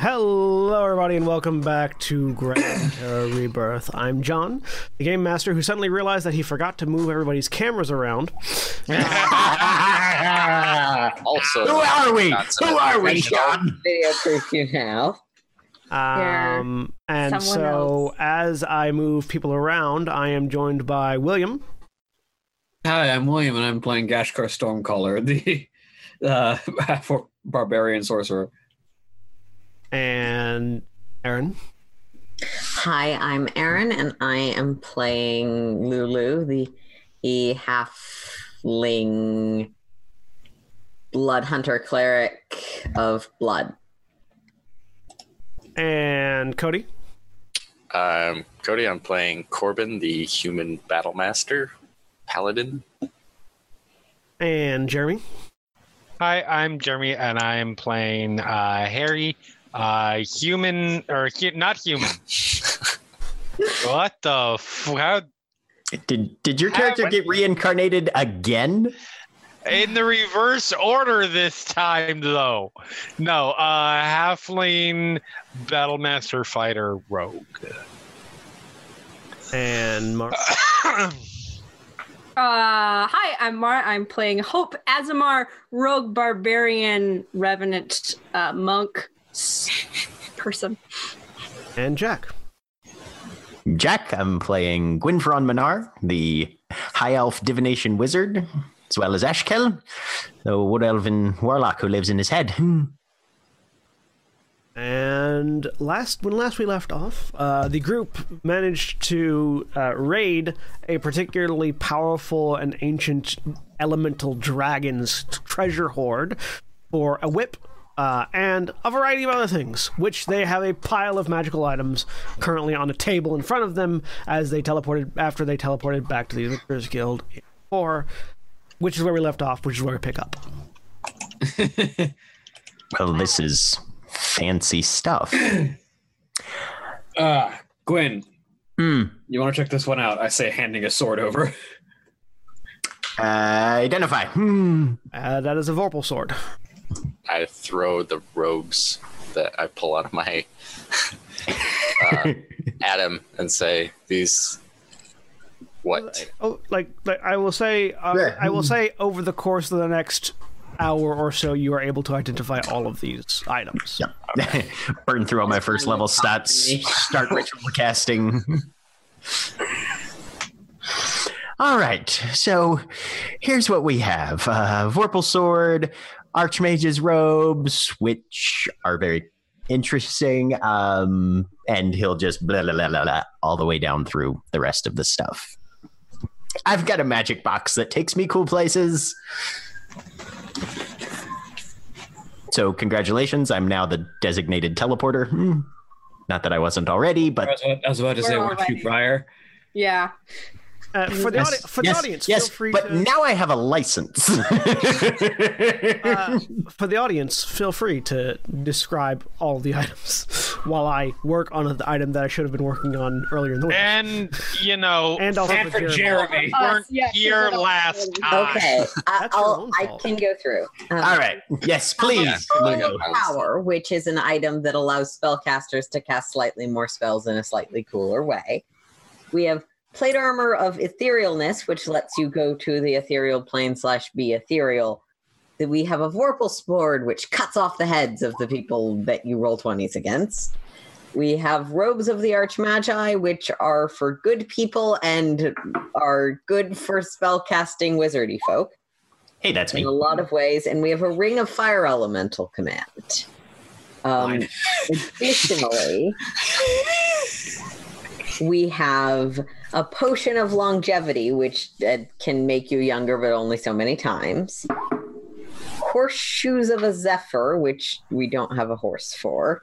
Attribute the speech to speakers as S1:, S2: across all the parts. S1: Hello, everybody, and welcome back to Grand Terror Rebirth. I'm John, the game master who suddenly realized that he forgot to move everybody's cameras around.
S2: Also,
S3: Who are we?
S2: That's
S3: Who
S2: a-
S3: are we,
S2: that's a-
S3: John?
S4: video proof you now.
S1: Um, and
S5: Someone
S1: so,
S5: else.
S1: as I move people around, I am joined by William.
S6: Hi, I'm William, and I'm playing Gashkar Stormcaller, the uh, for- barbarian sorcerer.
S1: and Aaron.
S4: Hi, I'm Erin, and I am playing Lulu, the e halfling blood hunter cleric of blood.
S1: And Cody.
S2: Um, Cody, I'm playing Corbin, the human battle master, paladin.
S1: And Jeremy.
S7: Hi, I'm Jeremy, and I'm playing uh, Harry, uh, human or hu- not human. what the? F- how
S3: Did did your
S7: Ah,
S3: character
S7: what-
S3: get reincarnated again?
S7: in the reverse order this time, though? No, uh, halfling, battlemaster, fighter, rogue.
S1: And Mark.
S5: Uh, hi, I'm Mar. I'm playing Hope Azamar, rogue barbarian revenant uh, monk s- person.
S1: and Jack.
S3: Jack, I'm playing Gwynfron Minar, the High Elf Divination Wizard, as well as Ashkel, the Wood Elven Warlock who lives in his head. Hmm.
S1: And last, when last we left off, uh, the group managed to uh, raid a particularly powerful and ancient elemental dragon's treasure hoard for a whip uh, and a variety of other things, which they have a pile of magical items currently on a table in front of them as they teleported after they teleported back to the Victors Guild, or which is where we left off, which is where we pick up.
S3: Well, this is fancy stuff.
S6: Uh, Gwen,
S3: Hmm.
S6: you want to check this one out? I say, handing a sword over.
S3: identify. Hmm.
S1: Uh, that is a Vorpal sword.
S2: I throw the robes that I pull out of my uh, at him and say, "These what?
S1: Oh, like, like I will say, uh,
S3: Yeah.
S1: I will say over the course of the next hour or so, you are able to identify all of these items.
S3: Yeah. Burn through all my first level stats. Start ritual casting. All right. So here's what we have uh, Vorpal Sword, Archmage's Robes, which are very interesting. Um, and he'll just blah, blah, blah, blah, blah, all the way down through the rest of the stuff. I've got a magic box that takes me cool places. So congratulations, I'm now the designated teleporter. Hmm. Not that I wasn't already,
S6: I
S3: but
S6: was about, I was about to say,
S5: We're
S6: weren't you
S5: already-
S6: prior?
S5: Yeah.
S1: Uh, for the,
S3: Yes,
S1: audi- for
S3: yes,
S1: the audience,
S3: yes,
S1: feel free
S3: but
S1: to.
S3: now I have a license.
S1: uh, for the audience, feel free to describe all the items. while I work on the item that I should have been working on earlier in the week.
S7: And you know,
S4: Oh,
S1: And also
S6: And for Jeremy.
S7: we weren't
S5: Us, yeah,
S7: here
S5: people don't-
S7: last time.
S4: Okay, I,
S1: That's your
S4: I'll,
S1: own
S4: I
S1: fault.
S4: can go through. Um,
S3: All right. Yes, please.
S4: Holy
S2: Look at my list.
S4: power, which is an item that allows spellcasters to cast slightly more spells in a slightly cooler way. We have plate armor of etherealness, which lets you go to the ethereal plane slash be ethereal. Then We have a vorpal sword, which cuts off the heads of the people that you roll 20s against. We have robes of the Archmagi, which are for good people and are good for spellcasting wizardy folk
S3: Hey, that's
S4: in
S3: me.
S4: a lot of ways, and we have a ring of fire elemental command. Um,
S6: Fine.
S4: additionally, we have a potion of longevity, which uh, can make you younger, but only so many times. Horseshoes of a zephyr, which we don't have a horse for.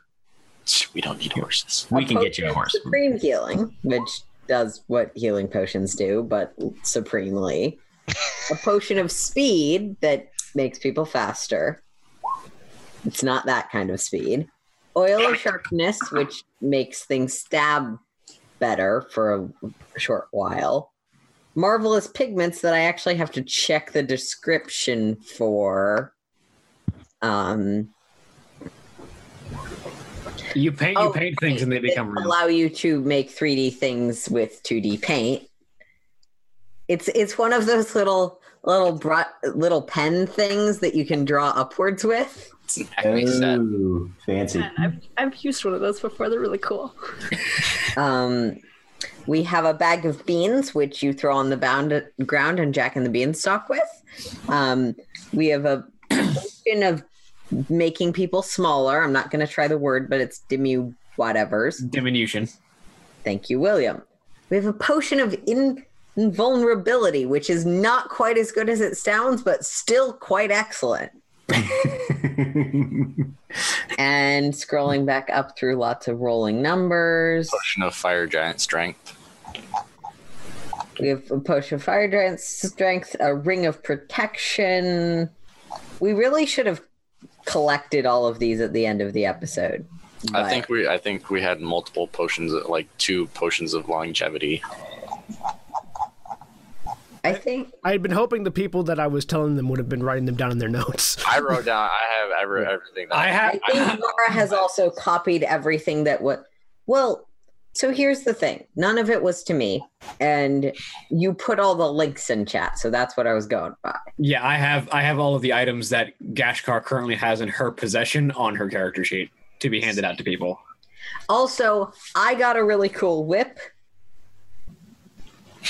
S2: We don't need horses.
S3: We can get you a horse.
S4: Supreme healing, which does what healing potions do, but supremely. a potion of speed that makes people faster. It's not that kind of speed. Oil of sharpness, which makes things stab better for a short while. Marvelous pigments that I actually have to check the description for. Um,
S6: You paint you
S4: Oh,
S6: paint things and they become real.
S4: allow you to make 3D things with 2D paint. It's it's one of those little little bru- little pen things that you can draw upwards with.
S2: It's an acme
S3: Uh,
S2: set.
S3: Ooh, fancy.
S5: Man, I've, I've used one of those before. They're really cool.
S4: Um, we have a bag of beans which you throw on the bound ground and Jack and the Beanstalk with. Um, we have a function of making people smaller. I'm not going to try the word, but it's dimu whatevers.
S6: Diminution.
S4: Thank you, William. We have a potion of in- invulnerability, which is not quite as good as it sounds, but still quite excellent. And scrolling back up through lots of rolling numbers,
S2: Potion of fire giant strength.
S4: we have a potion of fire giant strength, a ring of protection. We really should have collected all of these at the end of the episode.
S2: I
S4: but-
S2: think we I think we had multiple potions like two potions of longevity.
S4: I think
S1: I had been hoping the people that I was telling them would have been writing them down in their notes.
S2: I wrote down I have I wrote everything that
S6: I
S4: I
S6: have
S4: think Laura has also copied everything that what. Well, so here's the thing: none of it was to me, and you put all the links in chat, so that's what I was going by.
S6: yeah, I have I have all of the items that Gashkar currently has in her possession on her character sheet to be handed out to people.
S4: Also, I got a really cool whip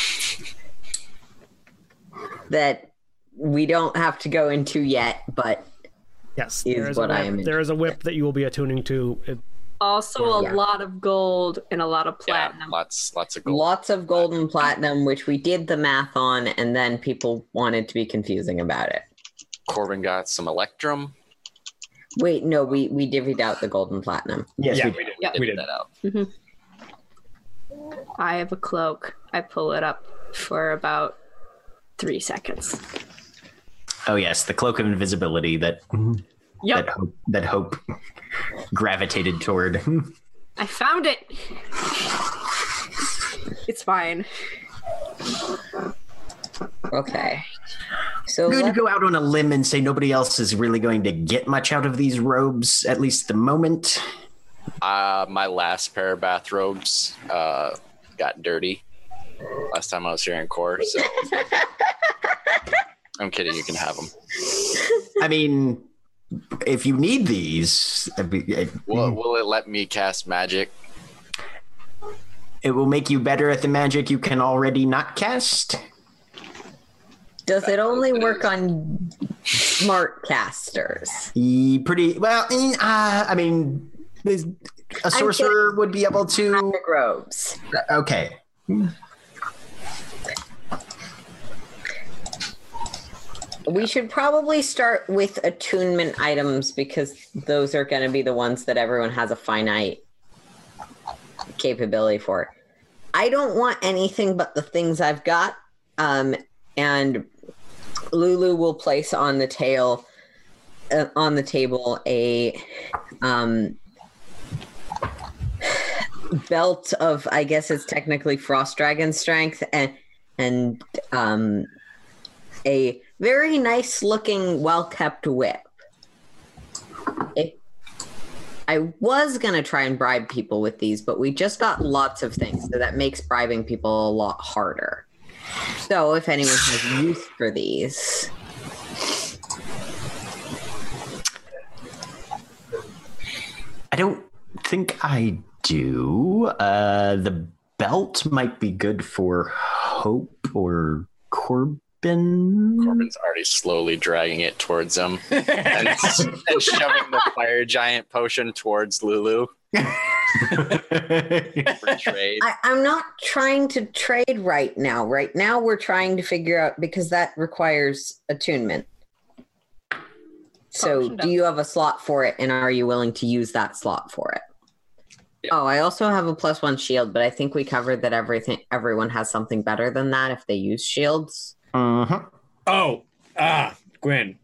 S4: that we don't have to go into yet, but
S1: Yes,
S4: Is
S1: there is,
S4: what
S1: a
S4: I
S1: whip,
S4: am
S1: there is a whip that you will be attuning to. It-
S5: Also, a
S4: Yeah.
S5: lot of gold and a lot of
S2: yeah,
S5: platinum.
S2: lots lots of gold.
S4: lots of gold and platinum, which we did the math on, and then people wanted to be confusing about it.
S2: Corbin got some electrum.
S4: Wait, no, we we divvied out the gold and platinum.
S3: yes,
S6: Yeah.
S3: we do.
S2: did,
S5: Yeah.
S2: did
S6: We did.
S2: that out.
S5: I have a cloak. I pull it up for about three seconds.
S3: Oh yes, the cloak of invisibility that that
S5: Yep,
S3: hope, that hope gravitated toward.
S5: I found it. It's fine.
S4: Okay. So
S3: I'm going to
S4: let's-
S3: go out on a limb and say nobody else is really going to get much out of these robes, at least at the moment.
S2: Uh, my last pair of bathrobes uh, got dirty last time I was here in core. So I'm kidding. You can have them.
S3: I mean, if you need these, I mean, it-
S2: Will, will it let me cast magic?
S3: it will make you better at the magic you can already not cast.
S4: does it only work on smart casters?
S3: Ye- Pretty well. eh, Uh, I mean, there's- a sorcerer would be able to.
S4: Magic robes.
S3: Okay.
S4: We should probably start with attunement items because those are going to be the ones that everyone has a finite capability for. I don't want anything but the things I've got. Um, and Lulu will place on the tail, uh, on the table, a um, belt of I guess it's technically frost dragon strength and and um a very nice looking well kept whip. If I was gonna try and bribe people with these, but we just got lots of things, so that makes bribing people a lot harder. So if anyone has use for these,
S3: I don't think I do. Uh, the belt might be good for Hope or Corbin.
S2: Corbin's already slowly dragging it towards him and, and shoving the fire giant potion towards Lulu for trade.
S4: I, I'm not trying to trade right now. Right now, we're trying to figure out because that requires attunement. So,
S5: Function
S4: do you have a slot for it, and are you willing to use that slot for it?
S2: Yeah.
S4: Oh, I also have a plus one shield, but I think we covered that everything. Everyone has something better than that if they use shields.
S3: Uh-huh.
S6: Oh, ah, Gwen.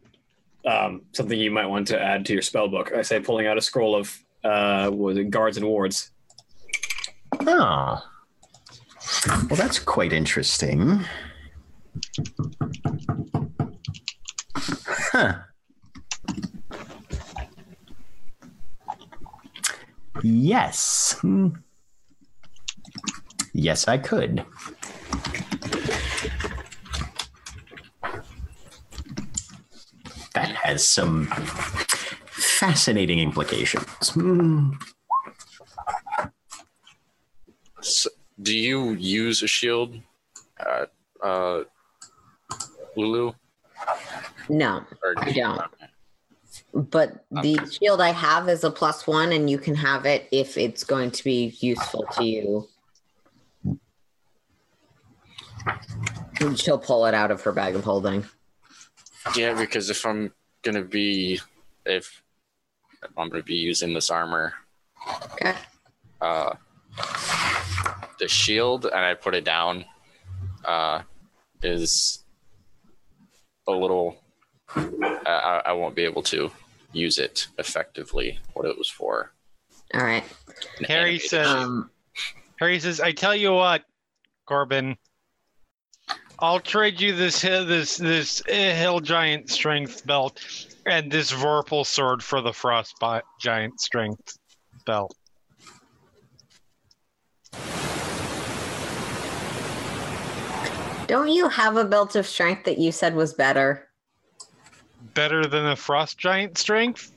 S6: Um, something you might want to add to your spell book. I say pulling out a scroll of uh, what was it guards and wards.
S3: Oh. Well, that's quite interesting. Huh. Yes. Hmm. Yes, I could. That has some fascinating implications. Hmm.
S2: S do you use a shield, uh, uh, Lulu?
S4: No,
S2: Or
S4: I don't. but the shield I have is a plus one, and you can have it if it's going to be useful to you. And She'll pull it out of her bag of holding.
S2: Yeah, because if I'm gonna be, if I'm gonna be using this armor,
S4: Okay.
S2: uh, the shield, and I put it down, uh, is a little. I- I, I won't be able to use it effectively. What it was for.
S4: All right.
S2: An
S7: Harry
S2: animated-
S7: says,
S4: Um,
S7: Harry says, I tell you what, Corbin, I'll trade you this hill, this this uh, hill giant strength belt and this Vorpal sword for the frost bi- giant strength belt.
S4: don't you have a belt of strength that you said was better
S7: Better than the frost giant strength?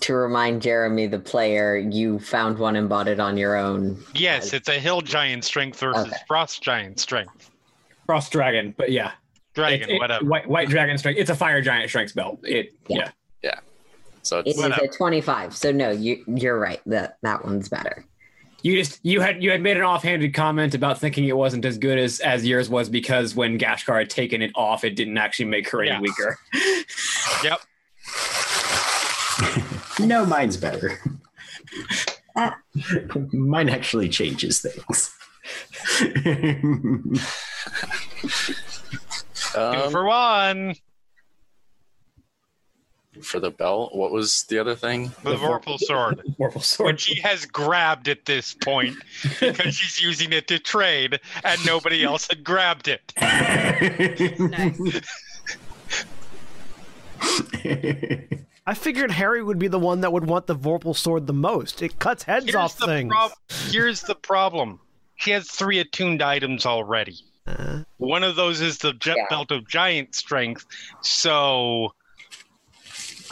S4: to remind Jeremy, the player, you found one and bought it on your own?
S7: Yes, it's a hill giant strength versus
S4: Okay.
S7: frost giant strength.
S6: Frost dragon, but yeah,
S7: Dragon,
S6: It- it-
S7: whatever.
S6: White, white dragon strength. It's a fire giant strength spell. It
S4: Yeah.
S6: yeah.
S2: So it's,
S4: It is
S7: Whatever.
S4: a 25. So, no, you, you're right. That, that one's better.
S6: You just you had you had made an offhanded comment about thinking it wasn't as good as as yours was because when Gashkar had taken it off, it didn't actually make her any
S7: Yeah.
S6: weaker.
S7: Yep.
S3: No, mine's better. Mine actually changes things.
S7: Two
S2: um,
S7: for one.
S2: for the belt. What was the other thing?
S7: The, Vorpal sword.
S6: Morphle sword.
S7: which she has grabbed at this point because she's using it to trade and nobody else had grabbed it.
S1: I figured Harry would be the one that would want the Vorpal sword the most. It cuts heads off things.
S7: prob- here's the problem. She has three attuned items already.
S1: Uh,
S7: One of those is the jet
S4: Yeah.
S7: belt of giant strength. So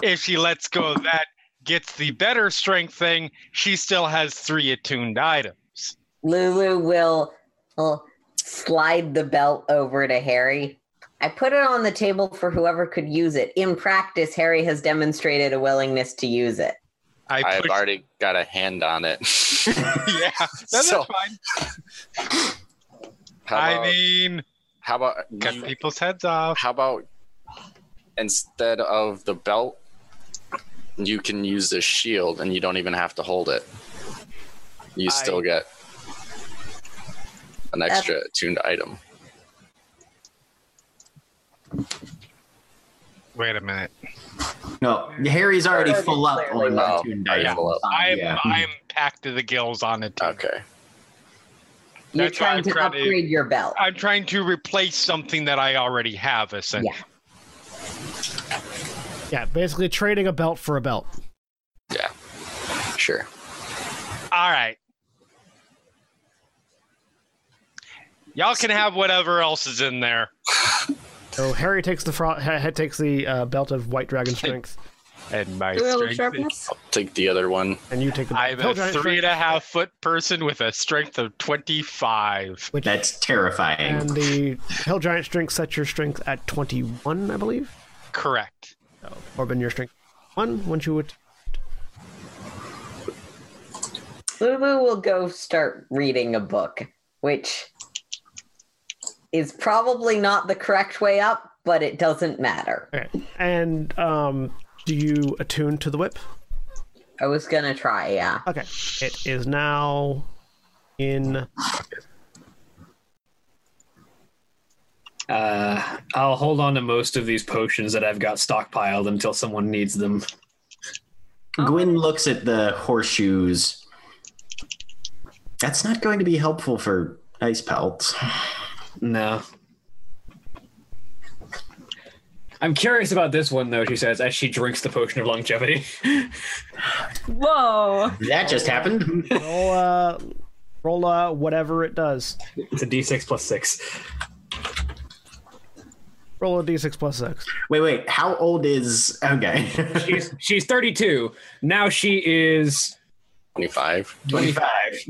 S7: if she lets go of that, gets the better strength thing, she still has three attuned items.
S4: Lulu will, will slide the belt over to Harry. I put it on the table for whoever could use it. In practice, Harry has demonstrated a willingness to use it.
S7: I
S2: I've
S7: pushed,
S2: already got a hand on it.
S7: yeah, no, that's
S2: So,
S7: fine.
S2: How
S7: I
S2: about-
S7: mean,
S2: how about
S7: cut
S2: you-
S7: people's heads off.
S2: How about instead of the belt, you can use the shield and you don't even have to hold it. You still get an extra tuned item.
S7: Wait a minute.
S3: no, Harry's already full up on
S4: Clearly.
S2: Oh,
S3: the tune
S2: I
S3: dice.
S2: am full up.
S3: Um,
S7: I'm
S3: yeah.
S7: I'm packed to the gills on it.
S2: Okay.
S4: You're
S7: That's why
S4: trying
S7: I'm
S4: to
S7: trying to-
S4: upgrade your belt.
S7: I'm trying to replace something that I already have, essentially.
S4: Yeah.
S1: Yeah, basically trading a belt for a belt.
S2: Yeah. Sure.
S7: All right. Y'all can have whatever else is in there.
S1: So Harry takes the fro- ha- ha- takes the uh, belt of White Dragon Strength,
S7: And my
S5: Wheel of sharpness.
S2: Take the other one.
S1: and you take the
S7: I'm
S1: Hill
S7: a
S1: Giant
S7: three
S1: Strength,
S7: and a half foot person with a strength of 25.
S1: which
S3: That's terrifying.
S1: and the Hill Giant Strength sets your strength at twenty one, I believe.
S7: Correct.
S1: Corbin, your strength one. Once you would
S4: Boo Boo will go start reading a book, which is probably not the correct way up, but it doesn't matter.
S1: okay, and um, do you attune to the whip?
S4: I was gonna try, yeah.
S1: Okay, it is now in.
S6: Uh, I'll hold on to most of these potions that I've got stockpiled until someone needs them.
S3: Gwyn looks at the horseshoes. That's not going to be helpful for ice pelts.
S6: No. I'm curious about this one though, she says as she drinks the potion of longevity.
S5: Whoa.
S3: That just happened.
S1: Roll, uh, roll uh, whatever it does.
S6: it's a D6 plus six.
S1: Roll a d6 plus six.
S3: Wait, wait. How old is? Okay,
S6: She's she's 32. Now she is
S2: 25.
S3: twenty-five.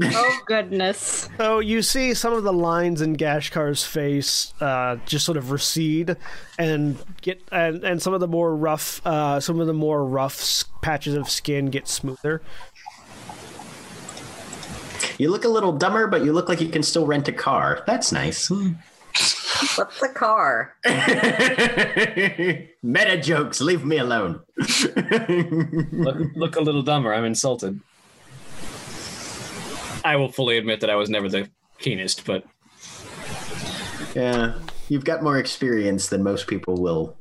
S5: Oh goodness.
S1: So you see some of the lines in Gashkar's face uh, just sort of recede and get and, and some of the more rough uh, some of the more rough s- patches of skin get smoother.
S3: You look a little dumber, but you look like you can still rent a car. That's nice.
S4: What's a car?
S3: Meta jokes. Leave me alone.
S6: look, look a little dumber. I'm insulted. I will fully admit that I was never the keenest, but
S3: Yeah, you've got more experience than most people will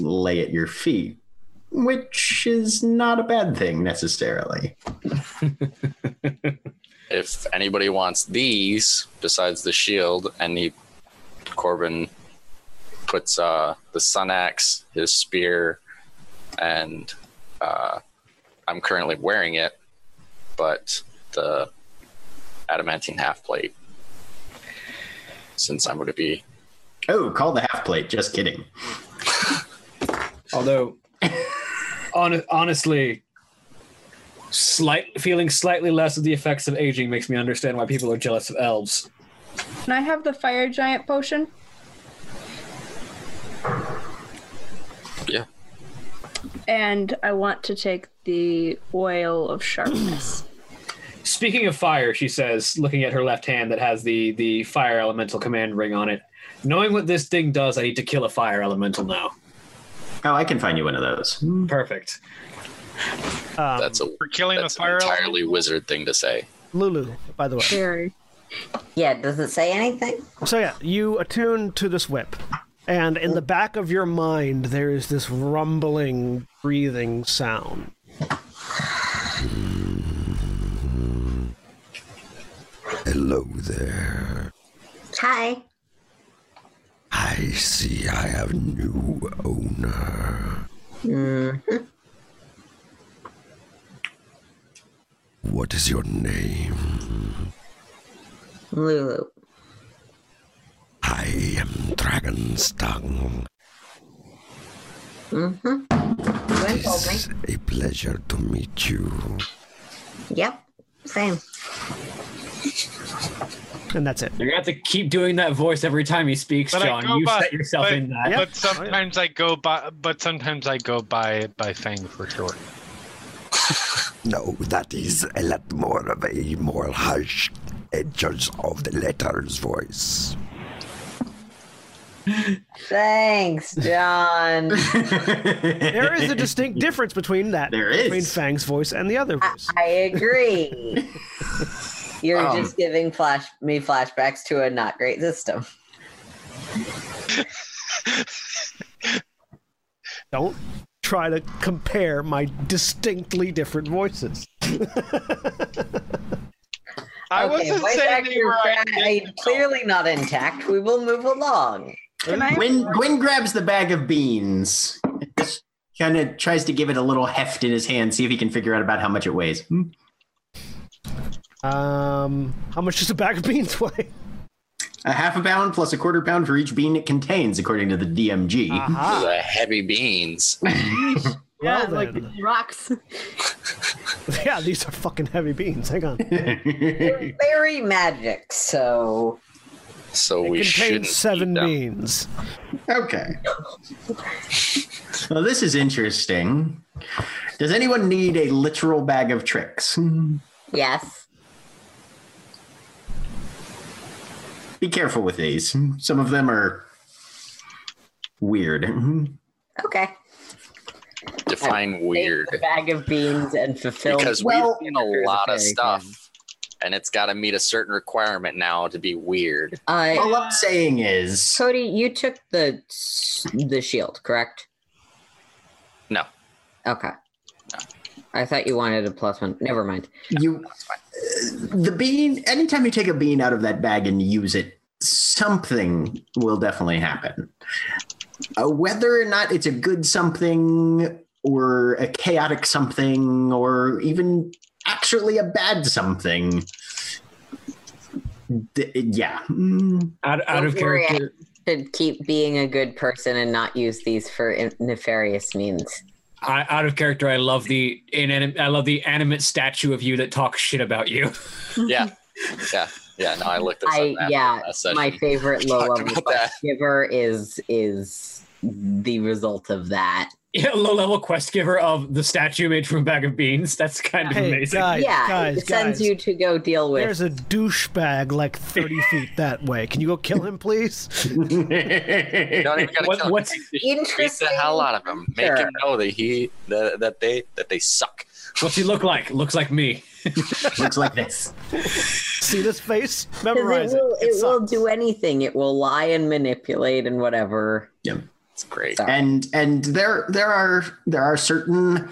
S3: lay at your feet, which is not a bad thing necessarily.
S2: If anybody wants these besides the shield, and he Corbin puts uh, the sun axe, his spear, and uh, I'm currently wearing it, but the adamantine half plate. Since I'm going to be
S3: Oh, call the half plate. Just kidding.
S6: although hon- honestly slight feeling slightly less of the effects of aging makes me understand why people are jealous of elves.
S5: Can I have the fire giant potion?
S2: yeah,
S5: And I want to take the oil of sharpness.
S6: Speaking of fire, she says, looking at her left hand that has the the fire elemental command ring on it. Knowing what this thing does, I need to kill a fire elemental now.
S3: Oh, I can find you one of those.
S6: Perfect.
S2: that's
S1: Um,
S2: a
S7: For killing
S2: that's
S7: a
S2: an
S7: fire
S2: entirely wizard thing to say.
S1: Lulu, by the way.
S5: Very.
S4: Yeah, does it say anything?
S1: So yeah, you attune to this whip, and in the back of your mind there is this rumbling, breathing sound.
S8: Hello there.
S4: Hi.
S8: I see I have new owner. What is your name?
S4: Lulu.
S8: I am Dragonstung.
S4: Gwen told me.
S8: It's a pleasure to meet you.
S4: Yep. Same.
S1: And that's it.
S6: You're gonna have to keep doing that voice every time he speaks,
S7: But I
S6: John.
S7: go
S6: You
S7: by-
S6: set yourself
S7: but-
S6: in that.
S1: Yeah.
S7: But sometimes I go by. But sometimes I go by by Fang for sure.
S8: No, that is a lot more of a more harsh edges of the letter's voice.
S4: Thanks, John.
S1: There is a distinct difference between that
S3: There is.
S1: between Fang's voice and the other voice.
S4: I agree. You're
S3: Um,
S4: just giving flash me flashbacks to a not great system.
S1: Don't try to compare my distinctly different voices.
S7: I wasn't saying they were.
S4: clearly not intact. We will move along.
S5: Can I?
S3: Gwen, Gwen grabs the bag of beans, kind of tries to give it a little heft in his hand, see if he can figure out about how much it weighs. Hmm.
S1: Um, how much does a bag of beans weigh?
S3: A half a pound plus a quarter pound for each bean it contains, according to the DMG.
S1: Ah.
S2: Those are heavy beans.
S5: yeah,
S1: Well
S5: like
S1: then.
S5: rocks.
S1: yeah, these are fucking heavy beans. Hang on. It
S4: Very magic. So
S2: So we shouldn't
S1: contains
S2: eat
S1: seven
S2: them.
S1: beans.
S3: okay. well, this is interesting. Does anyone need a literal bag of tricks? Hmm.
S4: yes,
S3: Be careful with these. Hmm. Some of them are weird. Hmm.
S4: okay.
S2: Define weird.
S4: A bag of beans and fulfill.
S2: Because
S4: Well,
S2: we've seen a
S4: there's
S2: lot of
S4: fairy
S2: stuff,
S4: thing.
S2: and it's got to meet a certain requirement now to be weird.
S4: I,
S3: All I'm saying is,
S4: Uh, Cody, you took the the shield, correct?
S2: No,
S4: Okay. I thought you wanted a plus one. Never mind.
S3: you uh, the bean anytime you take a bean out of that bag and use it something will definitely happen uh, whether or not it's a good something or a chaotic something or even actually a bad something d- yeah Mm,
S6: Out, out of
S4: Don't worry, I
S6: character.
S4: Should keep being a good person and not use these for in- nefarious means.
S6: I, out of character. I love the inanim- I love the animate statue of you that talks shit about you.
S2: yeah, yeah, yeah. No, I looked at
S4: I
S2: that.
S4: yeah,
S2: last session.
S4: my favorite low
S2: Talked
S4: level
S2: about
S4: quest
S2: that.
S4: giver is is the result of that.
S6: Yeah, low level quest giver of the statue made from a bag of beans. That's kind of
S1: Hey,
S6: amazing.
S1: guys,
S4: yeah,
S1: guys,
S4: it sends
S1: guys.
S4: you to go deal with.
S1: There's a douchebag like 30 feet that way. Can you go kill him, please?
S2: You don't even gotta
S6: What-
S2: kill him.
S6: what's-
S2: Beat the
S4: Interesting.
S2: hell out of him. Make
S4: Sure.
S2: him know that he that, that they that they suck.
S6: What's he look like? Looks like me.
S3: looks like this
S1: See this face?
S4: 'Cause
S1: Memorize
S4: it will,
S1: it.
S4: it will
S1: sucks.
S4: do anything. It will lie and manipulate and whatever.
S3: yeah
S2: It's great.
S4: Sorry.
S3: and and there there are there are certain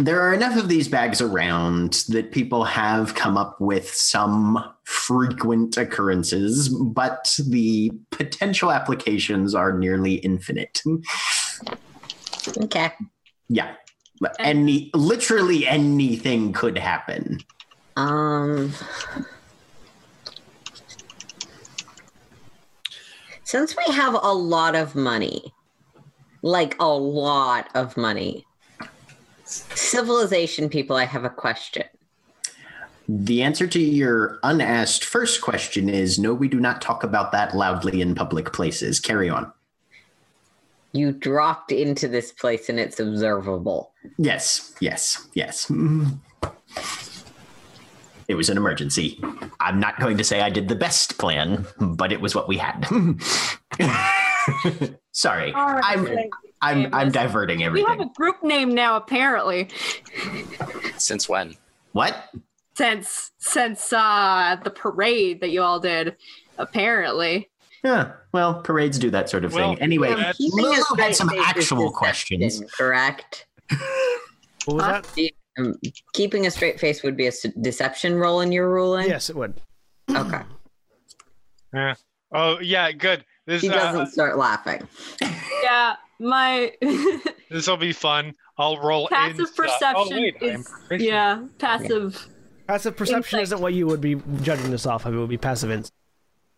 S3: there are enough of these bags around that people have come up with some frequent occurrences but the potential applications are nearly infinite
S4: Okay.
S3: yeah But any literally anything could happen
S4: Um. Since we have a lot of money, like a lot of money, civilization people, I have a question.
S3: the answer to your unasked first question is no we do not talk about that loudly in public places carry on
S4: You dropped into this place and it's observable.
S3: Yes, yes, yes. Mm. It was an emergency. I'm not going to say I did the best plan, but it was what we had. Sorry,
S5: All right,
S3: I'm
S5: thank
S3: I'm I'm diverting
S5: We have
S3: everything.
S5: a group name now, apparently.
S2: Since when?
S3: What?
S5: Since since uh the parade that you all did, apparently.
S3: Yeah. Well, parades do that sort of
S7: Well,
S3: thing. Anyway,
S7: yeah,
S4: Keeping
S3: Lulu
S4: us
S3: had some
S4: safe is
S3: actual
S4: deception,
S3: questions.
S4: Correct.
S1: What was that?
S4: Um, keeping a straight face would be a s- deception roll in your ruling.
S1: Yes, it would.
S4: Okay.
S7: Yeah. Oh yeah, good. This
S4: He doesn't
S7: uh,
S4: start laughing.
S5: Yeah, my
S7: this will be fun. I'll roll in
S5: passive
S7: stuff. Oh,
S5: perception
S7: wait, I'm
S5: is
S7: pretty-
S5: yeah, passive
S1: Passive perception
S5: Insight.
S1: isn't what you would be judging this off of. It would be passive insight.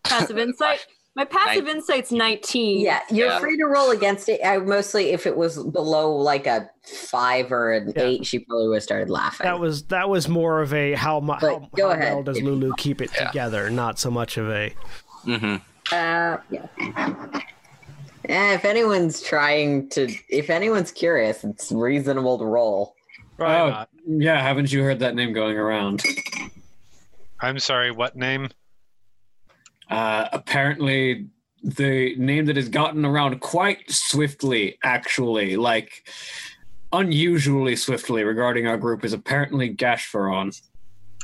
S5: passive insight. My passive insight's 19.
S4: Yeah, you're
S2: Yeah.
S4: free to roll against it. I mostly, if it was below like a five or an
S1: Yeah.
S4: eight, she probably would have started laughing.
S1: That was that was more of a how, mu-
S4: But
S1: how,
S4: go
S1: how
S4: ahead.
S1: well does Lulu keep it
S2: Yeah.
S1: together, not so much of a
S2: Mm-hmm.
S5: Uh, yeah.
S4: Eh, if anyone's trying to, if anyone's curious, it's reasonable to roll.
S7: Probably
S6: oh,
S7: not.
S6: yeah. Haven't you heard that name going around?
S7: I'm sorry. What name?
S6: Uh, apparently, the name that has gotten around quite swiftly, actually, like unusually swiftly, regarding our group is apparently Gashvaron.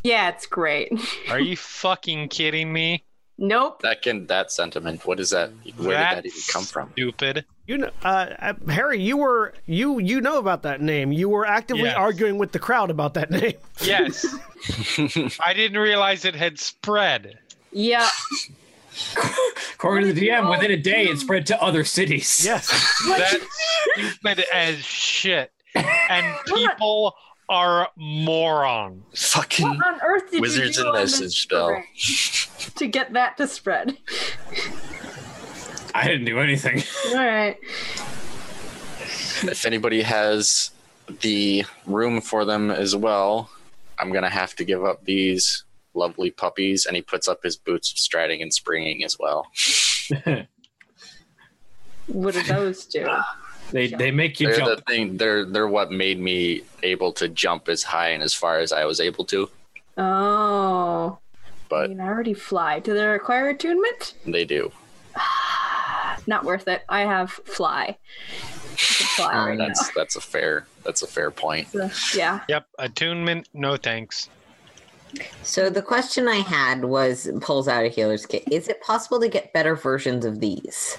S5: Yeah, it's great.
S7: Are you fucking kidding me?
S5: Nope.
S2: That can that sentiment. What is that? Where did that even come from?
S7: Stupid.
S1: You know, uh, uh, Harry, you were you you know about that name. You were actively
S7: Yes.
S1: arguing with the crowd about that name.
S7: Yes. I didn't realize it had spread.
S5: Yeah.
S6: According to the DM, within a day, it spread to other cities.
S1: Yes.
S7: That's stupid as shit. And people are morons.
S2: Fucking
S5: What on earth did
S2: Wizards
S5: you
S2: and
S5: do on this
S2: message spell.
S5: terrain to get that to spread?
S6: I didn't do anything.
S5: All right.
S2: if anybody has the room for them as well, I'm gonna have to give up these lovely puppies. And he puts up his boots of striding and springing as well.
S5: What do those do?
S6: They they make you
S2: They're
S6: jump.
S2: the thing. They're they're what made me able to jump as high and as far as I was able to.
S5: Oh. I
S2: But
S5: mean, I already fly. Do they require attunement?
S2: they do.
S5: Not worth it. I have fly. I can fly right now.
S2: Uh, That's that's a fair that's a fair point.
S5: So, yeah.
S7: Yep. Attunement, no thanks.
S4: So the question I had was pulls out a healer's kit. Is it possible to get better versions of these?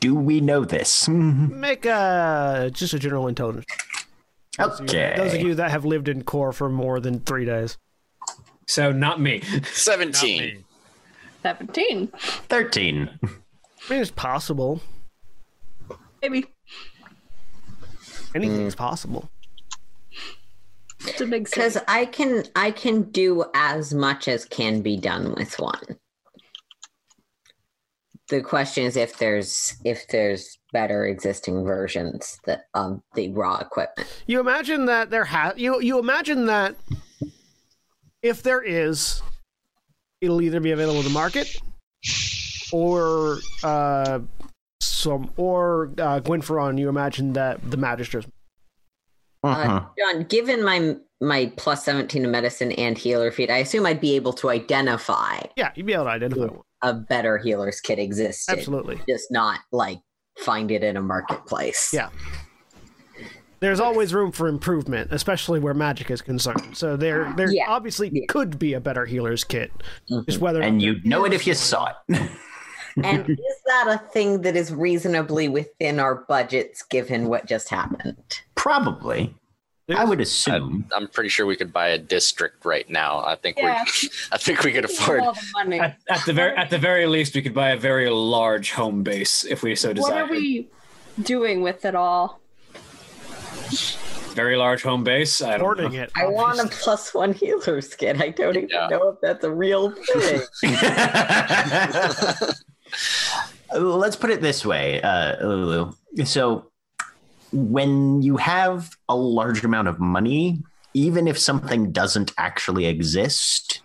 S3: Do we know this? Mhm.
S1: Make a just a general intelligence.
S3: Okay.
S1: Those of you that have lived in core for more than three days.
S6: So not me.
S2: Seventeen.
S5: 17.
S3: 13.
S1: I mean, it's possible.
S5: Maybe.
S1: Anything's possible.
S5: It's a big
S4: Because
S5: city.
S4: I can I can do as much as can be done with one. The question is if there's if there's better existing versions that of the raw equipment.
S1: You imagine that there ha you you imagine that if there is, it'll either be available in the market or uh some or uh Gwynferon, you imagine that the magistrates Uh-huh.
S4: Uh,
S3: Mhm.
S4: John, given my my plus seventeen to medicine and healer feat, I assume I'd be able to identify
S1: Yeah, you'd be able to identify one.
S4: a better healer's kit existed.
S1: Absolutely.
S4: Just not like find it in a marketplace.
S1: Yeah. There's always room for improvement, especially where magic is concerned. So there there
S4: Yeah.
S1: obviously
S4: Yeah.
S1: could be a better healer's kit. Just whether or
S3: Mm-hmm. And
S1: not
S3: you'd know it if you saw it.
S4: And is that a thing that is reasonably within our budgets given what just happened?
S3: Probably. I would assume.
S2: I'm pretty sure we could buy a district right now. I think
S5: Yeah.
S2: we, I think we could afford.
S5: all the money.
S6: At, at the very at the very least, we could buy a very large home base if we so
S5: What
S6: desire.
S5: are we doing with it all?
S6: Very large home base. I don't
S1: hoarding
S6: know.
S1: it.
S4: I want a plus one healer skin. I don't even
S2: Yeah.
S4: know if that's a real thing.
S3: Let's put it this way, uh, Lulu. So, when you have a large amount of money, even if something doesn't actually exist,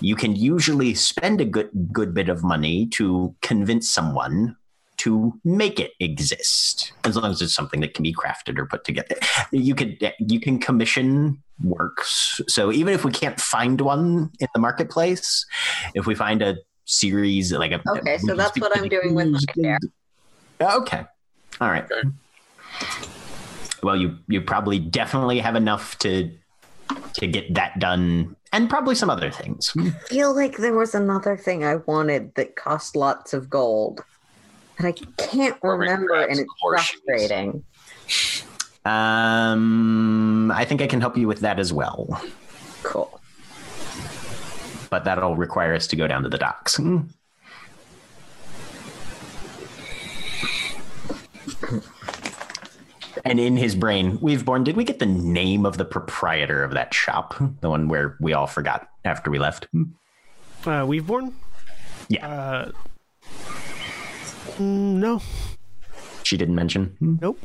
S3: you can usually spend a good good bit of money to convince someone to make it exist as long as it's something that can be crafted or put together you could you can commission works so even if we can't find one in the marketplace if we find a series like a
S4: Okay, so
S3: we can
S4: that's
S3: speak
S4: what
S3: to
S4: I'm
S3: the
S4: doing with
S3: crews.
S4: my hair.
S3: okay all right
S2: Okay.
S3: well you you probably definitely have enough to to get that done and probably some other things
S4: I feel like there was another thing I wanted that cost lots of gold. And I can't
S2: Or we
S4: remember,
S2: grab
S4: and
S2: some
S4: it's
S2: horseshoes.
S4: frustrating.
S3: um i think i can help you with that as well
S4: Cool.
S3: but that'll require us to go down to the docks And in his brain, we've born. Did we get the name of the proprietor of that shop? The one where we all forgot after we left?
S1: Uh, Weaveborn?
S3: Yeah.
S1: Uh, mm, no.
S3: She didn't mention.
S1: Nope.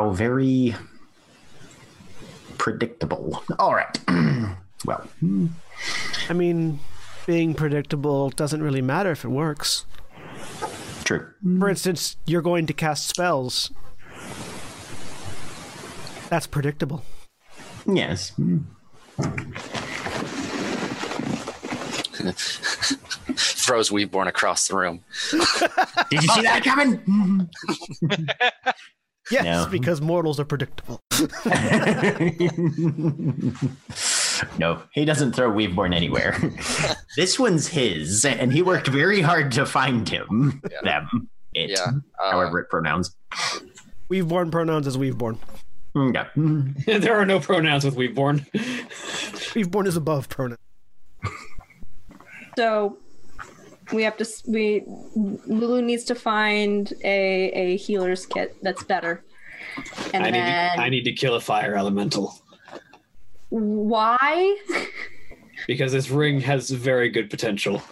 S3: Oh, very predictable. All right. well,
S1: I mean, being predictable doesn't really matter if it works.
S3: true.
S4: Mm-hmm.
S1: For instance, you're going to cast spells. That's predictable.
S3: Yes.
S2: Throws Weeborn across the room.
S3: Did you see that coming?
S1: Yes,
S3: No.
S1: because mortals are predictable.
S3: no, he doesn't throw Weaveborn anywhere. this one's his, and he worked very hard to find him.
S2: Yeah.
S3: Them, it,
S2: Yeah. Uh,
S3: however it pronouns.
S1: We've born pronouns as we've born.
S3: Yeah.
S6: there are no pronouns with Weaveborn.
S1: We've born is above pronoun.
S5: So we have to s- we Lulu needs to find a a healer's kit that's better. And
S6: I need,
S5: then
S6: to, I need to kill a fire elemental
S5: why?
S6: because this ring has very good potential.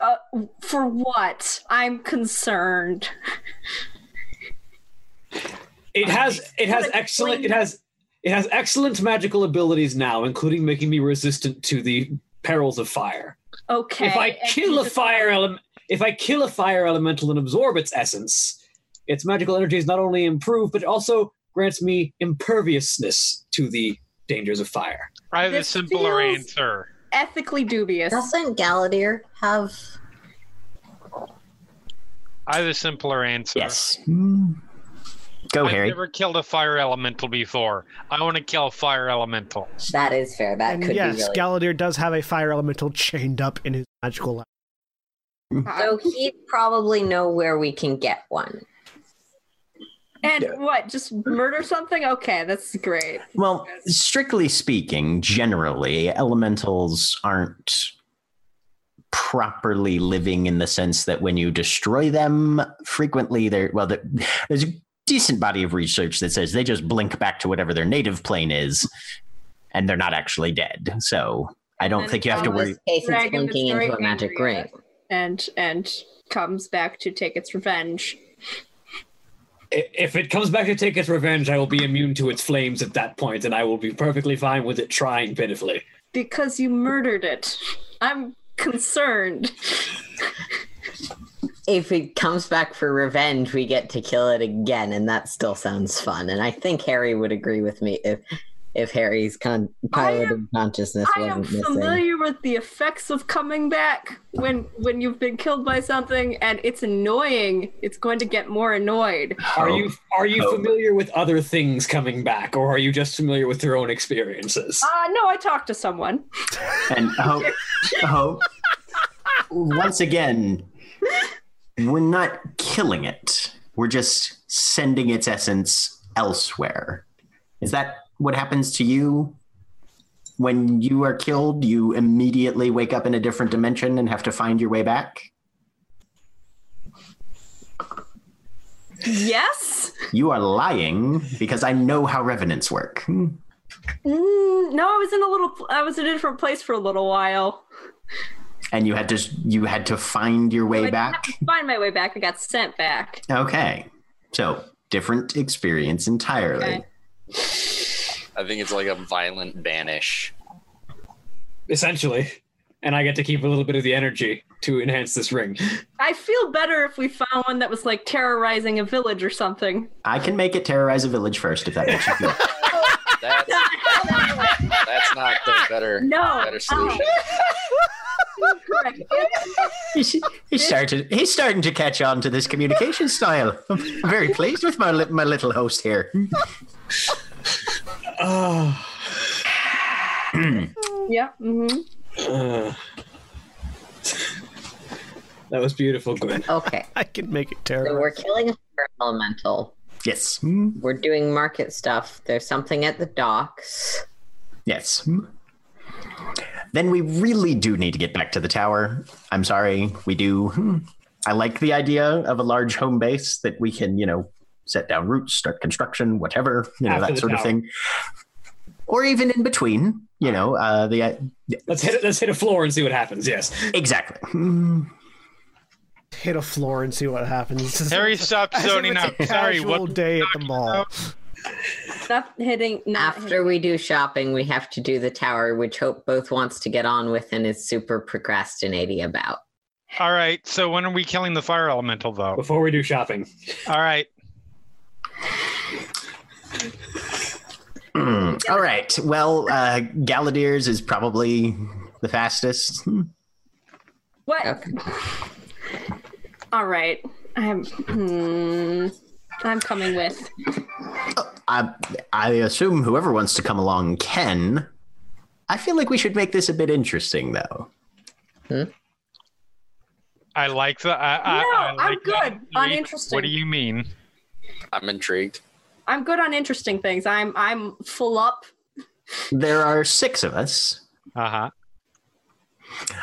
S5: Uh, for what? I'm concerned.
S6: It has it has
S5: Like,
S6: excellent
S5: like-
S6: it has it has excellent magical abilities now, including making me resistant to the perils of fire.
S5: Okay.
S6: if I
S5: and
S6: kill a
S5: he's-
S6: fire element, if I kill a fire elemental and absorb its essence, its magical energy is not only improved but also grants me imperviousness to the dangers of fire.
S7: I have a
S5: This
S7: simpler
S5: feels-
S7: answer.
S5: ethically dubious.
S4: Doesn't Galadir have?
S7: I have a simpler answer.
S3: yes. Mm. Go,
S7: I've
S3: Harry.
S7: never killed a fire elemental before. I want to kill a fire elemental.
S4: That is fair. That
S1: And
S4: could be
S1: yes,
S4: really.
S1: Galadir does have a fire elemental chained up in his magical lab.
S5: Uh,
S4: so he'd probably know where we can get one.
S5: and what? Just murder something? Okay, that's great.
S3: Well, strictly speaking, generally, elementals aren't properly living in the sense that when you destroy them, frequently they're, well, there- there's a decent body of research that says they just blink back to whatever their native plane is and they're not actually dead. So I don't
S5: And
S3: think you have to
S4: In
S5: almost
S3: worry.
S4: this case, it's
S5: Dragon
S4: blinking
S5: is
S4: into
S5: very
S4: a magic
S5: angry at
S4: ring.
S5: And and comes back to take its revenge.
S6: I- If it comes back to take its revenge, I will be immune to its flames at that point, and I will be perfectly fine with it trying pitifully.
S5: Because you murdered it. I'm concerned.
S4: If it comes back for revenge, we get to kill it again, and that still sounds fun. And I think Harry would agree with me if if Harry's con-
S5: I
S4: pilot of consciousness
S5: I am
S4: wasn't missing.
S5: familiar with the effects of coming back when when you've been killed by something and it's annoying. It's going to get more annoyed.
S6: Are you are you
S3: Hope.
S6: familiar with other things coming back, or are you just familiar with your own experiences?
S5: Uh no, I talked to someone.
S3: And hope, hope, once again, we're not killing it. We're just sending its essence elsewhere. Is that what happens to you? When you are killed, you immediately wake up in a different dimension and have to find your way back?
S5: Yes?
S3: You are lying because I know how revenants work. Hmm.
S5: Mm, no, I was in a little I was in a different place for a little while.
S3: And you had to you had to find your way
S5: I didn't have
S3: back.
S5: to find my way back. I got sent back.
S3: Okay. So, different experience entirely.
S5: Okay.
S2: uh, I think it's like a violent banish.
S6: Essentially, and I get to keep a little bit of the energy to enhance this ring.
S5: I feel better if we found one that was like terrorizing a village or something.
S3: I can make it terrorize a village first if that makes you feel.
S2: That's that's not the better
S5: No.
S2: better solution.
S5: Correct.
S3: he's, he's starting. He's starting to catch on to this communication style. I'm very pleased with my li- my little host here.
S5: Yeah. hmm
S6: Uh, that was beautiful, Gwen.
S4: Okay,
S1: I can make it
S4: so
S1: terrible.
S4: we're killing a fire elemental.
S3: Yes.
S4: We're doing market stuff. There's something at the docks.
S3: Yes. Then we really do need to get back to the tower. I'm sorry, we do. I like the idea of a large home base that we can, you know, set down roots, start construction, whatever, you know,
S6: After
S3: that
S6: the
S3: sort of
S6: tower.
S3: thing. Or even in between, you know, uh, the
S6: Let's hit let's hit a floor and see what happens. Yes,
S3: exactly.
S1: Hit a floor and see what happens.
S7: Harry, stop
S1: As if
S7: zoning
S1: it's a
S7: up. Sorry,
S1: casual
S7: what?
S1: day at the mall.
S5: Stop hitting not
S4: After we do shopping, we have to do the tower, which Hope both wants to get on with and is super procrastinating about.
S7: All right. So when are we killing the fire elemental, though?
S6: before we do shopping.
S7: All right.
S3: Mm, All right. Well, uh, Galadir's is probably the fastest. Hmm.
S5: What?
S4: Okay.
S5: All right. I'm. Hmm, I'm coming with.
S3: I, I assume whoever wants to come along can. I feel like we should make this a bit interesting, though.
S7: I like the. I, I,
S5: No,
S7: I
S5: I'm
S7: like that
S5: good.
S7: theory.
S5: Uninteresting.
S7: What do you mean?
S2: I'm intrigued.
S5: I'm good on interesting things. I'm I'm full up.
S3: There are six of us.
S7: Uh huh.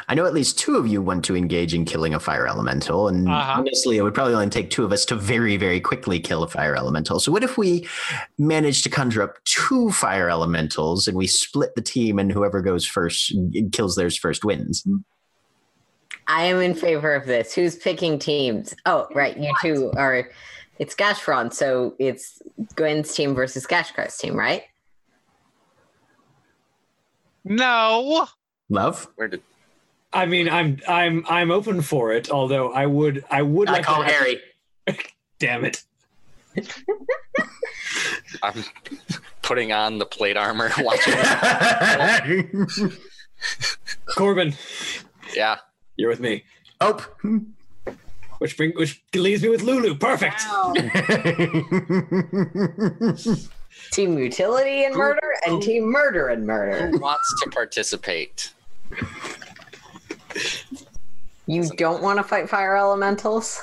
S3: I know at least two of you want to engage in killing a fire elemental, and
S7: Uh-huh.
S3: honestly, it would probably only take two of us to very, very quickly kill a fire elemental. So, what if we manage to conjure up two fire elementals and we split the team, and whoever goes first kills theirs first wins?
S4: I am in favor of this. Who's picking teams? Oh, right. You two are. It's Gashfron, so it's Gwen's team versus Gashkar's team, right?
S7: No.
S3: Love.
S2: Where did
S6: I mean, I'm I'm I'm open for it. Although I would I would
S3: I
S6: like
S3: call
S6: to have-
S3: Harry.
S6: Damn it!
S2: I'm putting on the plate armor? Watching.
S6: Corbin,
S2: yeah.
S6: you're with me.
S3: oh.
S6: Which bring which leaves me with Lulu. Perfect.
S4: Oh. Team utility and murder, and team murder and murder.
S2: Who wants to participate?
S4: You don't want to fight fire elementals?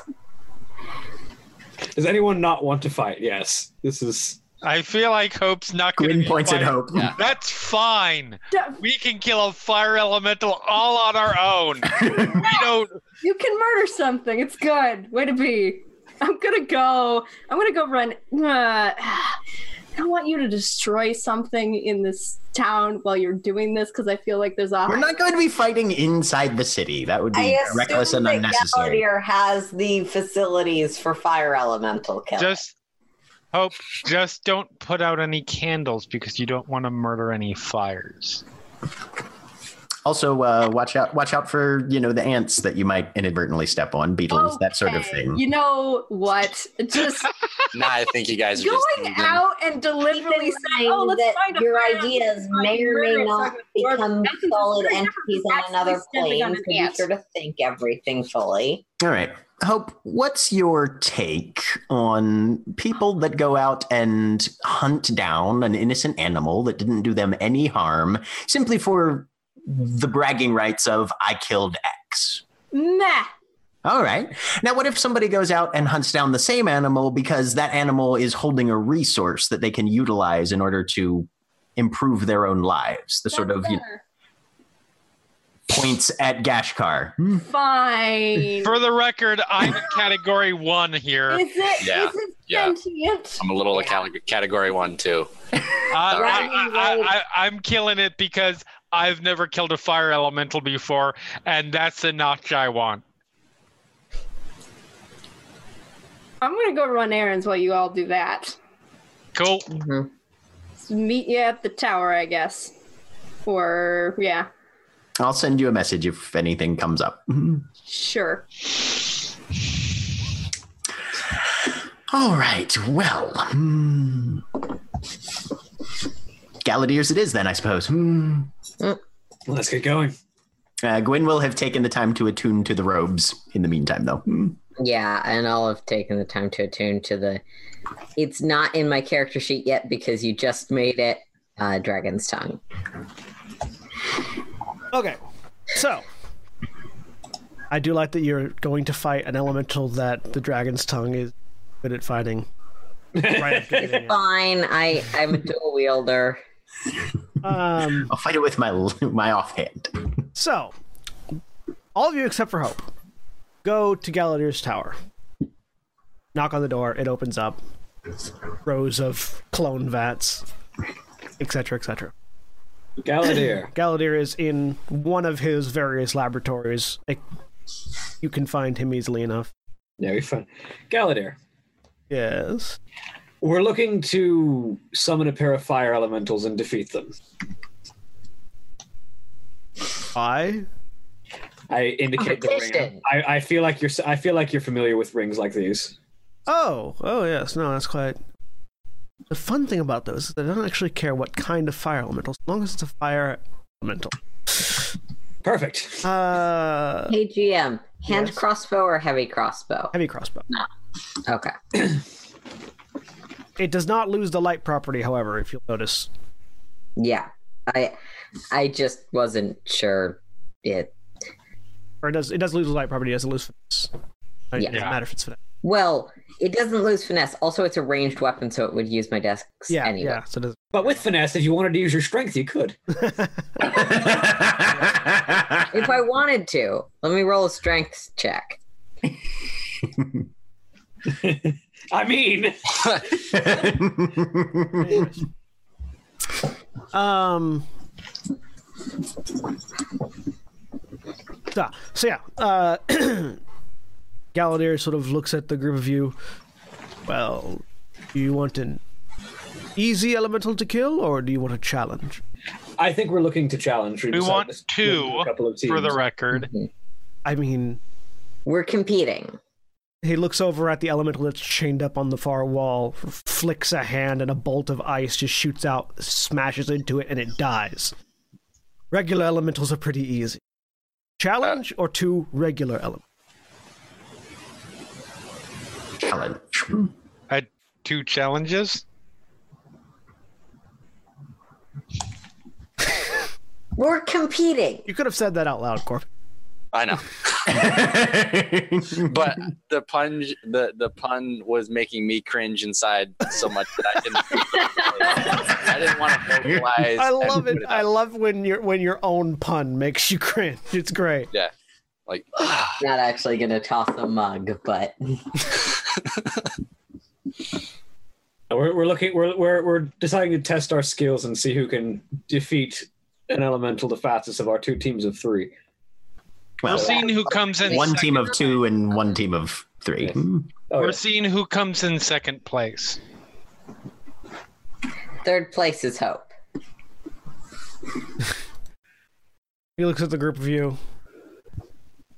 S6: Does anyone not want to fight? Yes. This is
S7: I feel like Hope's not going
S3: Gwyn
S7: to.
S3: points at Hope.
S2: Yeah.
S7: That's fine.
S5: D-
S7: We can kill a fire elemental all on our own. we don't.
S5: You can murder something. It's good. Way to be. I'm gonna go. I'm gonna go run. Uh, I want you to destroy something in this town while you're doing this because I feel like there's a
S3: We're not going to be fighting inside the city. That would be reckless and unnecessary.
S4: Gallier has the facilities for fire elemental killing.
S7: Just hope. Just don't put out any candles because you don't want to murder any fires.
S3: Also, uh, watch out! Watch out for you know the ants that you might inadvertently step on, beetles, that sort of
S5: Okay,
S3: thing.
S5: You know what? Just
S2: Nah, I think you guys are just
S5: going
S2: leaving.
S5: out and deliberately
S4: Keep in
S5: saying, "Oh,
S4: mind
S5: let's
S4: that
S5: find a
S4: your
S5: fire
S4: ideas
S5: elemental
S4: may or
S5: and murder
S4: may
S5: it so I
S4: not
S5: can work."
S4: become
S5: That's just
S4: solid
S5: very different
S4: entities
S5: from
S4: on another
S5: actually stepping
S4: plane,
S5: on an
S4: so be
S5: ant.
S4: sure to think everything fully.
S3: All right, Hope. What's your take on people that go out and hunt down an innocent animal that didn't do them any harm simply for the bragging rights of "I killed X"?
S5: Meh.
S3: All right. Now, what if somebody goes out and hunts down the same animal because that animal is holding a resource that they can utilize in order to improve their own lives? The sort of
S5: That's
S3: you know,
S5: better.
S3: points at Gashkar.
S5: fine.
S7: For the record, I'm in category one here.
S5: Is it?
S2: Yeah,
S5: is it
S2: yeah.
S5: sentient?
S2: I'm a little of cate- category one too.
S7: Uh, I,
S4: Right,
S7: I, I, I, I'm killing it because I've never killed a fire elemental before, and that's the notch I want.
S5: I'm gonna go run errands while you all do that.
S7: Cool.
S5: Meet you at the tower, I guess. Or yeah,
S3: I'll send you a message if anything comes up.
S5: sure.
S3: All right. Well, hmm. Galladeers it is then, I suppose. Hmm.
S6: let's get going.
S3: Uh, Gwyn will have taken the time to attune to the robes in the meantime, though. Hmm.
S4: Yeah, and I'll have taken the time to attune to the. It's not in my character sheet yet because you just made it. Uh, Dragon's tongue.
S1: Okay, so I do like that you're going to fight an elemental that the dragon's tongue is good at fighting. Right after getting it.
S4: Fine, I I'm a dual wielder.
S1: Um,
S3: I'll fight it with my my offhand.
S1: so all of you except for Hope go to Galadir's tower. Knock on the door. It opens up. Rows of clone vats, etc., etc.
S6: Galladier.
S1: Galadir is in one of his various laboratories. Like, you can find him easily enough.
S6: yeah, we fun. Galladier.
S1: Yes.
S6: We're looking to summon a pair of fire elementals and defeat them.
S1: I.
S6: I indicate the ring.
S4: Competition.
S6: I, I feel like you're. s- I feel like you're familiar with rings like these.
S1: Oh, oh yes. No, that's quite. The fun thing about those is I don't actually care what kind of fire elemental, as long as it's a fire elemental.
S6: Perfect.
S1: Uh,
S4: Hey GM, hand
S1: Yes.
S4: crossbow or heavy crossbow?
S1: heavy crossbow.
S4: Okay.
S1: It does not lose the light property, however, if you'll notice.
S4: Yeah. I I just wasn't sure it
S1: Or it does it does lose the light property, it doesn't lose finesse. It
S4: Yeah.
S1: doesn't matter if it's finesse.
S4: well, it doesn't lose finesse. Also it's a ranged weapon, so it would use my desks
S1: Yeah,
S4: anyway.
S1: yeah. So it does
S6: But with finesse, if you wanted to use your strength, you could.
S4: If I wanted to, let me roll a strength check.
S6: I mean,
S1: Um. So, so yeah, uh, Galadir sort of looks at the group of you. Well, do you want an easy elemental to kill, or do you want a challenge?
S6: I think we're looking to challenge.
S7: We want two for the record.
S1: I mean,
S4: We're competing.
S1: he looks over at the elemental that's chained up on the far wall, flicks a hand, and a bolt of ice just shoots out, smashes into it, and it dies. Regular elementals are pretty easy. Challenge or two regular elements?
S3: Challenge.
S7: Had two challenges.
S4: We're competing.
S1: You could have said that out loud, Corp.
S2: I know, but the pun the the pun was making me cringe inside so much that I didn't. I didn't want to vocalize.
S1: I
S2: and
S1: love
S2: put
S1: it.
S2: out.
S1: I love when your when your own pun makes you cringe. It's great.
S2: yeah, like
S4: Not actually gonna toss a mug, but
S6: We're, we're looking. We're, we're we're deciding to test our skills and see who can defeat an elemental the fastest of our two teams of three.
S7: We're
S3: well,
S7: seeing who comes in.
S3: one
S7: second.
S3: team of two and one team of three. Hmm.
S6: Oh,
S7: We're
S6: yeah.
S7: seeing who comes in second place.
S4: third place is hope.
S1: He looks at the group of you.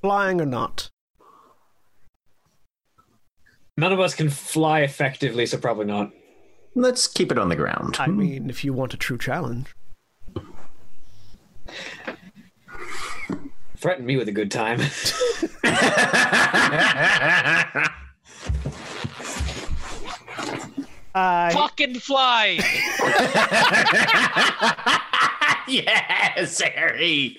S1: Flying or not?
S6: None of us can fly effectively, so probably not.
S3: Let's keep it on the ground.
S1: I mean, if you want a true challenge,
S6: Threaten me with a good time.
S1: I
S7: Fucking fly!
S3: yes, Harry.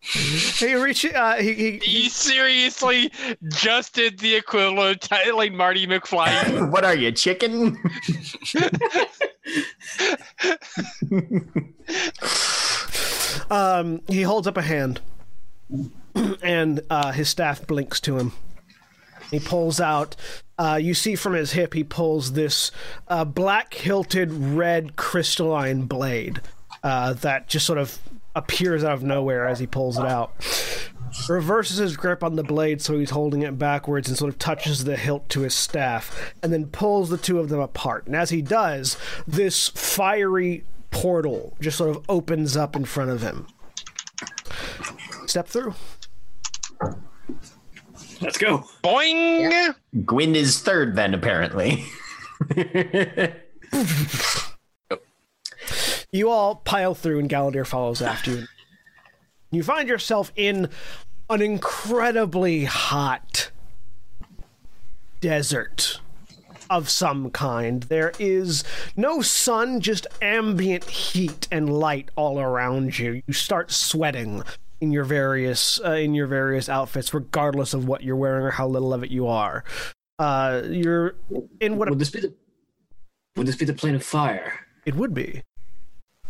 S1: he reaches. Uh, he, he,
S7: you seriously just did the equivalent of titling Marty McFly.
S3: What are you, chicken?
S1: um, he holds up a hand, and uh, his staff blinks to him. He pulls out. Uh, you see from his hip, he pulls this uh, black hilted red crystalline blade uh, that just sort of appears out of nowhere as he pulls it out. Reverses his grip on the blade so he's holding it backwards and sort of touches the hilt to his staff and then pulls the two of them apart. And as he does, this fiery portal just sort of opens up in front of him. Step through.
S6: Let's go.
S7: Boing!
S3: Gwyn is third, then apparently.
S1: you all pile through and Galadir follows after you. You find yourself in an incredibly hot desert of some kind. There is no sun, just ambient heat and light all around you. You start sweating in your various uh, in your various outfits regardless of what you're wearing or how little of it you are. Uh, you're in what
S6: Would this be the? Would this be the plane of fire?
S1: it would be.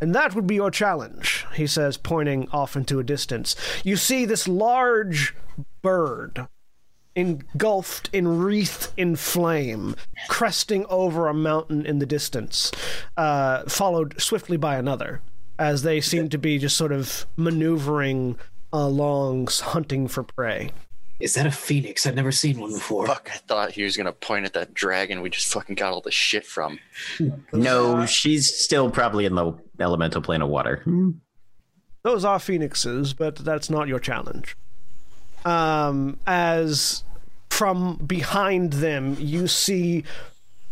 S1: And that would be your challenge, he says, pointing off into a distance. You see this large bird engulfed in wreath in flame, cresting over a mountain in the distance, uh, followed swiftly by another, as they seem to be just sort of maneuvering along, hunting for prey.
S6: Is that a phoenix? I've never seen one before.
S2: fuck. I thought he was gonna point at that dragon we just fucking got all the shit from.
S3: no, she's still probably in the elemental plane of water. Hmm.
S1: those are phoenixes, but that's not your challenge. Um, as from behind them, you see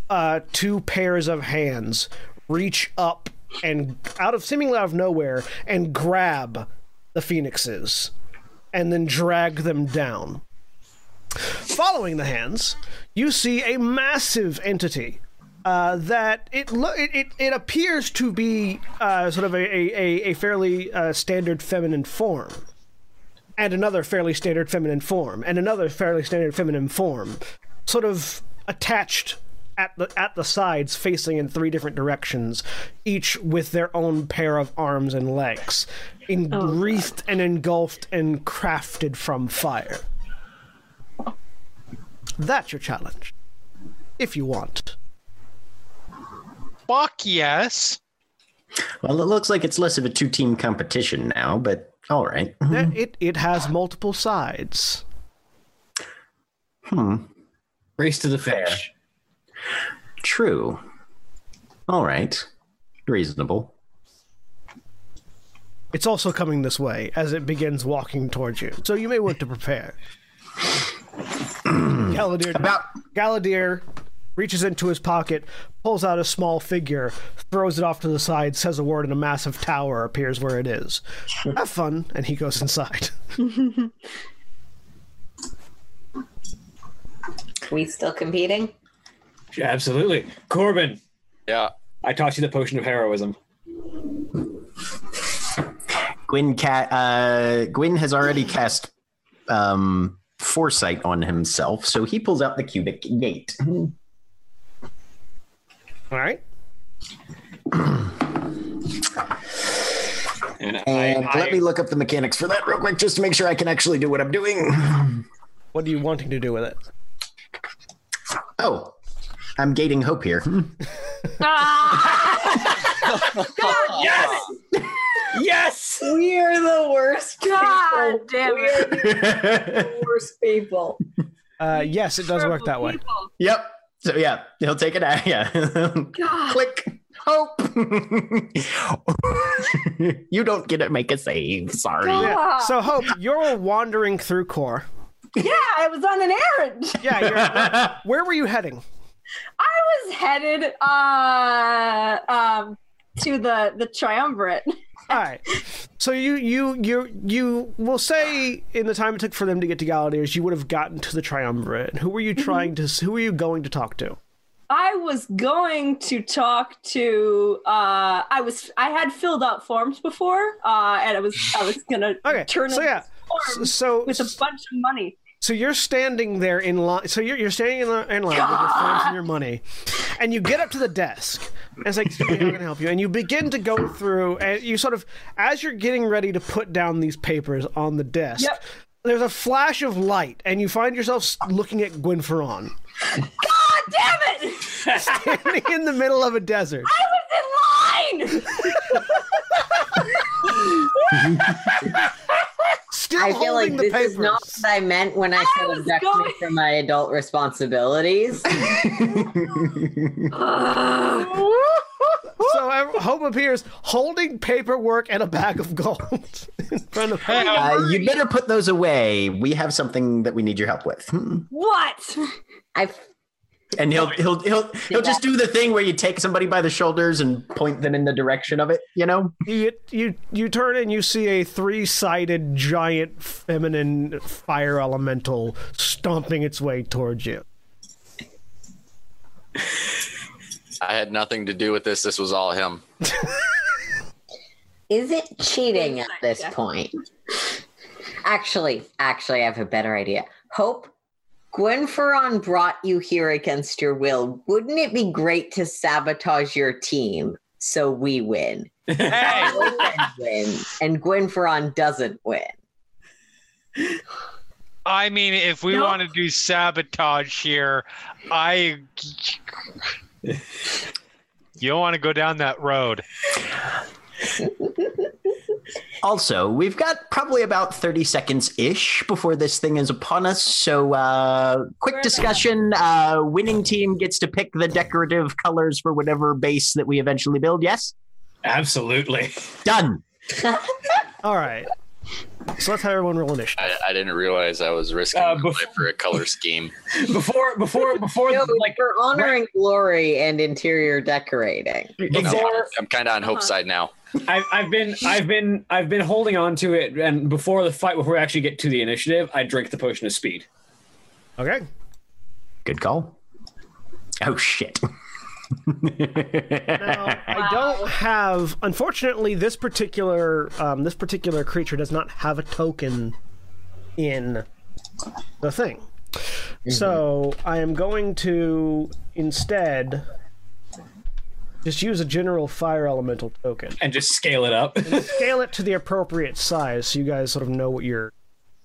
S1: uh, two pairs of hands reach up and out of seemingly out of nowhere and grab the phoenixes and then drag them down. Following the hands, you see a massive entity uh, that it, lo- it it it appears to be uh, sort of a a, a, a fairly uh, standard feminine form, and another fairly standard feminine form, and another fairly standard feminine form, sort of attached at the at the sides, facing in three different directions, each with their own pair of arms and legs, in- wreathed and engulfed and crafted from fire. That's your challenge, if you want.
S7: Fuck yes.
S3: Well, it looks like it's less of a two team competition now, but all right.
S1: Eh, It it has multiple sides.
S3: Hmm.
S6: Race to the finish.
S3: True. All right. Reasonable.
S1: It's also coming this way as it begins walking towards you, so you may want to prepare. Galadir
S3: About
S1: Galadir reaches into his pocket, pulls out a small figure, throws it off to the side, says a word, and a massive tower appears where it is. Have fun, and he goes inside.
S4: We still competing?
S6: Yeah, Absolutely. Corbin,
S2: Yeah.
S6: I taught you the potion of heroism.
S3: Gwyn ca- uh Gwyn has already cast um foresight on himself, so he pulls out the cubic gate.
S1: All right.
S6: And,
S3: And
S6: I,
S3: let me look up the mechanics for that real quick just to make sure I can actually do what I'm doing.
S1: What are you wanting to do with it?
S3: Oh, I'm gating hope here.
S6: yes! yes!
S4: We are the worst
S5: God damn
S4: We
S5: it.
S4: are the worst people.
S1: Uh, yes, it does work that way.
S5: People.
S3: yep. So yeah, he'll take it out. Yeah.
S5: God.
S3: Click. Hope. you don't get to make a save. Sorry.
S1: Yeah.
S5: God.
S1: So Hope, you're wandering through core.
S5: yeah, I was on an errand.
S1: Yeah, you're, where were you heading?
S5: I was headed uh um to the the triumvirate.
S1: All right. So you you you you will say in the time it took for them to get to Galadeers, you would have gotten to the triumvirate. Who were you
S5: Mm-hmm.
S1: trying to? Who were you going to talk to?
S5: I was going to talk to uh I was I had filled out forms before uh and I was I was going to
S1: Okay,
S5: turn
S1: so
S5: in
S1: yeah.
S5: this form
S1: So
S5: with a bunch of money.
S1: so you're standing there in line. So you're you're standing in, li- in line with your forms and your money, and you get up to the desk. And it's like, "Excuse me, how can I help you? And you begin to go through, and you sort of, as you're getting ready to put down these papers on the desk,
S5: Yep.
S1: there's a flash of light, and you find yourself s- looking at Gwyn Ferron.
S5: God damn it.
S1: standing in the middle of a desert.
S5: I was in line.
S1: Still
S4: I feel
S1: holding
S4: like
S1: the
S4: this
S1: papers.
S4: is not what I meant when I said
S5: was
S4: abduct me
S5: going-
S4: from my adult responsibilities.
S1: So ev- Hope appears holding paperwork and a bag of gold in front of her.
S7: Hang on.
S3: Uh, you better put those away. We have something that we need your help with. Hmm.
S5: What?
S4: I
S3: And he'll he'll he'll he'll just do the thing where you take somebody by the shoulders and point them in the direction of it. You know.
S1: You, get- you you turn and you see a three-sided giant feminine fire elemental stomping its way towards you.
S2: I had nothing to do with this. This was all him.
S4: is it cheating at this
S5: Yeah.
S4: point? Actually, actually, I have a better idea. Hope, Gwen Ferron brought you here against your will. Wouldn't it be great to sabotage your team so we win?
S7: Hey,
S4: Gwen wins, and Gwen Ferron doesn't win.
S7: I mean, if we
S5: No.
S7: want to do sabotage here, I. You don't want to go down that road.
S3: Also, we've got probably about thirty seconds ish before this thing is upon us. So, uh, quick
S5: Where
S3: discussion. Uh, winning team gets to pick the decorative colors for whatever base that we eventually build. Yes.
S6: Absolutely.
S3: Done.
S1: All right. So let's have everyone roll initiative.
S2: I, I didn't realize I was risking
S6: Uh,
S2: my
S6: bef-
S2: life for a color scheme.
S6: Before, before, before,
S4: No,
S6: like,
S4: we're honoring glory and interior decorating.
S6: before,
S2: I'm kind of on Hope's side now.
S6: I've, I've been, I've been, I've been holding on to it. And before the fight, before we actually get to the initiative, I drink the potion of speed.
S1: Okay.
S3: Good call. Oh shit.
S1: I don't have. Unfortunately, this particular um, this particular creature does not have a token in the thing. Mm-hmm. So I am going to instead just use a general fire elemental token,
S6: and just scale it up.
S1: scale it to the appropriate size, so you guys sort of know what you're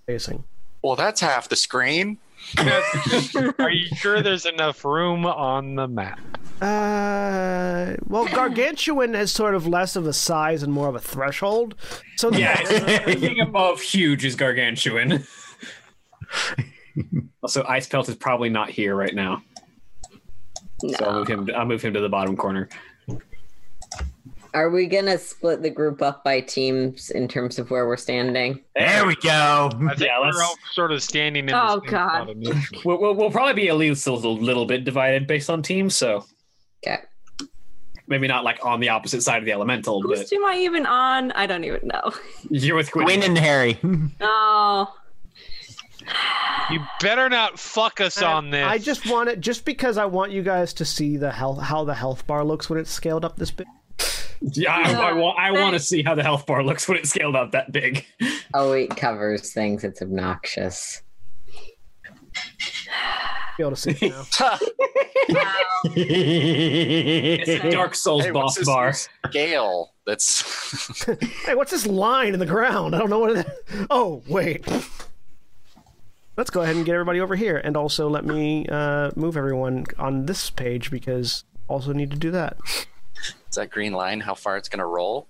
S1: facing.
S2: Well, that's half the screen.
S7: Are you sure there's enough room on the map?
S1: Uh, well, gargantuan has sort of less of a size and more of a threshold. So
S6: yeah, anything above huge is gargantuan. also, Ice Pelt is probably not here right now. So I'll move him. I'll move him to the bottom corner.
S4: Are we gonna split the group up by teams in terms of where we're standing?
S3: There we go.
S7: I think
S6: Yeah, let's-
S7: we're all sort of standing in.
S5: Oh,
S7: the same
S5: God.
S7: spot initially.
S6: We'll, we'll, we'll probably be at least a little, little bit divided based on teams. So
S4: Okay.
S6: maybe not like on the opposite side of the elemental,
S5: Whose
S6: but
S5: team am I even on? I don't even know.
S6: you're with Gwyn.
S3: Gwyn and Harry.
S5: Oh,
S7: You better not fuck us on this.
S1: I just want it just because I want you guys to see the health how the health bar looks when it's scaled up this bit.
S6: Yeah, I, I, wa- I want to see how the health bar looks when it's scaled up that big.
S4: Oh, it covers things. It's obnoxious.
S1: Be able to see it now.
S6: Dark Souls
S2: Hey,
S6: boss
S2: what's this
S6: bar.
S2: Scale. That's
S1: hey, what's this line in the ground? I don't know what. It, oh wait. Let's go ahead and get everybody over here, and also let me uh, move everyone on this page because also need to do that.
S2: is that green line. How far it's gonna roll?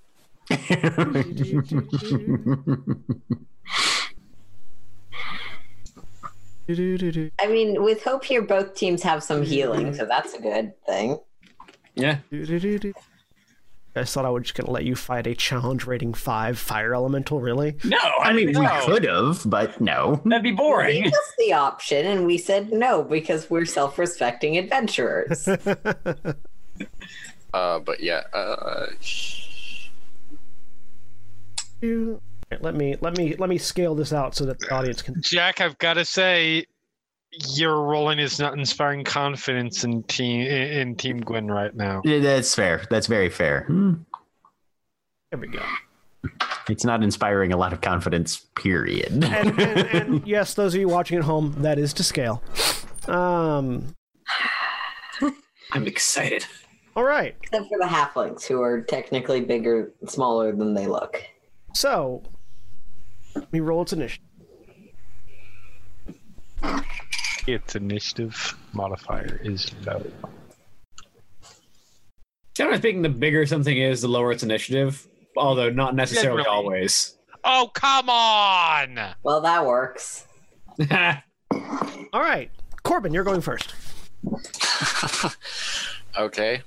S1: Do-do-do-do.
S4: I mean, with hope here, both teams have some healing, so that's a good thing.
S6: Yeah.
S1: Do-do-do-do. I just thought I was just gonna let you fight a challenge rating five fire elemental. Really?
S6: No,
S3: I mean, we
S6: no.
S3: could have, but no.
S6: that'd be boring.
S4: That's the option, and we said no because we're self-respecting adventurers.
S2: Uh, but yeah. Uh,
S1: Do- Let me let me let me scale this out so that the audience can
S7: Jack, I've got to say, your rolling is not inspiring confidence in team in in Team Gwyn right now.
S3: Yeah, That's fair. That's very fair. Hmm.
S1: There we go.
S3: It's not inspiring a lot of confidence,
S1: And,
S3: period.
S1: and, and yes, those of you watching at home, that is to scale. Um,
S6: I'm excited.
S1: all right.
S4: Except for the halflings, who are technically bigger, smaller than they look.
S1: So, let me roll its initiative.
S7: Its initiative modifier is low.
S6: Generally speaking, the bigger something is, the lower its initiative. Although not necessarily
S7: Generally.
S6: always.
S7: Oh come on!
S4: Well, that works.
S1: All right. Corbin, you're going first.
S2: okay.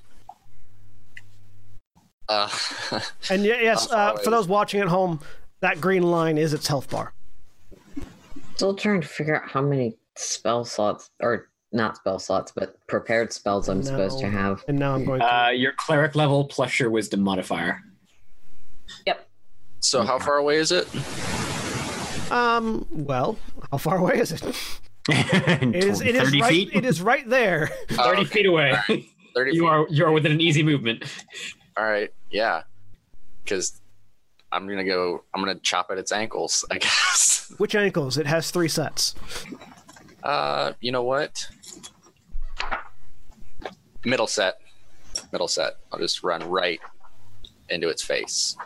S2: Uh,
S1: And ye- yes,
S2: Oh,
S1: uh,
S2: sorry.
S1: for those watching at home, that green line is its health bar.
S4: Still trying to figure out how many spell slots, or not spell slots, but prepared spells I'm supposed to
S1: No.
S4: have.
S1: And now I'm going to.
S6: uh, your cleric level plus your wisdom modifier.
S2: so how far away is it?
S1: um, well, how far away is it? It is, it is
S3: 30
S1: right,
S3: feet?
S1: It is right there.
S6: Thirty feet away.
S2: Uh, Thirty.
S6: you
S2: feet.
S6: are you are within an easy movement.
S2: All right. Yeah. Because I'm gonna go. I'm gonna chop at its ankles. I guess.
S1: Which ankles? It has three sets.
S2: Uh, you know what? Middle set. Middle set. I'll just run right into its face.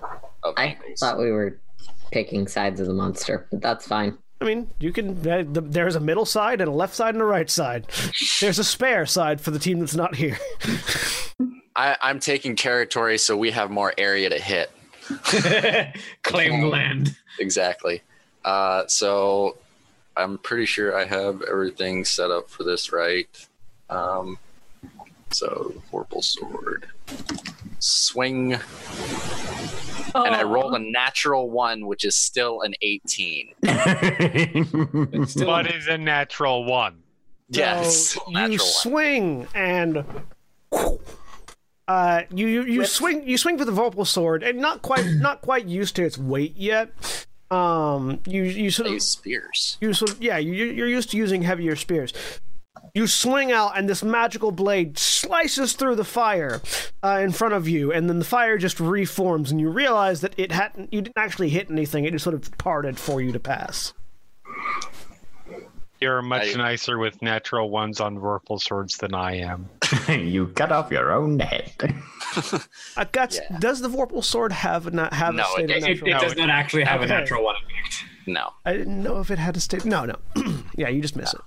S2: Of
S4: I
S2: ankles.
S4: thought we were picking sides of the monster, but that's fine.
S1: I mean, you can. Uh, the, there's a middle side and a left side and a right side. There's a spare side for the team that's not here.
S2: I, I'm taking territory, so we have more area to hit.
S6: Claim the land.
S2: Exactly. Uh, so I'm pretty sure I have everything set up for this right. Um, so Vorpal Sword. Swing.
S5: oh.
S2: And I rolled a natural one, which is still an 18.
S6: Still-
S7: But it's a natural one.
S2: yes.
S1: So
S2: natural
S1: you
S2: one.
S1: swing and uh, you you, you swing you swing for the Vorpal sword and not quite not quite used to its weight yet. Um, you you
S2: I
S1: sort of
S2: use spears.
S1: you sort of, yeah you you're used to using heavier spears. You swing out, and this magical blade slices through the fire uh, in front of you, and then the fire just reforms, and you realize that it hadn't. You didn't actually hit anything; it just sort of parted for you to pass.
S7: You're much
S2: I-
S7: nicer with natural ones on Vorpal swords than I am.
S3: you cut off your own head.
S1: I've got.
S2: Yeah.
S1: Uh, Does the Vorpal sword have a na- have a
S2: No,
S1: state
S2: it-
S1: of
S2: it-
S6: It,
S1: natural?
S6: it does not actually have a
S1: Okay.
S6: natural one effect.
S2: No.
S1: I didn't know if it had a state. No, no. yeah, you just miss it.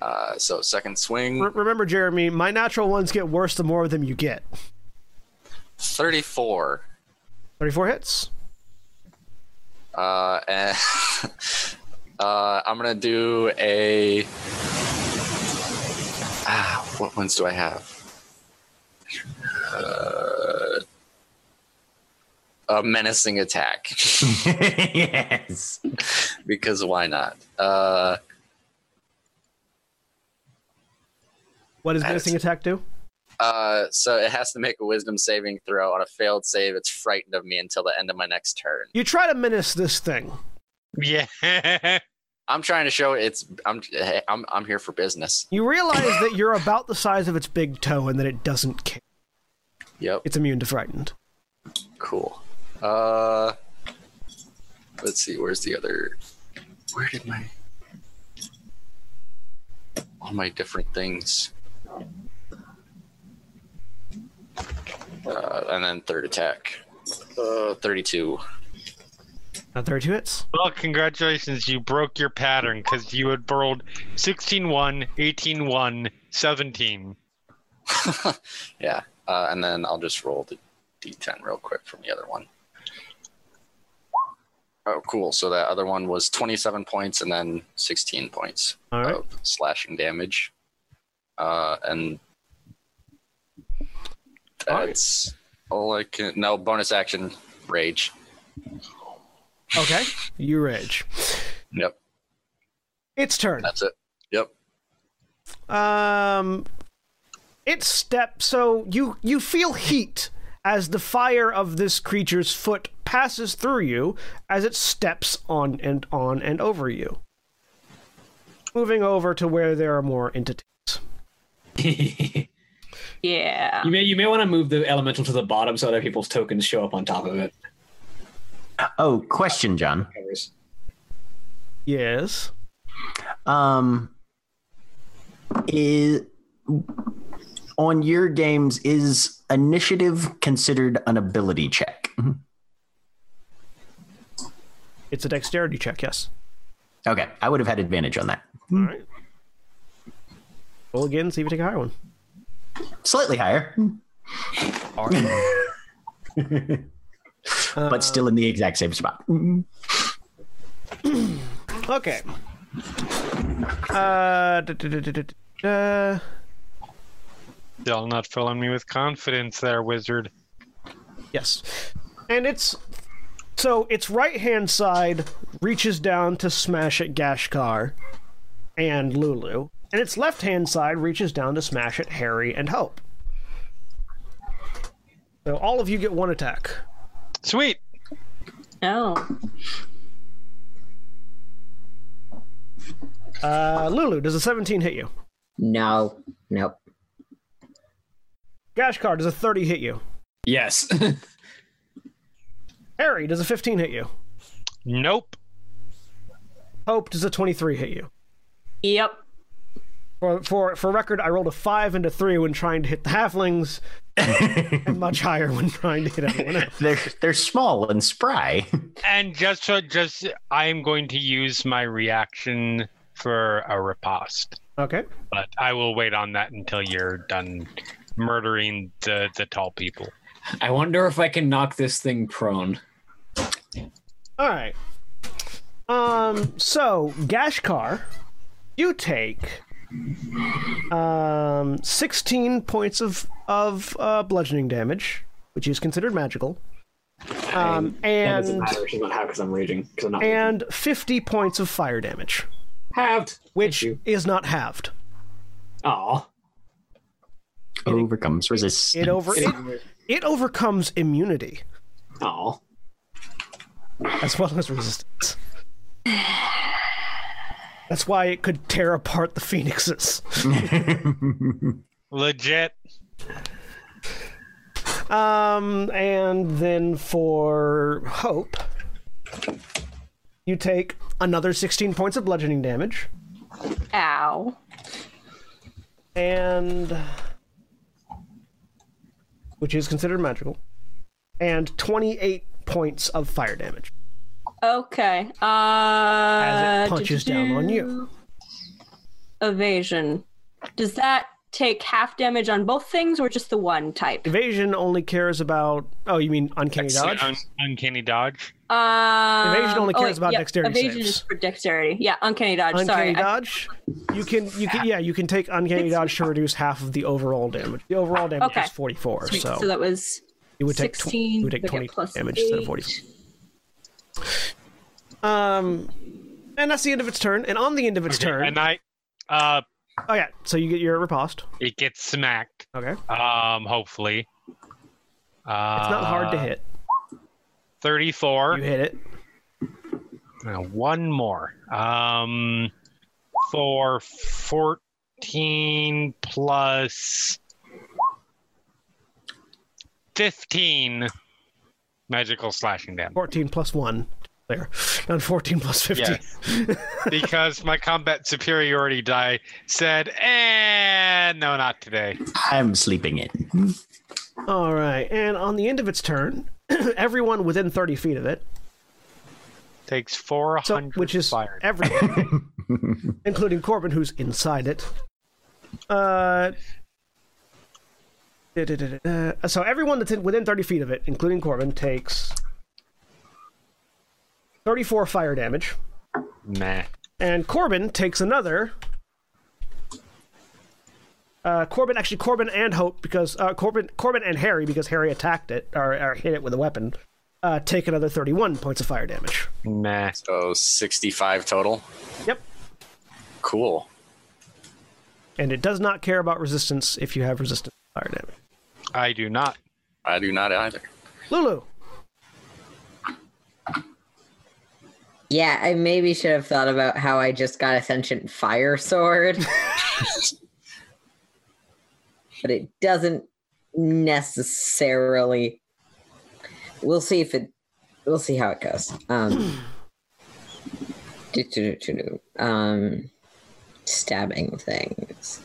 S2: Uh, so second
S1: Re-
S2: swing,
S1: remember, Jeremy, my natural ones get worse the more of them you get.
S2: thirty-four.
S1: Thirty-four hits.
S2: Uh, and uh, I'm gonna do a. Ah, what ones do I have? Uh, a menacing attack,
S3: yes.
S2: because why not? Uh,
S1: What does
S2: That
S1: menacing
S2: is-
S1: attack do?
S2: uh, so it has to make a wisdom saving throw. On a failed save, it's frightened of me until the end of my next turn.
S1: You try to menace this thing.
S7: Yeah.
S2: I'm trying to show it's. I'm. hey, I'm. I'm here for business.
S1: You realize that you're about the size of its big toe, and that it doesn't care.
S2: Yep.
S1: It's immune to frightened.
S2: Cool. Uh, let's see. Where's the other? Where did my all my different things? Uh, and then third attack. Uh, thirty-two.
S1: Now thirty-two hits.
S7: well, congratulations. You broke your pattern because you had rolled 16 1, 18 1, 17.
S2: yeah. Uh, and then I'll just roll the d10 real quick from the other one. Oh, cool. So that other one was twenty-seven points, and then sixteen points.
S1: All right.
S2: of slashing damage. Uh, and
S1: Alright.
S2: that's all I can. No, bonus action, rage.
S1: Okay. You rage.
S2: Yep,
S1: Its turn.
S2: that's it. Yep.
S1: Um, its step. So you you feel heat as the fire of this creature's foot passes through you as it steps on and on and over you. Moving over to where there are more entities.
S5: Yeah.
S6: You may you may want to move the elemental to the bottom so other people's tokens show up on top of it.
S3: Oh, question, John.
S1: Yes.
S3: Um, is on your games is initiative considered an ability check? Mm-hmm.
S1: It's a dexterity check. Yes.
S3: Okay, I would have had advantage on that.
S1: All right. Roll again. See if you take a higher one.
S3: Slightly higher, but still in the exact same spot.
S1: Okay. Uh, da, da, da, da, da, da.
S7: Y'all not filling me with confidence there, wizard.
S1: Yes. And it's so its right hand side reaches down to smash at Gashkar and Lulu, and its left hand side reaches down to smash at Harry and Hope. So all of you get one attack.
S7: Sweet.
S5: Oh.
S1: Uh, Lulu, does a 17 hit you?
S4: No, nope.
S1: Gashkar, does a 30 hit you?
S6: Yes.
S1: Harry, does a 15 hit you?
S7: Nope.
S1: Hope, does a 23 hit you?
S5: Yep.
S1: For, for for record, I rolled a five and a three when trying to hit the halflings, and much higher when trying to hit everyone else.
S3: they're they're small and spry.
S7: And just so, just I am going to use my reaction for a riposte,
S1: Okay.
S7: but I will wait on that until you're done murdering the the tall people.
S6: I wonder if I can knock this thing prone.
S1: All right. Um. So Gashkar, you take um sixteen points of of uh, bludgeoning damage, which is considered magical, um,
S6: That doesn't
S1: and
S6: matter. She's not half because I'm raging. Because I'm not.
S1: and fifty points of fire damage,
S6: halved.
S1: which
S6: you.
S1: is not halved.
S6: Aw.
S3: Overcomes resistance.
S1: It over it, it overcomes immunity
S6: Aw.
S1: as well as resistance. That's why it could tear apart the phoenixes.
S7: Legit.
S1: Um, and then for Hope, you take another 16 points of bludgeoning damage.
S5: Ow.
S1: and which is considered magical, and 28 points of fire damage.
S5: Okay. Uh, As Uh,
S1: it punches down on you.
S5: Evasion. Does that take half damage on both things or just the one type?
S1: Evasion only cares about oh, you mean uncanny
S7: Excellent.
S1: dodge?
S7: Un- uncanny dodge.
S5: Um,
S1: Evasion only
S5: oh,
S1: cares about dexterity
S5: Evasion
S1: saves.
S5: is for dexterity. Yeah, uncanny dodge. sorry.
S1: Uncanny
S5: I-
S1: dodge. You can you can yeah you can take uncanny dodge to reduce half of the overall damage. The overall damage
S5: Okay.
S1: is 44,
S5: Sweet.
S1: so,
S5: So that was
S1: you would take tw-
S5: 16.
S1: you would take
S5: They get
S1: 20
S5: plus
S1: damage instead of
S5: eight.
S1: 44. Um, and that's the end of its turn. And on the end of its turn,
S7: And I, uh,
S1: oh yeah, so you get your riposte.
S7: it gets smacked.
S1: Okay,
S7: Um, hopefully. Uh,
S1: it's not hard to hit.
S7: Thirty-four.
S1: You hit it.
S7: Now, one more. Um, for fourteen plus fifteen magical slashing damage.
S1: 14 plus 1 there. Not 14 plus 15.
S7: Yes. because my combat superiority die said, eh, no, not today.
S3: I'm sleeping in.
S1: All right. And on the end of its turn, everyone within 30 feet of it,
S7: Takes 400
S1: so which is
S7: fire.
S1: everyone, including Corbin, who's inside it. Uh, da-da-da-da. so everyone that's in, within 30 feet of it, including Corbin, takes 34 fire damage.
S7: Meh.
S1: And Corbin takes another. Uh, Corbin, actually, Corbin and Hope, because uh, Corbin, Corbin and Harry, because Harry attacked it or, or hit it with a weapon, uh, take another thirty-one points of fire damage.
S7: Meh.
S2: So 65 total.
S1: Yep,
S2: Cool.
S1: and it does not care about resistance if you have resistance to fire damage.
S7: I do not.
S2: I do not either.
S1: Lulu,
S4: Yeah, I maybe should have thought about how I just got a sentient fire sword. but it doesn't necessarily we'll see if it we'll see how it goes. Um do, do, do, do, do. um stabbing things.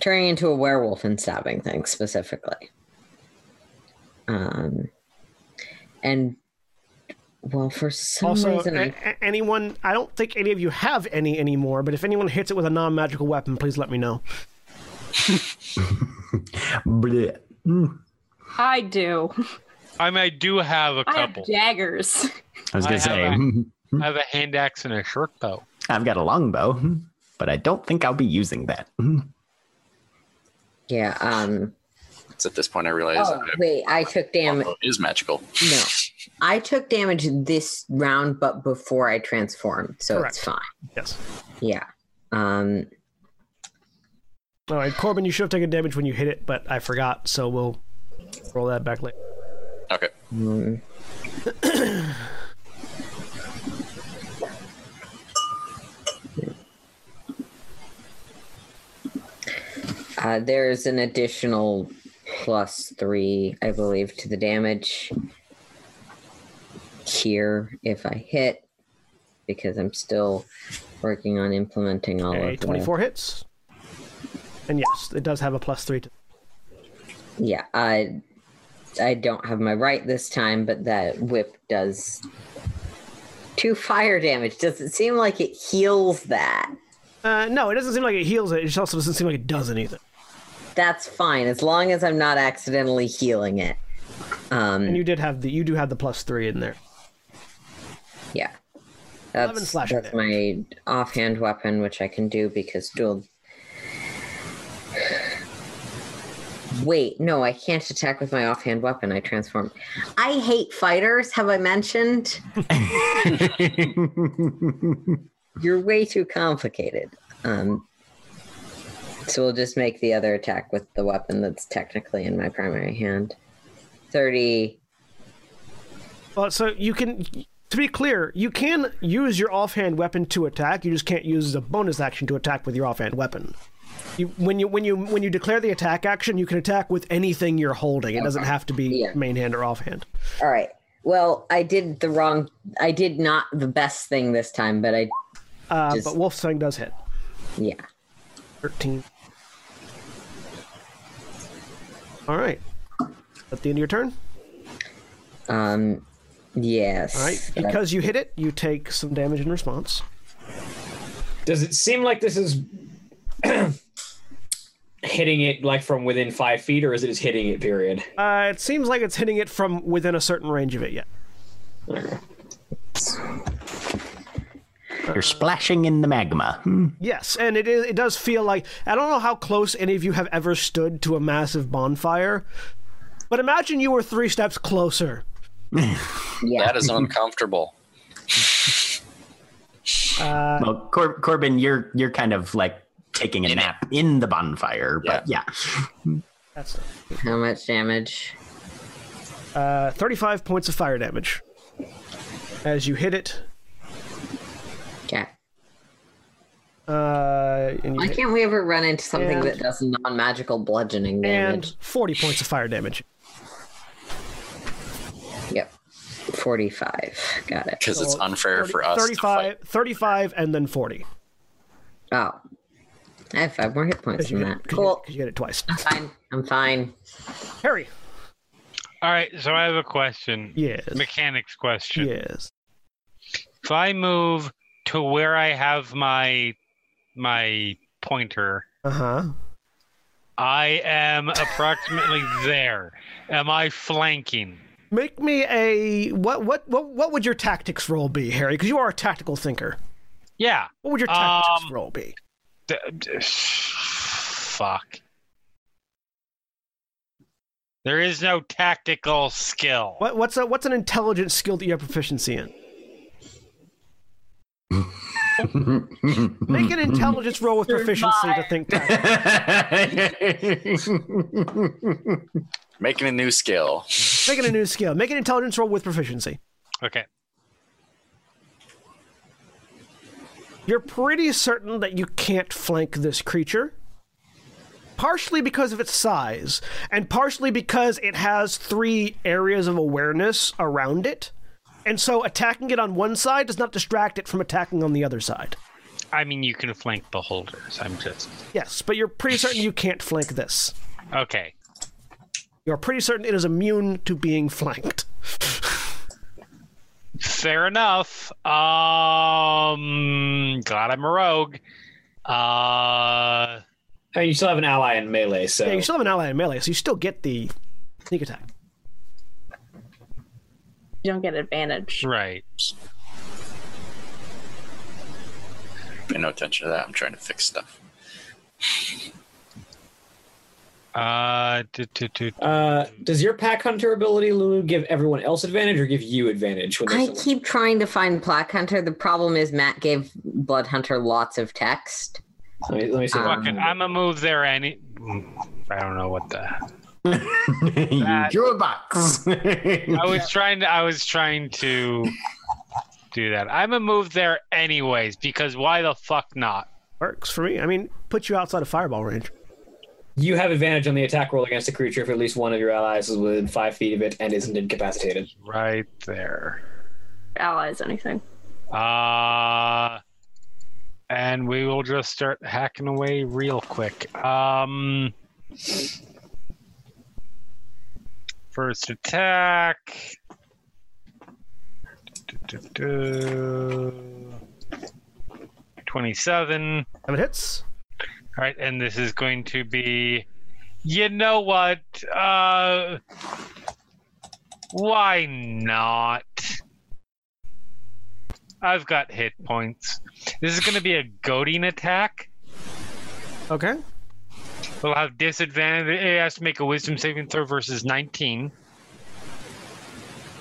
S4: Turning into a werewolf and stabbing things specifically. Um and well, for some
S1: also
S4: reason, I
S1: a- a- anyone. I don't think any of you have any anymore, but if anyone hits it with a non-magical weapon, please let me know.
S3: Blech.
S5: I do.
S7: I mean, I do have a
S5: I have
S7: couple.
S5: daggers.
S3: I was
S7: I
S3: gonna
S7: have
S3: say
S7: I have a hand axe and a short bow.
S3: I've got a longbow, but I don't think I'll be using that.
S4: Yeah. Um.
S2: It's at this point I realize
S1: Ah.
S4: Oh, wait. I took damage.
S2: it is magical.
S4: No, I took damage this round, but before I transformed, so it's fine.
S1: Yes.
S4: Yeah. Um.
S1: All right, Corbin, you should have taken damage when you hit it, but I forgot, so we'll roll that back later.
S2: Okay.
S4: Uh, there's an additional plus three, I believe, to the damage here if I hit, because I'm still working on implementing all
S1: A
S4: of the-
S1: 24 hits. And yes, it does have a plus three. To-
S4: Yeah, I I don't have my right this time, but that whip does two fire damage. Does it seem like it heals that?
S1: uh, no, it doesn't seem like it heals it. It just also doesn't seem like it does anything.
S4: That's fine as long as I'm not accidentally healing it.
S1: And
S4: Um,
S1: you did have the you do have the plus three in there.
S4: yeah,
S1: 11
S4: that's,
S1: slashing
S4: that's my offhand weapon, which I can do because dual. Wait, no, I can't attack with my offhand weapon. I transformed. I hate fighters. Have I mentioned? You're way too complicated. Um, so we'll just make the other attack with the weapon that's technically in my primary hand. 30.
S1: Well, so Uh, you can to be clear, you can use your offhand weapon to attack. You just can't use the bonus action to attack with your offhand weapon. You, when you when you when you declare the attack action, you can attack with anything you're holding. It doesn't have to be
S4: Yeah.
S1: main hand or offhand.
S4: All right. Well, I did the wrong. I did not the best thing this time, but I
S1: Uh,
S4: Just-
S1: but Wolfsang does hit
S4: yeah.
S1: thirteen. All right. At the end of your turn,
S4: Um. Yes.
S1: all right. Because you hit it, you take some damage in response.
S9: Does it seem like this is hitting it like from within five feet, or is it just hitting it? Period.
S1: Uh, it seems like it's hitting it from within a certain range of it. Yeah.
S3: You're splashing in the magma. Hmm.
S1: Yes, and it is. It does feel like I don't know how close any of you have ever stood to a massive bonfire, but imagine you were three steps closer.
S4: yeah.
S2: That is uncomfortable.
S3: Well, Cor- Corbin, you're you're kind of like taking a nap in the bonfire, but yeah.
S1: That's
S4: How much damage?
S1: uh, thirty-five points of fire damage as you hit it.
S4: Okay.
S1: Uh, and you
S4: Why
S1: hit,
S4: can't we ever run into something
S1: And-
S4: that does non-magical bludgeoning
S1: and
S4: damage?
S1: forty points of fire damage.
S4: Yep. Forty-five. Got it.
S2: Because
S1: Oh,
S2: it's unfair for us. to fight.
S1: 35, 35 and then forty.
S4: Oh. I have five more hit points than that.
S1: 'Cause you-
S4: Cool.
S1: 'cause you hit it twice.
S4: Fine. I'm fine.
S1: Harry.
S7: All right, so I have a question.
S1: Yes.
S7: Mechanics question.
S1: Yes.
S7: If I move to where I have my my pointer,
S1: Uh huh.
S7: I am approximately there. Am I flanking?
S1: Make me a what? What? What? What would your tactics role be, Harry? Because you are a tactical thinker.
S7: Yeah.
S1: What would your tactics
S7: Um,
S1: role be?
S7: D- d- fuck. There is no tactical skill.
S1: What, what's a, what's an intelligence skill that you have proficiency in? Make an intelligence roll with proficiency to think tactics.
S2: Making a new skill.
S1: Make it a new skill. Make an intelligence roll with proficiency.
S7: Okay.
S1: You're pretty certain that you can't flank this creature. Partially because of its size, and partially because it has three areas of awareness around it. And so attacking it on one side does not distract it from attacking on the other side.
S7: I mean, you can flank beholders. I'm just
S1: Yes, but you're pretty certain you can't flank this.
S7: okay.
S1: You're pretty certain it is immune to being flanked.
S7: Fair enough. Um, glad I'm a rogue.
S9: I
S7: Uh,
S9: mean, you still have an ally in melee, so
S1: Yeah, you still have an ally in melee, so you still get the sneak attack.
S5: You don't get advantage.
S1: Mm.
S7: right.
S2: Pay no attention to that. I'm trying to fix stuff.
S7: Uh, do, do, do.
S6: Um,
S9: Uh, does your pack hunter ability, Lulu, give everyone else advantage or give you advantage? When
S4: I
S9: there's
S4: keep trying to find Black Hunter. The problem is Matt gave Blood Hunter lots of text.
S9: let, me, let me see.
S4: Um,
S7: Fuck it, I'm a move there. Any. I don't know what the.
S3: you drew a box.
S7: I was trying to. I was trying to do that. I'm a move there anyways because why the fuck not?
S1: Works for me. I mean, put you outside of fireball range.
S9: you have advantage on the attack roll against a creature if at least one of your allies is within five feet of it and isn't incapacitated.
S7: Right there.
S5: Allies, anything.
S7: Uh, and we will just start hacking away real quick. Um, first attack. Twenty-seven.
S1: Seven hits.
S7: All right, and this is going to be, you know what? Uh, why not? I've got hit points. This is going to be a goading attack.
S1: Okay.
S7: We'll have disadvantage. It has to make a wisdom saving throw versus 19.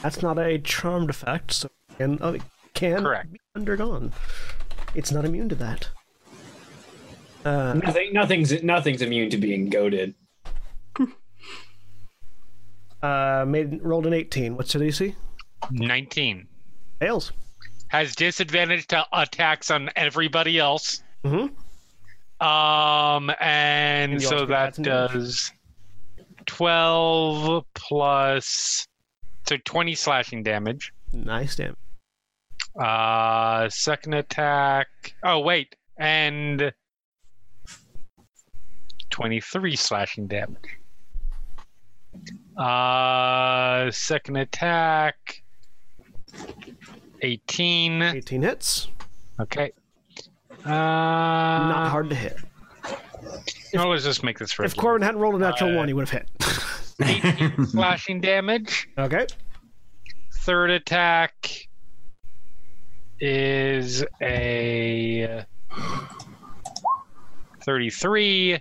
S1: That's not a charmed effect, so and uh, it can
S7: Correct.
S1: be undergone. It's not immune to that.
S9: Nothing, nothing's nothing's immune to being goaded.
S1: Uh, made rolled an eighteen. What's your DC?
S7: 19.
S1: Fails.
S7: Has disadvantage to attacks on everybody else.
S1: Mm-hmm.
S7: Um, and,
S1: And you also
S7: so
S1: get
S7: that
S1: adds an damage.
S7: does 12 plus, so 20 slashing damage.
S1: Nice damn.
S7: Uh, second attack. Oh, wait. And 23 slashing damage. Uh, second attack. 18.
S1: 18 hits.
S7: Okay. Uh,
S1: Not hard to hit.
S7: no, let's just make this
S1: If
S7: regular.
S1: Corbin hadn't rolled a natural one, he would have hit.
S7: 18 slashing damage.
S1: okay.
S7: Third attack is a 33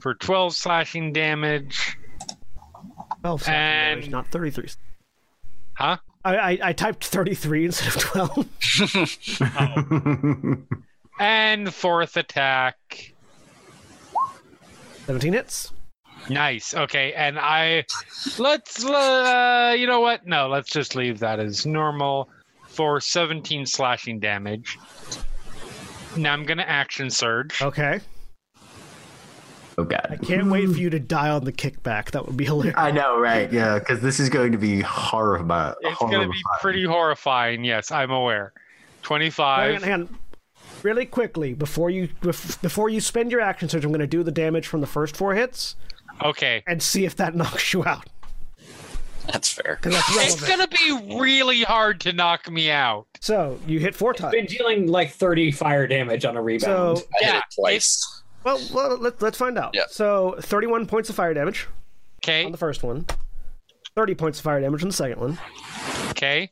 S7: for 12 slashing damage.
S1: 12 slashing
S7: And-
S1: damage, not 33.
S7: Huh?
S1: I, I, I typed 33 instead of 12.
S7: And fourth attack.
S1: 17 hits.
S7: Nice. Okay, and I let's uh, you know what? No, let's just leave that as normal for 17 slashing damage. Now I'm gonna action surge.
S1: Okay. I
S3: Oh god.
S1: can't wait for you to die on the kickback. That would be hilarious.
S3: I know, right? Yeah, because this is going to be horrible.
S7: It's gonna be pretty horrifying. Yes, I'm aware.
S1: Hang on,
S7: 25.
S1: hang on. Really quickly, before you bef- before you spend your action surge, I'm going to do the damage from the first four hits
S7: Okay.
S1: and see if that knocks you out.
S2: That's fair.
S1: 'Cause that's
S7: It's
S1: relevant.
S7: gonna be really hard to knock me out.
S1: So you hit four times.
S9: Been dealing like 30 fire damage on a rebound.
S1: So
S2: I did
S7: Yeah,
S2: it twice.
S1: well, well let, let's find out.
S2: Yeah.
S1: So 31 points of fire damage
S7: Okay.
S1: on the first one, 30 points of fire damage on the second one,
S7: Okay.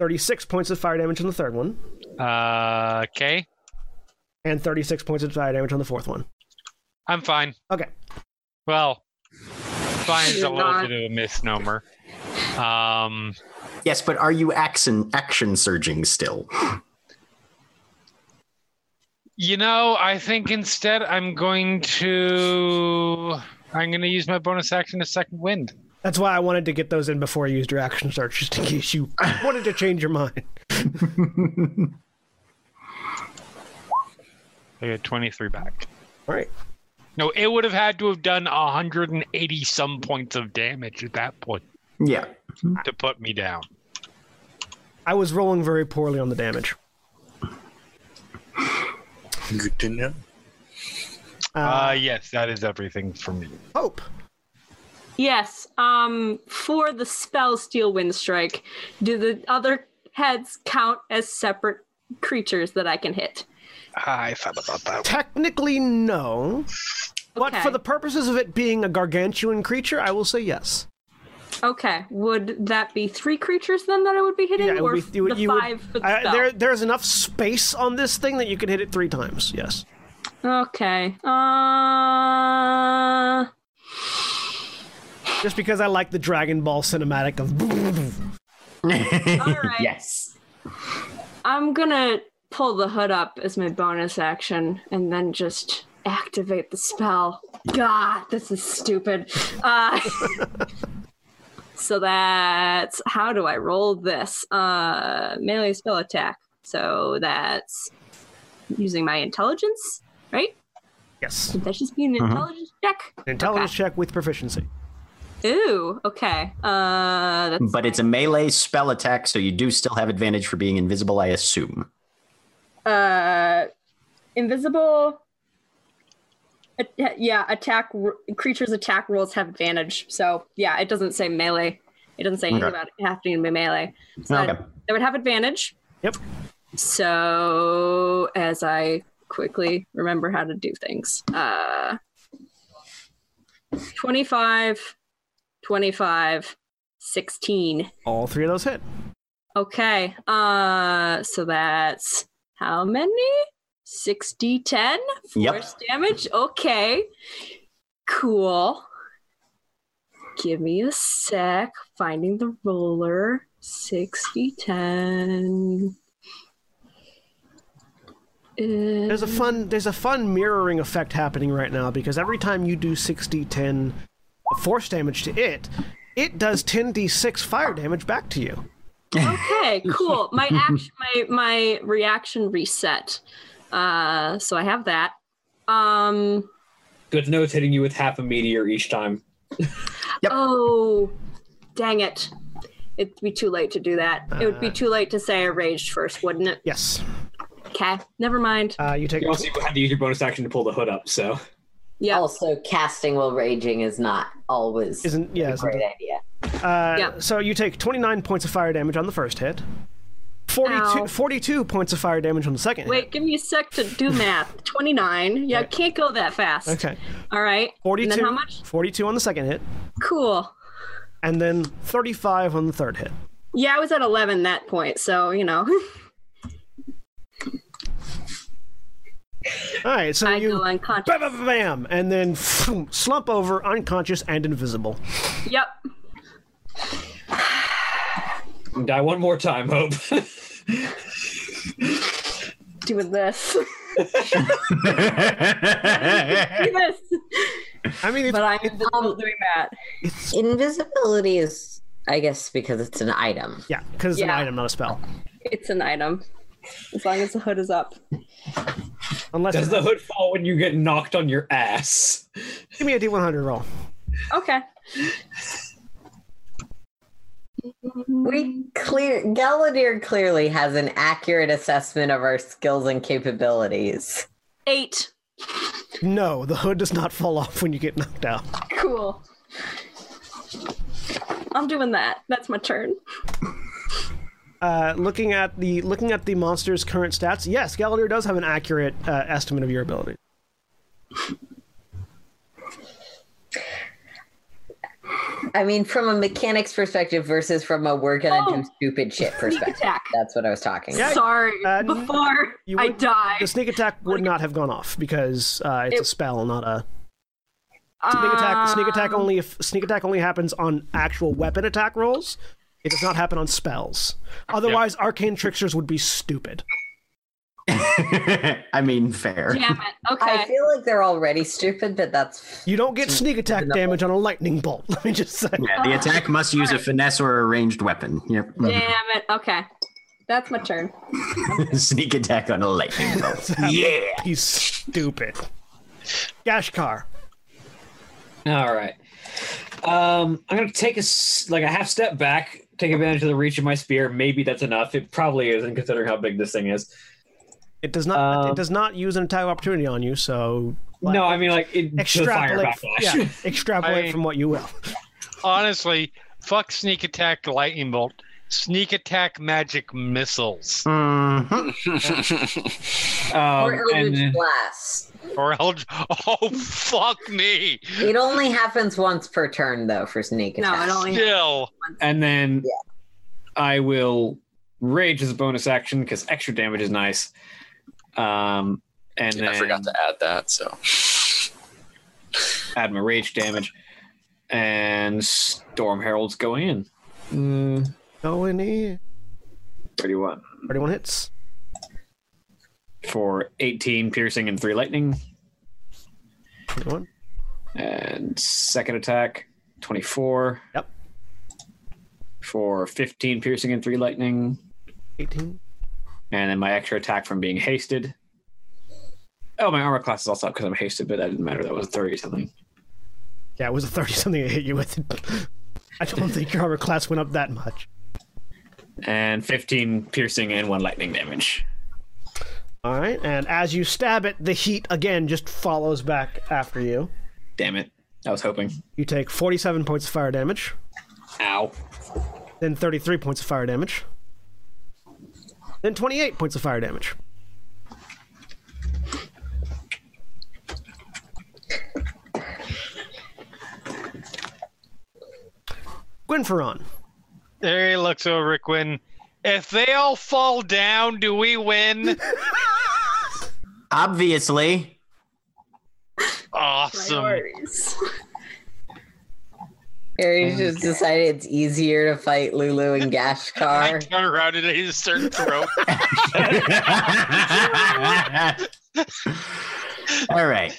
S1: 36 points of fire damage on the third one,
S7: Uh, okay.
S1: and 36 points of fire damage on the fourth one.
S7: I'm fine.
S1: Okay.
S7: Well, fine is a
S4: You're
S7: little
S4: not.
S7: bit of a misnomer. Um,
S3: Yes, but are you action action surging still?
S7: You know, I think instead I'm going to I'm going to use my bonus action to second wind.
S1: That's why I wanted to get those in before I used your action search, just in case you wanted to change your mind.
S7: I get 23 back.
S1: All right.
S7: No, it would have had to have done 180 some points of damage at that point
S3: yeah.
S7: to put me down.
S1: I was rolling very poorly on the damage.
S10: Good to know.
S7: Uh, yes, that is everything for me.
S1: Hope.
S5: Yes. Um, for the spell Steel Wind Strike, do the other heads count as separate creatures that I can hit?
S7: I thought about that.
S1: Technically, no. But
S5: Okay.
S1: for the purposes of it being a gargantuan creature, I will say yes.
S5: Okay. Would that be three creatures then that I would be hitting,
S1: it
S5: or
S1: would be- you would-
S5: the
S1: you would-
S5: five for the
S1: I-
S5: spell?
S1: there, there's enough space on this thing that you can hit it three times. Yes.
S5: Okay. Uh.
S1: Just because I like the Dragon Ball cinematic of.
S5: All right.
S3: Yes.
S5: I'm gonna pull the hood up as my bonus action and then just activate the spell. God, this is stupid. Uh, so that's how do I roll this? Uh, melee spell attack. So that's using my intelligence, right?
S1: Yes.
S5: That should be an intelligence check.
S1: Intelligence check with proficiency.
S5: Ooh, okay. Uh, that's
S3: But it's a melee spell attack, so you do still have advantage for being invisible, I assume.
S5: uh invisible at- yeah attack r- creatures attack rolls have advantage so yeah it doesn't say melee it doesn't say anything
S3: Okay.
S5: about it having to be melee so I-
S3: Okay.
S5: they would have advantage
S1: Yep.
S5: so as i quickly remember how to do things uh 25 25 16
S1: All three of those hit.
S5: Okay. Uh so that's how many? 60 10
S3: Yep.
S5: force damage. Okay. Cool. Give me a sec finding the roller. 60 10
S1: There's a fun there's a fun mirroring effect happening right now because every time you do 60 10 force damage to it, it does 10d6 fire damage back to you.
S5: Okay, cool. My action, my my reaction reset. Uh, so I have that. Um.
S6: Good notes hitting you with half a meteor each time.
S5: Oh, dang it! It'd be too late to do that. it would be
S1: Uh.
S5: too late to say I raged first, wouldn't it?
S1: Yes.
S5: Okay, never mind.
S1: Uh, you take
S6: You also had to use your bonus action to pull the hood up, so
S5: Yeah.
S4: Also, casting while raging is not always
S1: Isn't yeah.
S4: a
S1: Isn't
S4: great
S1: it?
S4: idea.
S1: Uh,
S5: Yeah.
S1: So you take 29 points of fire damage on the first hit. 42,
S5: Ow.
S1: 42 points of fire damage on the second
S5: Wait, give me a sec to do math. Twenty nine. Yeah, can't go that fast.
S1: hit. Okay.
S5: All right.
S1: 42,
S5: And then how much?
S1: 42 on the second hit,
S5: Cool.
S1: and then 35 on the third hit.
S5: Yeah, I was at 11 that point, so you know,
S1: All right, so
S5: I
S1: you
S5: go unconscious.
S1: bam, bam, bam, bam, and then phoom, slump over, unconscious and invisible.
S5: Yep.
S6: die one more time, Hope.
S5: Doing this. Do this.
S1: I mean, it's,
S5: But I'm invisible doing that.
S4: Invisibility is, I guess, because it's an item.
S1: yeah, because it's an
S5: Yeah.
S1: item, not a spell.
S5: It's an item. As long as the hood is up.
S1: Unless
S6: Does the hood fall when you get knocked on your ass?
S1: give me a D100 roll.
S5: Okay.
S4: We clear Galadir clearly has an accurate assessment of our skills and capabilities.
S5: Eight.
S1: No, the hood does not fall off when you get knocked out.
S5: Cool. I'm doing that. That's my turn.
S1: Uh, looking at the looking at the monster's current stats, yes, Galadir does have an accurate uh, estimate of your ability.
S4: I mean, from a mechanics perspective versus from a we're gonna
S5: Oh.
S4: do stupid shit
S5: Sneak
S4: perspective.
S5: attack.
S4: That's what I was talking.
S1: Yeah.
S4: about.
S5: Sorry.
S1: Uh,
S5: Before
S1: you
S5: I
S1: would-
S5: die.
S1: The sneak attack would not have gone off because uh, it's a
S5: It-
S1: spell, not a sneak attack. Sneak attack only if sneak attack only happens on actual weapon attack rolls. It does not happen on spells. Otherwise, arcane tricksters would be stupid.
S3: I mean, fair.
S5: Damn it.
S4: I
S5: Okay.
S4: feel like they're already stupid, but that's
S1: You don't get sneak attack damage on a lightning bolt. Let me just say.
S3: Mm. Yeah, the attack must use a finesse or a ranged weapon. Yep.
S5: Damn it. Okay. That's my turn.
S3: Sneak attack on a lightning bolt. yeah.
S1: He's stupid. Gashkar.
S6: All right. Um, I'm gonna take a s- like a half step back, take advantage of the reach of my spear. Maybe that's enough. It probably isn't, considering how big this thing is.
S1: It does not.
S6: Um,
S1: it does not use an attack of opportunity on you. So Like-
S6: no, I mean like it, the fire
S1: extrapolate.
S6: backlash.
S1: Yeah, extrapolate
S7: I-
S1: from what you will.
S7: Honestly, fuck sneak attack lightning bolt. Sneak attack magic missiles
S1: Hmm.
S3: Mhm.
S6: Um,
S4: or Eldritch
S6: and-
S4: Blast.
S7: or Eldr- Oh fuck me!
S4: It only happens once per turn though for sneak
S5: No,
S4: attack.
S5: it only
S7: Still,
S6: and then
S4: Yeah.
S6: I will rage as a bonus action because extra damage is nice. Um, and
S2: I
S6: then
S2: forgot to add that. So
S6: add my rage damage, and storm heralds go in.
S1: Go in here.
S6: Thirty-one
S1: Thirty-one hits.
S6: for eighteen piercing and three lightning.
S1: Thirty-one.
S6: And second attack, 24.
S1: Yep.
S6: For 15 piercing and 3 lightning.
S1: 18.
S6: And then my extra attack from being hasted. Oh, my armor class is also up because I'm hasted, but that didn't matter. That was 30 something.
S1: Yeah, it was a 30 something I hit you with. I don't think your armor class went up that much.
S6: And 15 piercing and 1 lightning damage.
S1: All right, and as you stab it, the heat again just follows back after you.
S6: Damn it. I was hoping.
S1: You take 47 points of fire damage,
S6: Ow.
S1: then 33 points of fire damage, then 28 points of fire damage. Gwynferon.
S7: there he looks over at Quinn. If they all fall down, do we win?
S3: Obviously.
S7: Awesome.
S5: Priorities.
S4: Harry's just decided it's easier to fight Lulu and
S7: I
S4: Gashkar.
S7: turn around and his certain throat.
S3: All right.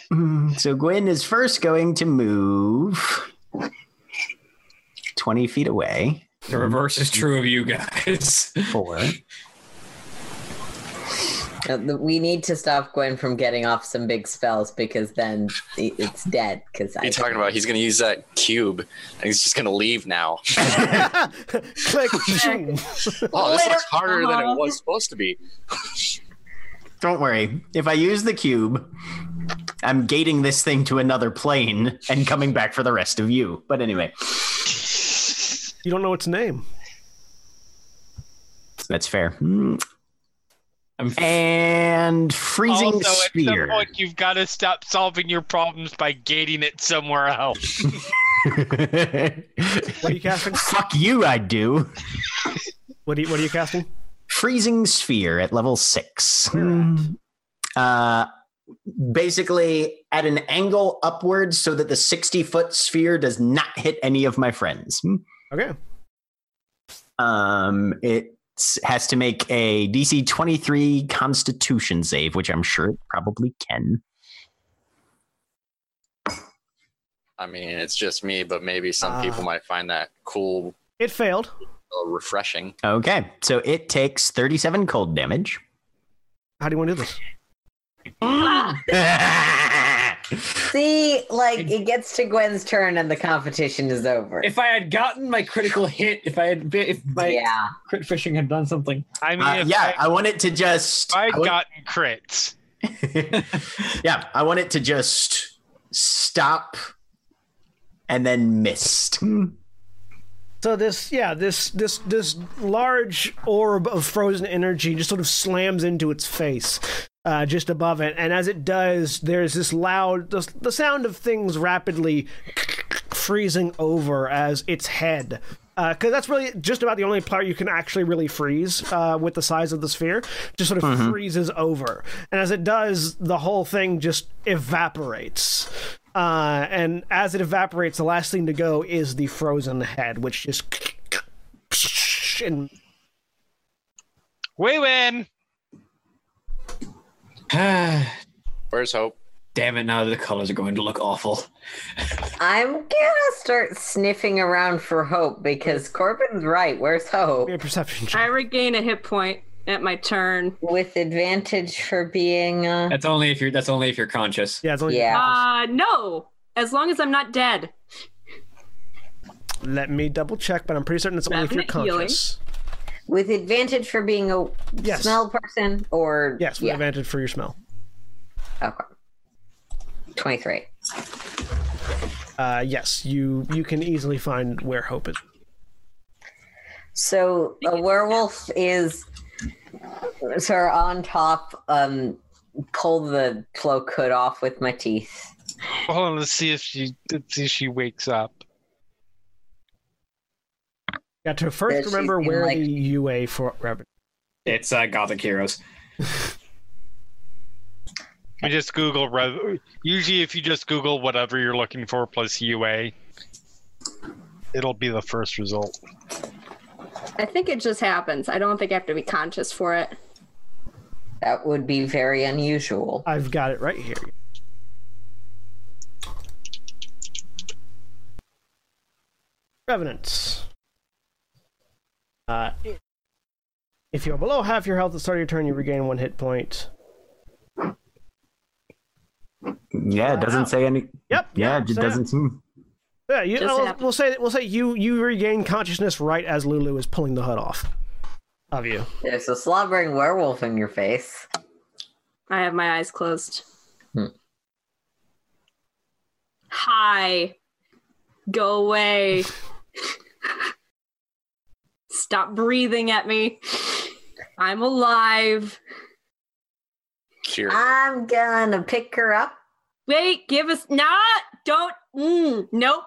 S3: So Gwen is first going to move 20 feet away.
S6: The
S7: Mm-hmm.
S6: reverse is true of you guys.
S3: Four.
S4: Uh, the- We need to stop Gwen from getting off some big spells because then i- it's dead. Because
S2: What are you talking about? He's gonna use that cube, and he's just gonna leave now.
S1: Click. zoom.
S2: Oh, this looks harder than it was supposed to be.
S3: Don't worry. If I use the cube, I'm gating this thing to another plane and coming back for the rest of you. But anyway,
S1: you don't know its name.
S3: that's fair. And freezing
S7: also,
S3: spear.
S7: at some point, you've got to stop solving your problems by gating it somewhere else.
S1: What are you casting?
S3: Fuck you, I do.
S1: What are you, what are you casting?
S3: Freezing sphere at level six. Uh, basically, at an angle upwards so that the 60 foot sphere does not hit any of my friends.
S1: Okay.
S3: Um, it has to make a DC 23 Constitution save, which I'm sure it probably can.
S2: I mean, it's just me, but maybe some
S4: Ah.
S2: people might find that cool,
S1: It failed.
S2: uh, refreshing.
S3: Okay, so it takes 37 cold damage.
S1: How do you want to do this?
S4: see, like it gets to Gwen's turn and the competition is over.
S9: If I had gotten my critical hit, if I had, been, if my
S4: yeah,
S9: crit fishing had done something,
S7: I mean,
S3: Uh,
S7: if
S3: yeah,
S7: I,
S3: I want it to just.
S7: if I'd
S3: I want-
S7: gotten crits.
S3: yeah, I want it to just stop and then missed.
S1: So this, yeah, this this this large orb of frozen energy just sort of slams into its face, uh, just above it, and as it does, there's this loud the, the sound of things rapidly freezing over as its head. Because Uh, that's really just about the only part you can actually really freeze uh, with the size of the sphere. Just sort of freezes over, and as it does, the whole thing just evaporates. Uh, and as it evaporates, the last thing to go is the frozen head, which just and
S7: We win.
S6: Damn
S2: Where's Hope?
S6: it! Now the colors are going to look awful.
S4: I'm gonna start sniffing around for hope because Corbin's right. Where's hope?
S1: a perception check.
S5: I regain a hit point at my turn.
S4: With advantage for being. Uh,
S6: That's only if you're. That's only if you're conscious.
S1: Yeah, it's only
S4: yeah.
S5: Uh, no. As long as I'm not dead.
S1: let me double check, but I'm pretty certain it's only if you're
S5: Definite healing.
S1: conscious.
S4: with advantage for being a
S1: Yes.
S4: smell person or
S1: Yes, with
S4: yeah.
S1: advantage for your smell.
S4: okay. 23
S1: Uh, yes, you you can easily find where hope is.
S4: so a werewolf is sort of on top um pull the cloak hood off with my teeth
S7: Hold on, let's see if she let's see if she wakes up.
S1: Got to
S4: Yeah,
S1: first
S4: she's
S1: remember
S4: been,
S1: where
S4: like-
S1: the UA for rabbit.
S6: It's uh, Gothic Heroes.
S7: You just Google. rev- Usually, if you just Google whatever you're looking for plus UA, it'll be the first result.
S5: I think it just happens. I don't think I have to be conscious for it.
S4: that would be very unusual
S1: I've got it right here. Revenants. Uh, if you're below half your health at the start of your turn, you regain one hit point.
S3: Yeah, it doesn't say any.
S1: Yep.
S3: Yeah, it
S1: so
S3: doesn't seem.
S1: Yeah, you,
S5: Just
S1: I'll-
S5: happened.
S1: we'll say we'll say you you regain consciousness right as Lulu is pulling the hood off of you.
S4: there's a slobbering werewolf in your face
S5: I have my eyes closed.
S4: Hmm.
S5: Hi. Go away. Stop breathing at me. I'm alive.
S2: Cure.
S4: i'm gonna pick her up
S5: Wait, give us not. Don't. Mm, nope.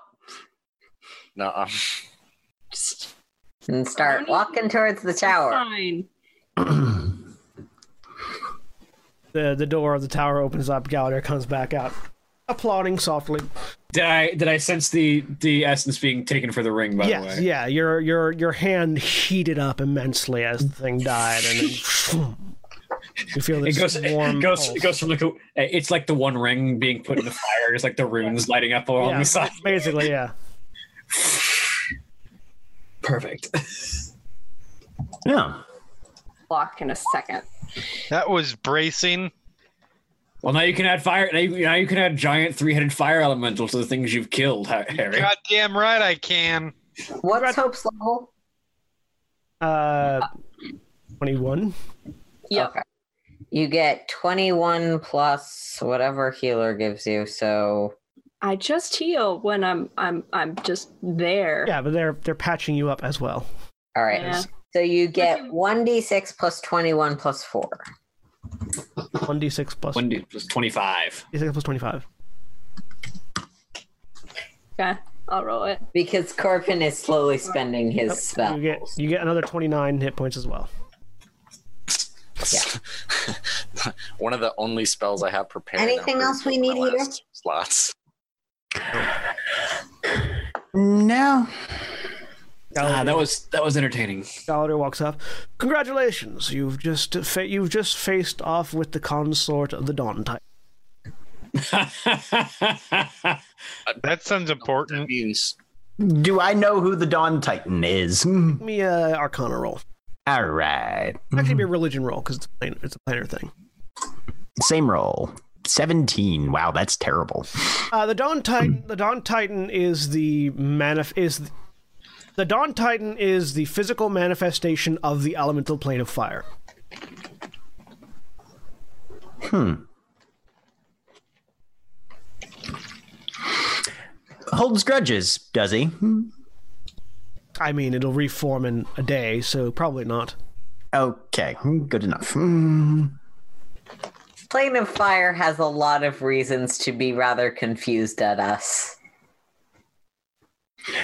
S2: No, uh,
S5: Just
S4: and
S5: Don't
S4: start
S5: even-
S4: walking towards the tower
S5: fine.
S1: The the door of the tower opens up. Gallagher comes back out, applauding softly.
S6: Did I? Did I sense the the essence being taken for the ring? By
S1: yes,
S6: the way.
S1: yeah. Your your your hand heated up immensely as the thing died, and then you feel
S6: It
S1: this
S6: goes. It
S1: warm.
S6: goes.
S1: pulse.
S6: It goes from like a, It's like the One Ring being put in the fire. It's like the runes lighting up along
S1: Yeah,
S6: the side.
S1: basically, yeah.
S9: Perfect.
S3: Yeah.
S5: Block in a second.
S7: That was bracing.
S6: Well, now you can add fire. Now you, now you can add giant three-headed fire elemental to the things you've killed, Ha- Harry.
S7: Goddamn right I can.
S4: What's Hope's level?
S1: Uh, 21.
S5: Yep.
S4: Okay. You get 21 plus whatever healer gives you. So
S5: I just heal when I'm I'm I'm just there.
S1: Yeah, but they're they're patching you up as well.
S4: all right.
S5: Yeah.
S4: So you get 1d6 plus 21 plus 4.
S1: 1d6 plus
S6: One dude was twenty-five.
S1: 1d6 plus 25.
S5: Okay. I'll roll it.
S4: Because Corpin is slowly spending his spell.
S1: You get you get another 29 hit points as well.
S2: One of the only spells I have prepared.
S4: Anything
S2: are
S4: else we need
S2: my
S4: here?
S2: last Slots.
S3: No.
S6: Ah, that was that was entertaining.
S1: Gallader walks up. Congratulations, you've just fa- you've just faced off with the consort of the Dawn Titan.
S7: That sounds important.
S2: Means
S3: Do I know who the Dawn Titan is? Hmm.
S1: Give me a Arcana roll.
S3: All right.
S1: Actually, be a religion roll because it's, a plan- it's a planar thing.
S3: Same roll. 17. Wow, that's terrible.
S1: Uh, the Dawn Titan. The Dawn Titan is the manif- is the, the Dawn Titan is the physical manifestation of the elemental plane of fire.
S3: Holds grudges, does he? Hmm.
S1: I mean, it'll reform in a day, so probably not.
S3: Okay, hmm, good enough. Hmm.
S4: Plane of Fire has a lot of reasons to be rather confused at us.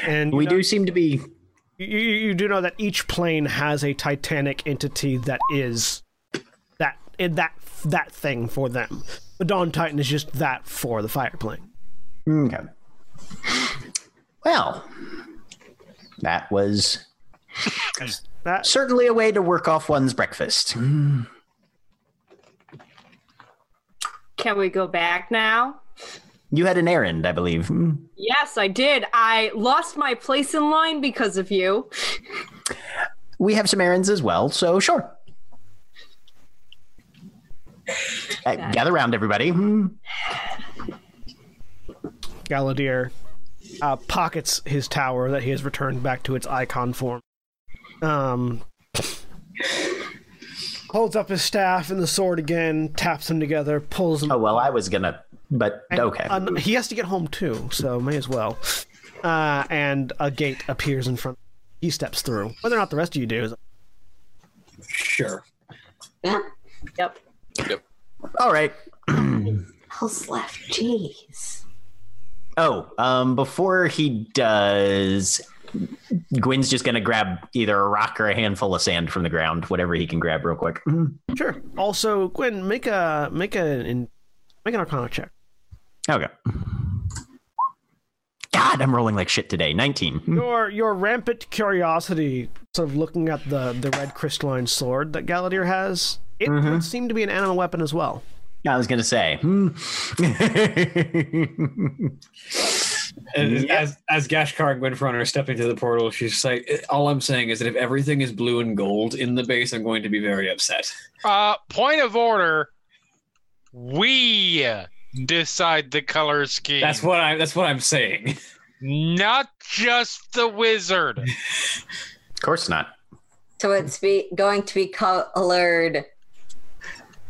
S1: And
S3: We
S1: you know-
S3: do seem to be.
S1: you, you you do know that each plane has a titanic entity that is that in that that thing for them. The Dawn Titan is just that for the fire plane.
S3: Okay. Well, that was
S1: That
S3: certainly a way to work off one's breakfast.
S5: Can we go back now?
S3: You had an errand, I believe. Hmm.
S5: Yes, I did. I lost my place in line because of you.
S3: We have some errands as well, so sure. Uh, gather round, everybody. Hmm.
S1: Galadir uh, pockets his tower that he has returned back to its icon form. Um, holds up his staff and the sword again, taps them together, pulls them.
S3: Oh, well, I was gonna, but okay.
S1: Uh, he has to get home too, so may as well. Uh, and a gate appears in front. He steps through. Whether or not the rest of you do is
S9: Sure.
S5: Yep.
S3: All right.
S4: Who's left? Jeez.
S3: Oh, um, before he does, Gwyn's just gonna grab either a rock or a handful of sand from the ground, whatever he can grab, real quick. Mhm.
S1: Sure. Also, Gwen, make a make a in, make an Arcana check.
S3: Okay. God, I'm rolling like shit today. Nineteen. Mhm.
S1: Your your rampant curiosity, sort of looking at the the red crystalline sword that Galadir has, it would seem to be an animal weapon as well.
S3: I was gonna say. hmm.
S9: As, as, as Gashkar and Gwynfron are stepping to the portal, she's just like, eh, all I'm saying is that if everything is blue and gold in the base, I'm going to be very upset.
S7: Uh, point of order. We decide the color scheme.
S9: That's what I. That's what I'm saying.
S7: Not just the wizard.
S3: of course not.
S4: So it's be going to be colored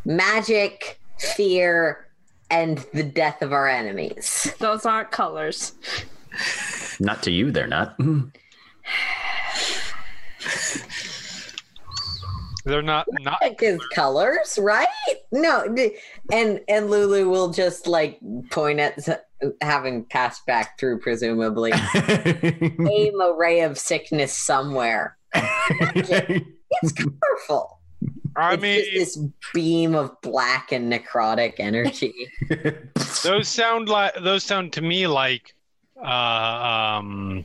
S4: magic, fear, and the death of our enemies.
S5: Those aren't colors.
S3: Not to you, they're not. Mhm.
S7: They're not not
S4: Like his colors, right? No, d- and and Lulu will just like point at s- having passed back through, presumably, aim a ray of sickness somewhere. It's colorful.
S7: I
S4: it's just
S7: mean
S4: this beam of black and necrotic energy.
S7: those sound like those sound to me like uh um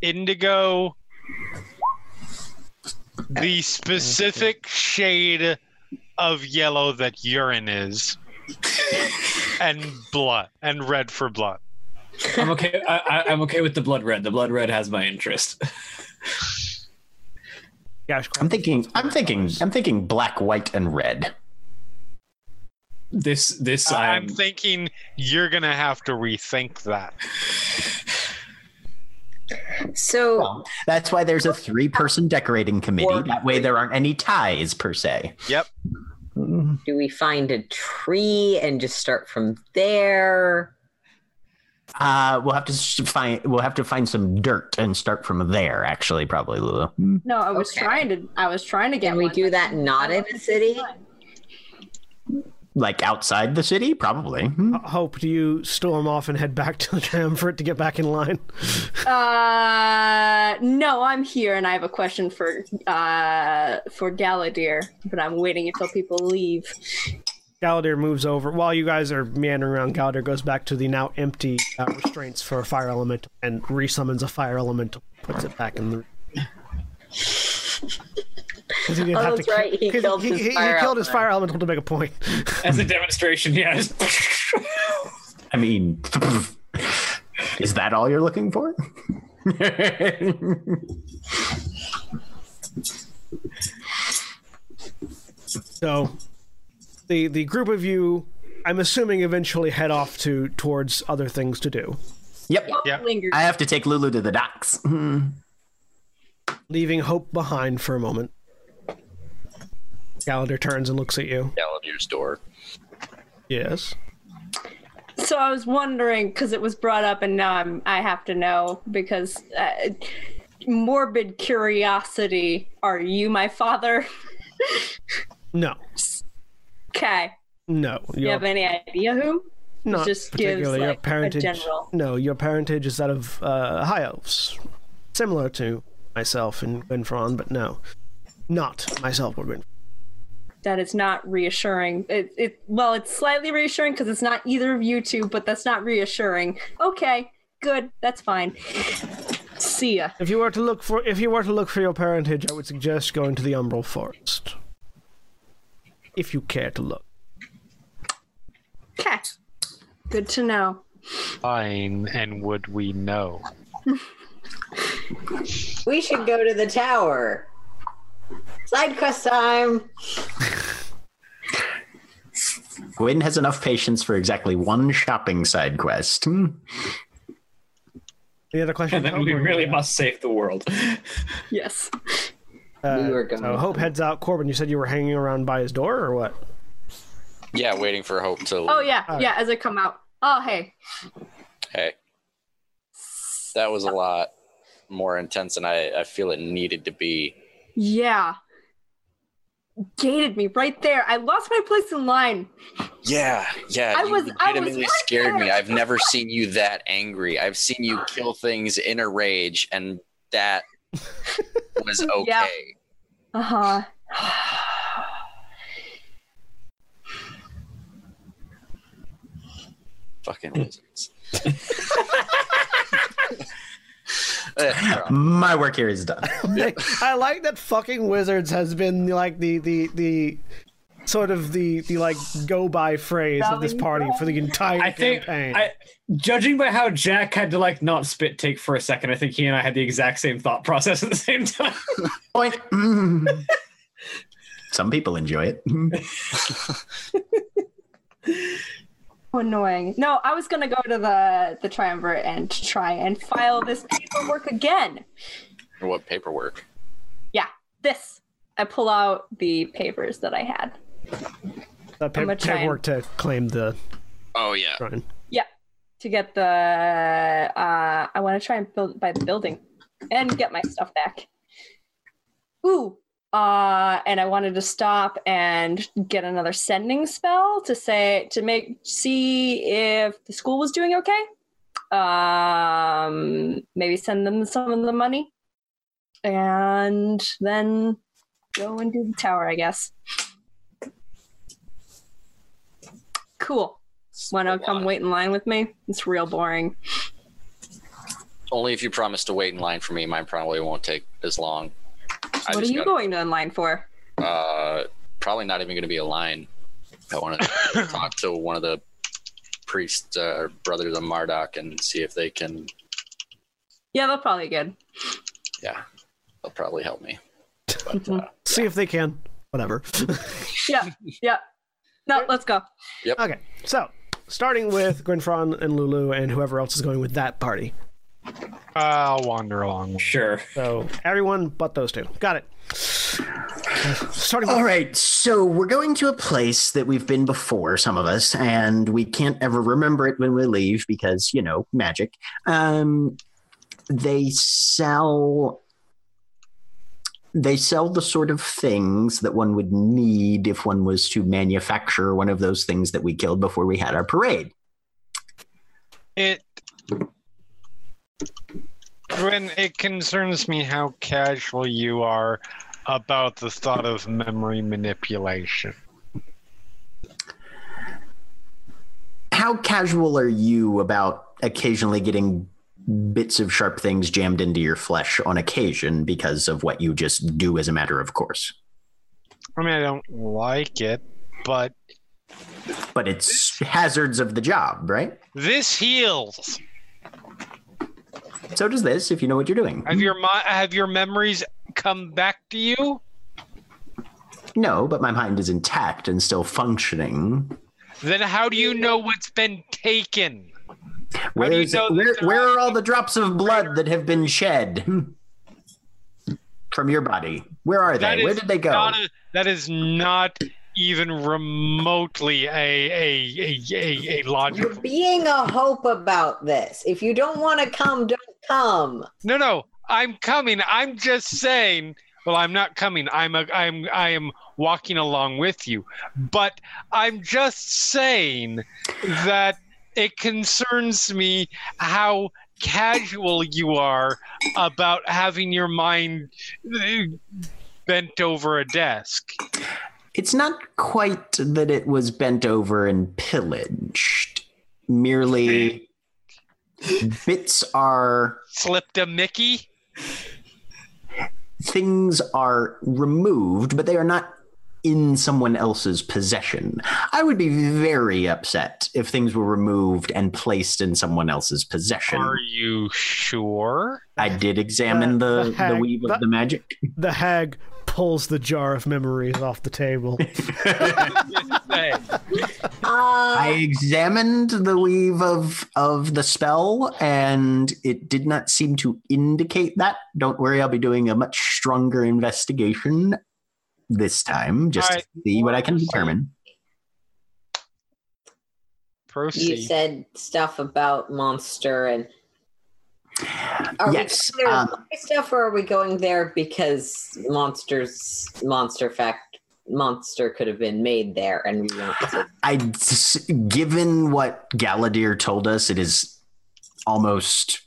S7: indigo the specific shade of yellow that urine is and blood and red for blood
S9: I'm okay. I, I, I'm okay with the blood red. The blood red has my interest.
S1: Gosh,
S3: I'm thinking. I'm thinking. I'm thinking black, white, and red.
S6: This this
S7: I'm
S6: um,
S7: thinking you're gonna have to rethink that.
S4: So
S3: That's why there's a three-person decorating committee.
S4: Or-
S3: that way, there aren't any ties per se.
S7: Yep.
S4: do we find a tree and just start from there?
S3: Uh, we'll have to s- find. We'll have to find some dirt and start from there. Actually, probably Lulu.
S5: No, I was
S4: Okay.
S5: trying to. I was trying to get.
S4: Can we
S5: one,
S4: do
S5: but-
S4: that not in a city?
S3: Like outside the city, probably. Hmm.
S1: Hope, do you storm off and head back to the tram for it to get back in line?
S5: Uh, no, I'm here, and I have a question for uh for Galadir, but I'm waiting until people leave.
S1: Galadir moves over. While you guys are meandering around, Galadir goes back to the now empty uh, restraints for a fire elemental and resummons a fire elemental, puts it back in the. Because he didn't
S4: Oh,
S1: have to
S4: that's
S1: ki-
S4: right, he
S1: 'cause
S4: killed
S1: he,
S4: his
S1: he- he
S4: fire
S1: killed his
S4: elemental.
S1: fire elemental to make a point.
S6: as a demonstration. Yeah.
S3: I mean, is that all you're looking for?
S1: So, the the group of you, I'm assuming, eventually head off to towards other things to do,
S3: yep.
S7: Yeah.
S5: Linger.
S3: I have to take Lulu to the docks. Hmm.
S1: leaving Hope behind for a moment. Galadir turns and looks at you.
S2: Galadir's door.
S1: Yes.
S5: So I was wondering because it was brought up, and now I'm I have to know because uh, morbid curiosity. Are you my father?
S1: No.
S5: Okay.
S1: No.
S5: You
S1: You're
S5: have any idea who?
S1: not
S5: just gives,
S1: particularly. your
S5: like, a
S1: parentage.
S5: general-
S1: No, your parentage is that of uh, high elves, similar to myself and Gwynfron, but no, not myself or Gwynfron.
S5: That is not reassuring. It, it well, it's slightly reassuring because it's not either of you two, but that's not reassuring. Okay, good, that's fine. See ya.
S1: If you were to look for, if you were to look for your parentage, I would suggest going to the Umbral Forest, if you care to look.
S5: Okay, good to know.
S7: Fine, and would we know?
S4: We should go to the tower. Side quest time.
S3: Gwyn has enough patience for exactly one shopping side quest. Hmm.
S1: Any other questions? Uh,
S9: And then we
S1: Hope, or-
S9: really must save the world.
S5: Yes.
S1: Uh,
S4: We were going
S1: so Hope heads out. Corbin, you said you were hanging around by his door, or what?
S2: Yeah, waiting for Hope to.
S5: Oh yeah, yeah. As I come out. Oh hey.
S2: Hey. That was a lot more intense than I, I feel it needed to be.
S5: Yeah. Gated me right there. I lost my place in line.
S2: Yeah, yeah.
S5: I
S2: you
S5: was- I was
S2: legitimately
S5: right
S2: scared me.
S5: there.
S2: I've never seen you that angry. I've seen you kill things in a rage, and that was okay.
S5: Uh huh.
S2: Fucking wizards. Uh,
S3: My work here is done.
S1: Like, I like that fucking wizards has been like the the the sort of the the like go by phrase of this party for the entire
S6: I think
S1: campaign.
S6: I, judging by how Jack had to like not spit take for a second, I think he and I had the exact same thought process at the same time.
S3: Point. Mm. Some people enjoy it. Mm.
S5: Annoying. No, I was gonna go to the the triumvirate and try and file this paperwork again.
S2: what paperwork?
S5: This. I pull out the papers that I had.
S1: that
S5: I'm
S1: pa-
S5: a giant.
S1: paperwork to claim the
S2: Oh yeah.
S1: shrine.
S5: to get the uh I want to try and build by the building and get my stuff back. Ooh. Uh and I wanted to stop and get another sending spell to say to make see if the school was doing okay. Um maybe send them some of the money and then go and do the tower, I guess. Cool. Want to
S2: A
S5: come
S2: lot.
S5: wait in line with me? It's real boring.
S2: Only if you promise to wait in line for me. Mine probably won't take as long. I
S5: what are
S2: just
S5: you
S2: gotta-
S5: going to in line for?
S2: Uh, probably not even going to be a line. I want to talk to one of the priests, uh, or brothers of Marduk, and see if they can.
S5: Yeah, they'll probably good.
S2: Yeah, They'll probably help me. uh,
S1: See if they can. Whatever.
S5: Yeah, yeah. No, let's go.
S2: Yep.
S1: Okay, so starting with Grinfron and Lulu and whoever else is going with that party.
S7: I'll wander along.
S6: Sure.
S1: So everyone but those two. Got it. Starting.
S3: All right, so we're going to a place that we've been before, some of us, and we can't ever remember it when we leave because, you know, magic. Um, they sell they sell the sort of things that one would need if one was to manufacture one of those things that we killed before we had our parade.
S7: It when it concerns me how casual you are about the thought of memory manipulation.
S3: How casual are you about occasionally getting bits of sharp things jammed into your flesh on occasion because of what you just do as a matter of course?
S7: I mean, I don't like it, but
S3: But it's hazards of the job, right?
S7: this heals.
S3: So does this if you know what you're doing.
S7: Have your mi- have your memories come back to you?
S3: No, but my mind is intact and still functioning.
S7: Then how do you know what's been taken? do you
S3: Where's,
S7: know that
S3: where,
S7: they're
S3: where are all the drops of blood that have been shed Hmm. from your body? Where are
S7: That
S3: they? Where
S7: is
S3: did they go?
S7: not a- that is not even remotely a a a a, a
S4: You're
S7: logical.
S4: being a hope about this. If you don't want to come, don't come.
S7: No, no, I'm coming. I'm just saying. Well, I'm not coming. I'm a, I'm I am walking along with you, but I'm just saying that it concerns me how casual you are about having your mind eh, bent over a desk.
S3: It's not quite that it was bent over and pillaged. Merely bits are
S7: Slipped a Mickey.
S3: things are removed, but they are not in someone else's possession. I would be very upset if things were removed and placed in someone else's possession.
S7: Are you sure?
S3: I did examine
S1: The-
S3: the,
S1: the
S3: the,
S1: hag-
S3: weave
S1: the-
S3: of the magic.
S1: The hag pulls the jar of memories off the table.
S7: Hey,
S4: Uh,
S3: I examined the weave of of the spell, and it did not seem to indicate that. Don't worry, I'll be doing a much stronger investigation this time, just
S7: Alright.
S3: to see what I can determine.
S4: you
S7: proceed.
S4: said stuff about monster and. Are
S3: Yes,
S4: we going
S3: um,
S4: there to buy stuff, or are we going there because monsters, monster fact, monster could have been made there, and we want to
S3: I, given what Galadir told us, it is almost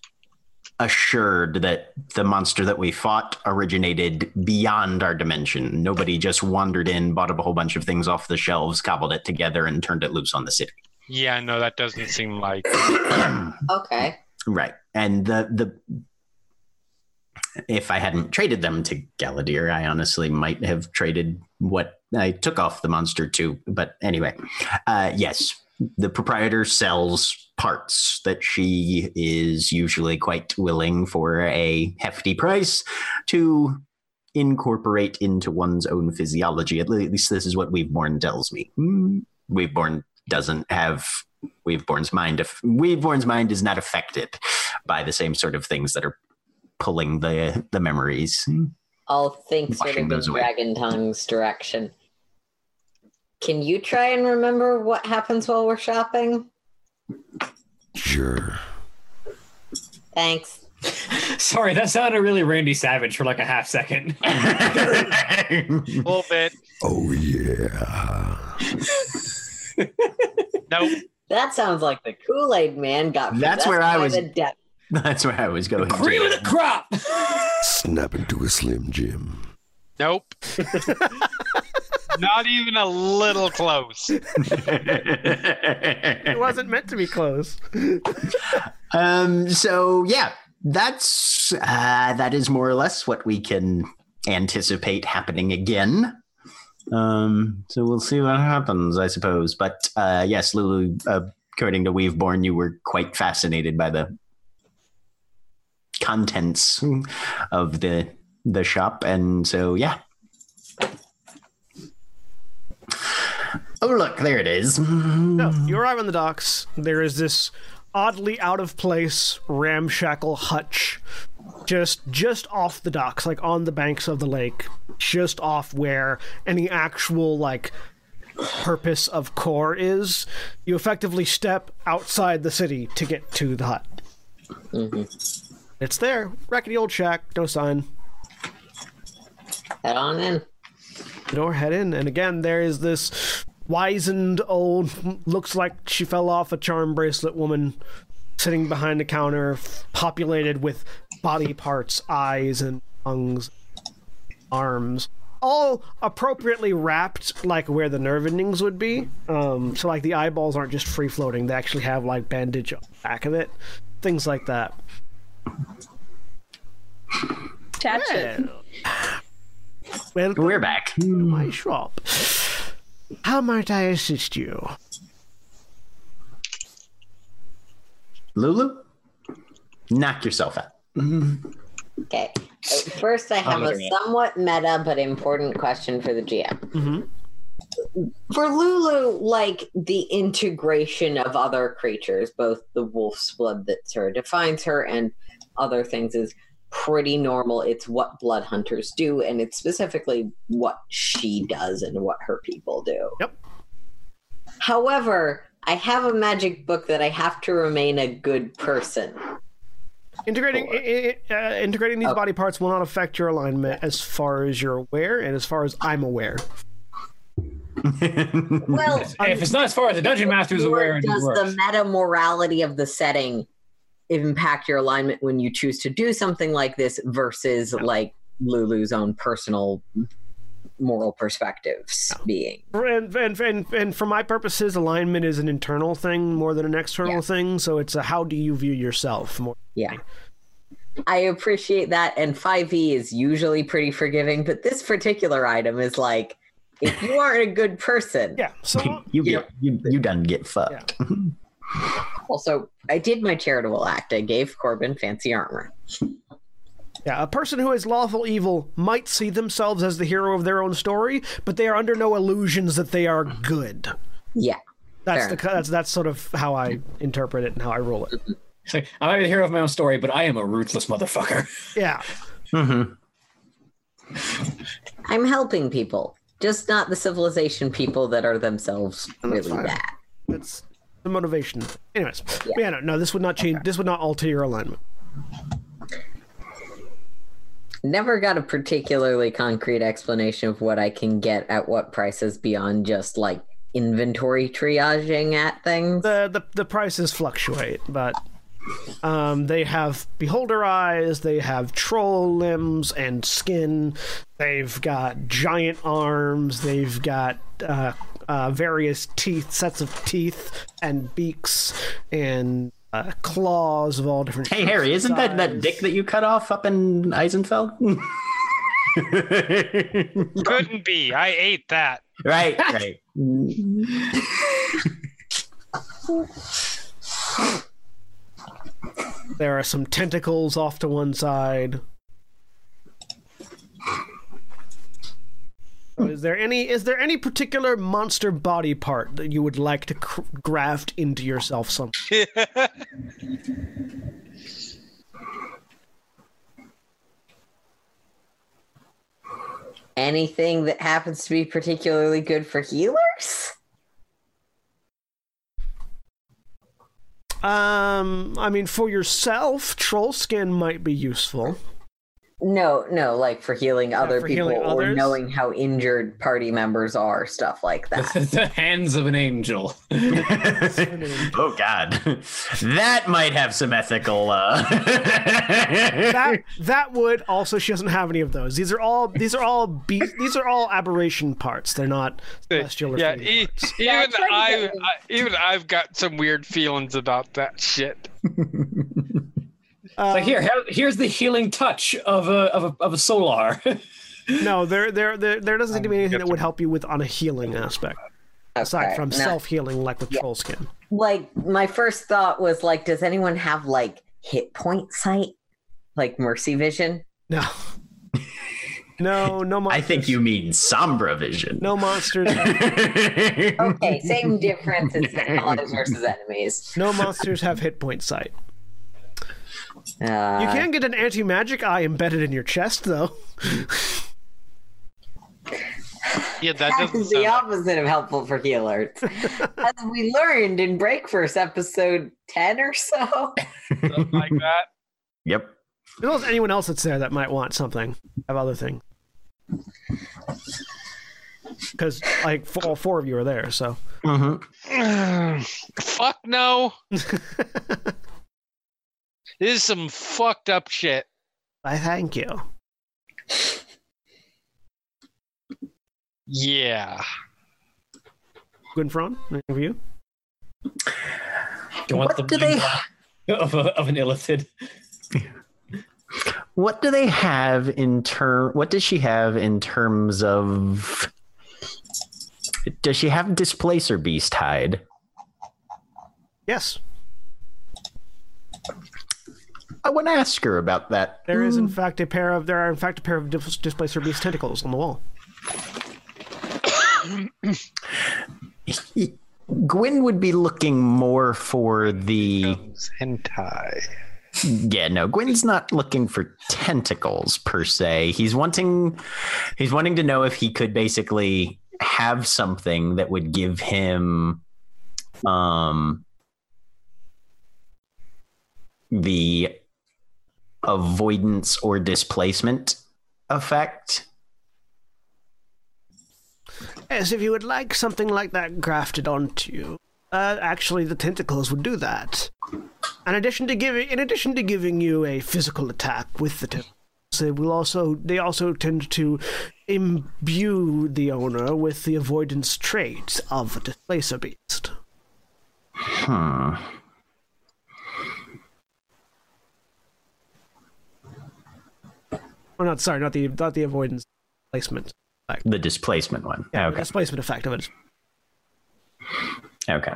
S3: assured that the monster that we fought originated beyond our dimension. Nobody just wandered in, bought up a whole bunch of things off the shelves, cobbled it together, and turned it loose on the city.
S7: Yeah, no, that doesn't seem like.
S4: Okay.
S3: Right, and the the if I hadn't traded them to Galadir, I honestly might have traded what I took off the monster to. But anyway, uh, yes, the proprietor sells parts that she is usually quite willing for a hefty price to incorporate into one's own physiology. At le- at least this is what Weaveborn tells me. Mm, Weaveborn doesn't have Weaveborn's mind. If Weaveborn's mind is not affected by the same sort of things that are pulling the the memories.
S4: I'll think sort
S3: Washing
S4: of in
S3: those away.
S4: Dragon Tongue's direction. Can you try and remember what happens while we're shopping?
S8: Sure.
S4: Thanks.
S9: Sorry, that sounded really Randy Savage for like a half second.
S7: A little bit.
S8: Oh, yeah.
S7: Nope.
S4: That sounds like the Kool Aid Man got.
S3: That's
S4: possessed
S3: where I
S4: by
S3: was-
S4: The devil.
S3: That's where I was going. to.
S9: Cream of the crop.
S8: Snap into a Slim Jim.
S7: Nope. Not even a little close.
S1: it wasn't meant to be close.
S3: Um, so yeah, that's uh, that is more or less what we can anticipate happening again. Um, so we'll see what happens, I suppose. But uh, yes, Lulu, uh, according to Weaveborn, you were quite fascinated by the contents of the the shop. And so, yeah. Oh, look, there it is.
S1: No, you arrive on the docks. There is this oddly out of place ramshackle hutch just just off the docks, like on the banks of the lake, just off where any actual like purpose of core is. You effectively step outside the city to get to the hut. It's there, rackety old shack, no sign.
S4: Head on in.
S1: The door head in, and again there is this wizened old, looks like she fell off a charm bracelet woman, sitting behind the counter, f- populated with body parts, eyes and lungs, arms, all appropriately wrapped like where the nerve endings would be. Um, so like the eyeballs aren't just free floating; they actually have like bandage on the back of it, things like that.
S5: Attach it.
S1: Welcome
S3: We're back.
S1: to my shop. How might I assist you?
S3: Lulu, knock yourself out.
S4: Okay. First, I have a somewhat meta but important question for the GM.
S1: Mhm.
S4: For Lulu, like the integration of other creatures, both the wolf's blood that's her defines her and other things is pretty normal. It's what blood hunters do, and it's specifically what she does and what her people do.
S1: Yep.
S4: However, I have a magic book that I have to remain a good person.
S1: Integrating i- i- uh, integrating these body parts will not affect your alignment, as far as you're aware, and as far as I'm aware.
S4: Well,
S9: if it's not as far as the dungeon master is aware,
S4: Or
S9: it
S4: does the
S9: works.
S4: meta morality of the setting impact your alignment when you choose to do something like this versus like Lulu's own personal moral perspectives being?
S1: For- And, and, and, and for my purposes, alignment is an internal thing more than an external
S4: Yeah.
S1: thing. So it's a how do you view yourself more.
S4: Yeah. I appreciate that. And 5e is usually pretty forgiving, but this particular item is like, if you aren't a good person.
S1: Yeah. So
S3: you get you, you done get fucked.
S4: Also, I did my charitable act. I gave Corbin fancy armor.
S1: yeah, a person who is lawful evil might see themselves as the hero of their own story, but they are under no illusions that they are good.
S4: Yeah.
S1: That's
S4: Fair
S1: the that's that's sort of how I interpret it and how I roll it.
S9: It's like, I'm not the hero of my own story, but I am a ruthless motherfucker.
S1: Yeah.
S4: I'm helping people, just not the civilization people that are themselves really bad.
S1: That's the motivation. Anyways, yeah, no, no, this would not change. This would not alter your alignment.
S4: never got a particularly concrete explanation of what I can get at what prices beyond just like inventory triaging at things.
S1: The the, the prices fluctuate, but um, they have beholder eyes, they have troll limbs and skin, they've got giant arms, they've got uh, uh, various teeth, sets of teeth and beaks and uh, claws of all different.
S3: Hey Harry, isn't that that dick that you cut off up in Eisenfeld?
S7: Couldn't be. I ate that.
S3: right, right.
S1: There are some tentacles off to one side. So Is there any is there any particular monster body part that you would like to cr- graft into yourself? Some
S4: Anything that happens to be particularly good for healers?
S1: um, I mean, for yourself, troll skin might be useful.
S4: No, no, like for healing other
S1: for
S4: people
S1: healing
S4: or
S1: others?
S4: knowing how injured party members are, stuff like that.
S9: the hands of an angel.
S3: oh God, that might have some ethical. Uh...
S1: That that would also. She doesn't have any of those. These are all these are all be- these are all aberration parts. They're not celestial. Or
S7: Yeah,
S1: fiend
S7: e-
S1: parts.
S5: Yeah, I
S7: even
S5: tried to
S7: I,
S5: get-
S7: I even I've got some weird feelings about that shit.
S1: Um,
S9: Like
S1: Uh,
S9: here, have- here's the healing touch of a of a, of a solar.
S1: No, there, there, there, there doesn't seem to be anything that would help you with on a healing aspect, aside
S4: Okay,
S1: from
S4: no.
S1: self healing, like with troll skin.
S4: Like my first thought was like, does anyone have like hit point sight? Like mercy vision?
S1: No, No, no monsters.
S3: I think you mean Sombra Vision.
S1: No monsters.
S4: Okay, same difference. It's allies versus enemies.
S1: No monsters have hit point sight.
S4: Uh,
S1: You can get an anti magic eye embedded in your chest, though.
S7: Yeah, that
S4: That
S7: doesn't
S4: is the
S7: sound.
S4: opposite of helpful for healers. As we learned in Break First episode 10 or so.
S7: Something like that.
S3: Yep.
S1: If there's anyone else that's there that might want something, have other thing. Because like four, all four of you are there, so
S7: Fuck no. this is some fucked up shit.
S1: I thank you.
S7: Yeah.
S1: Gwynfron, any of you?
S9: you want
S3: What
S9: the
S3: do they-
S9: mind of, a, of an illithid?
S3: What do they have in term? What does she have in terms of? Does she have displacer beast hide?
S1: Yes,
S3: I want to ask her about that.
S1: there is in fact a pair of there are in fact a pair of dis- displacer beast tentacles on the wall.
S3: Gwen would be looking more for the.
S7: Hentai.
S3: Yeah, no, Gwen's not looking for tentacles per se. He's wanting he's wanting to know if he could basically have something that would give him um the avoidance or displacement effect.
S1: Yes, if you would like something like that grafted onto you, uh, actually the tentacles would do that. In addition to giving, in addition to giving you a physical attack with the tentacles, they will also they also tend to imbue the owner with the avoidance traits of a displacer beast.
S3: Hmm.
S1: Or not, sorry, not the not the avoidance placement.
S3: The displacement one.
S1: The
S3: Okay.
S1: displacement effect of it.
S3: Okay.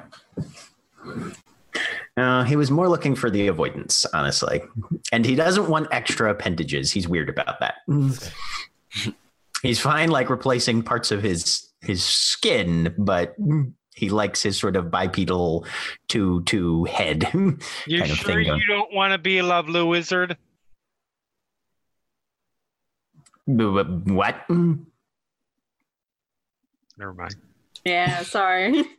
S3: Uh, he was more looking for the avoidance, honestly. And he doesn't want extra appendages. He's weird about that. He's fine like replacing parts of his his skin, but he likes his sort of bipedal two two head.
S7: You
S3: Kind of
S7: sure
S3: thing, yeah.
S7: you don't want to be a lovely wizard?
S3: what?
S7: Never mind.
S5: Yeah, sorry.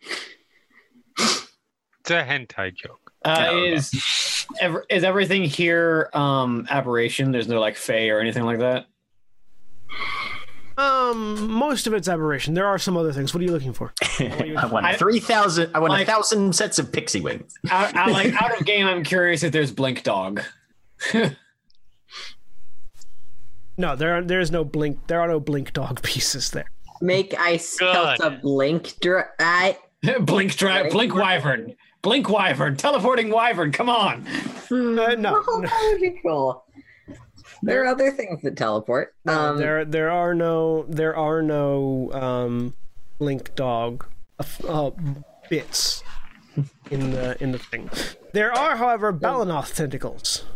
S7: It's a hentai joke.
S9: Uh,
S3: Oh, okay.
S9: Is ever, is everything here um aberration? There's no like fey or anything like that.
S1: Um, most of it's aberration. There are some other things. What are you looking for?
S3: I
S9: I-
S3: want three thousand I want a
S9: Like-
S3: thousand sets of pixie wings.
S9: Out, out, like out of game, I'm curious if there's blink dog.
S1: No, there are, there is no blink. There are no blink dog pieces there.
S4: Make I spelt
S7: Good.
S4: a blink dr- I
S9: blink dry, blink wyvern, blink wyvern, teleporting wyvern. Come on.
S1: Uh, no,
S4: Oh,
S1: no.
S4: that would be cool. There are other things that teleport. Um,
S1: there there are no there are no um, blink dog uh, f- uh, bits in the in the thing. There are, however, Balanoth tentacles.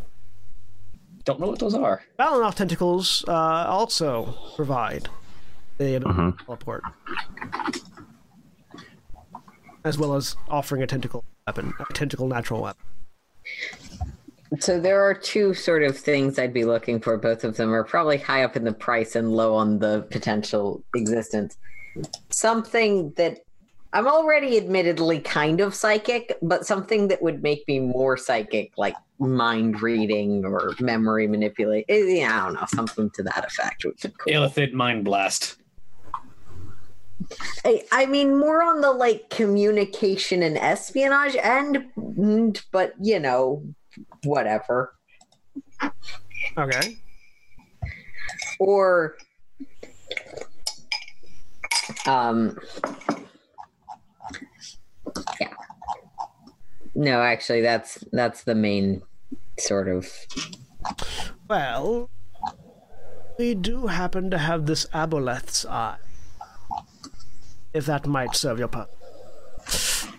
S9: Don't know what those are.
S1: Balanoth tentacles uh, also provide the ability to teleport, as well as offering a tentacle weapon, a tentacle natural weapon.
S4: so there are two sort of things I'd be looking for. Both of them are probably high up in the price and low on the potential existence. Something that I'm already admittedly kind of psychic, but something that would make me more psychic, like mind reading or memory manipulate. eh, Yeah, I don't know, something to that effect would be cool.
S9: Illithid mind blast.
S4: I, I mean, more on the like communication and espionage end, mm, but you know, whatever.
S1: Okay.
S4: Or, um, yeah. No, actually, that's that's the main sort of.
S1: Well, we do happen to have this Aboleth's eye. If that might serve your purpose.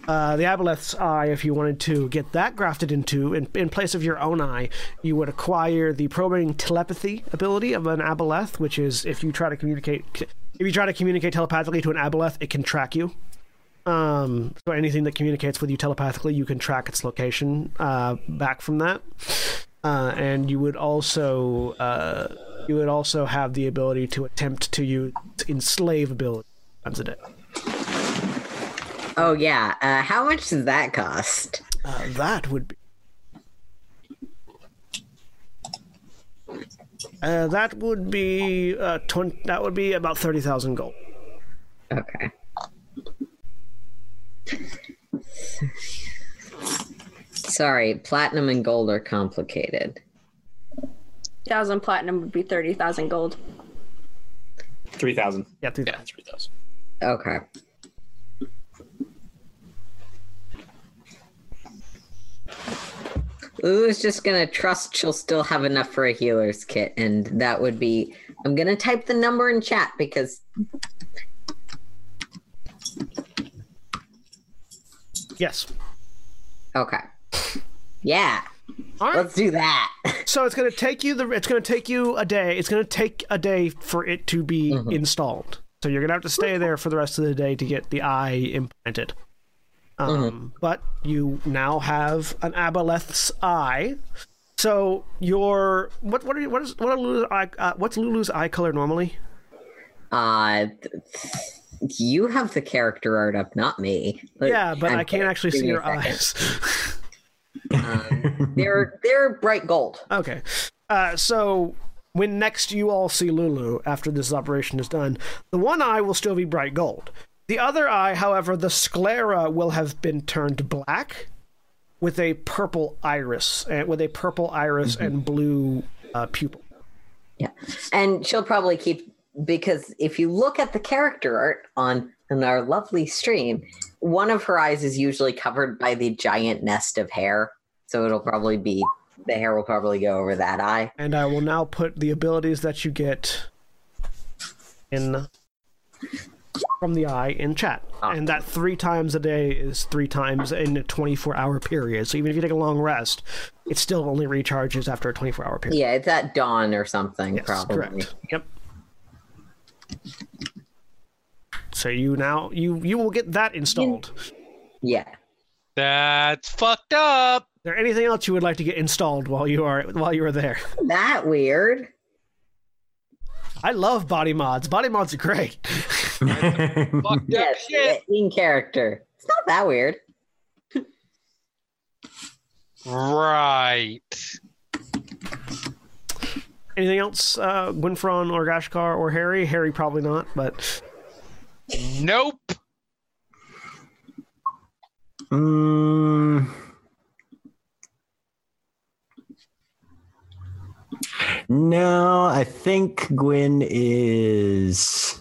S1: Uh, the aboleth's eye, if you wanted to get that grafted into, in, in place of your own eye, you would acquire the probing telepathy ability of an aboleth, which is if you try to communicate, if you try to communicate telepathically to an aboleth, it can track you. Um, so anything that communicates with you telepathically, you can track its location uh, back from that, uh, and you would also uh, you would also have the ability to attempt to use enslave ability times a day.
S4: Oh yeah. Uh, how much does that cost?
S1: Uh, that would be. Uh, that would be uh, twenty. That would be about thirty thousand gold.
S4: Okay. Sorry, platinum and gold are complicated.
S5: Thousand platinum would be thirty thousand gold.
S9: Three thousand.
S1: Yeah, three
S9: Yeah, three thousand.
S4: Okay. Lulu's just gonna trust she'll still have enough for a healer's kit, and that would be. I'm gonna type the number in chat because
S1: Yes.
S4: okay, yeah,
S1: All right.
S4: let's do that.
S1: So it's going to take you the. It's going to take you a day. It's going to take a day for it to be
S4: Mm-hmm.
S1: installed. So you're going to have to stay there for the rest of the day to get the eye implanted.
S4: Mm-hmm.
S1: Um, But you now have an aboleth's eye. So your what what are you- what is what are Lulu's eye, uh, what's Lulu's eye color normally?
S4: Uh, you have the character art up, not me.
S1: yeah, but I
S4: I'm
S1: can't
S4: kidding.
S1: actually
S4: Give
S1: see
S4: me a
S1: your
S4: second.
S1: eyes.
S4: They're they're bright gold.
S1: Okay. Uh, so when next you all see Lulu after this operation is done, the one eye will still be bright gold. The other eye, however, the sclera will have been turned black with a purple iris, and with a purple iris and blue uh, pupil.
S4: Yeah. And she'll probably keep because if you look at the character art on on our lovely stream, one of her eyes is usually covered by the giant nest of hair. So it'll probably be the hair will probably go over that eye.
S1: And I will now put the abilities that you get in from the eye in chat. And that three times a day is three times in a 24 hour period. So even if you take a long rest, it still only recharges after a 24 hour period.
S4: Yeah, it's at dawn or something,
S1: Yes,
S4: probably.
S1: correct. Yep. So you now you you will get that installed. Is
S4: Yeah.
S7: That's fucked up.
S1: there anything else you would like to get installed while you are while you are there?
S4: Isn't That weird.
S1: I love body mods. Body mods are great.
S7: Fucked up
S4: Yes,
S7: shit.
S4: in character. It's not that weird.
S7: Right.
S1: Anything else, uh, Gwynfron or Gashkar or Harry? Harry probably not, but
S7: Nope.
S3: Mm. No, I think Gwen is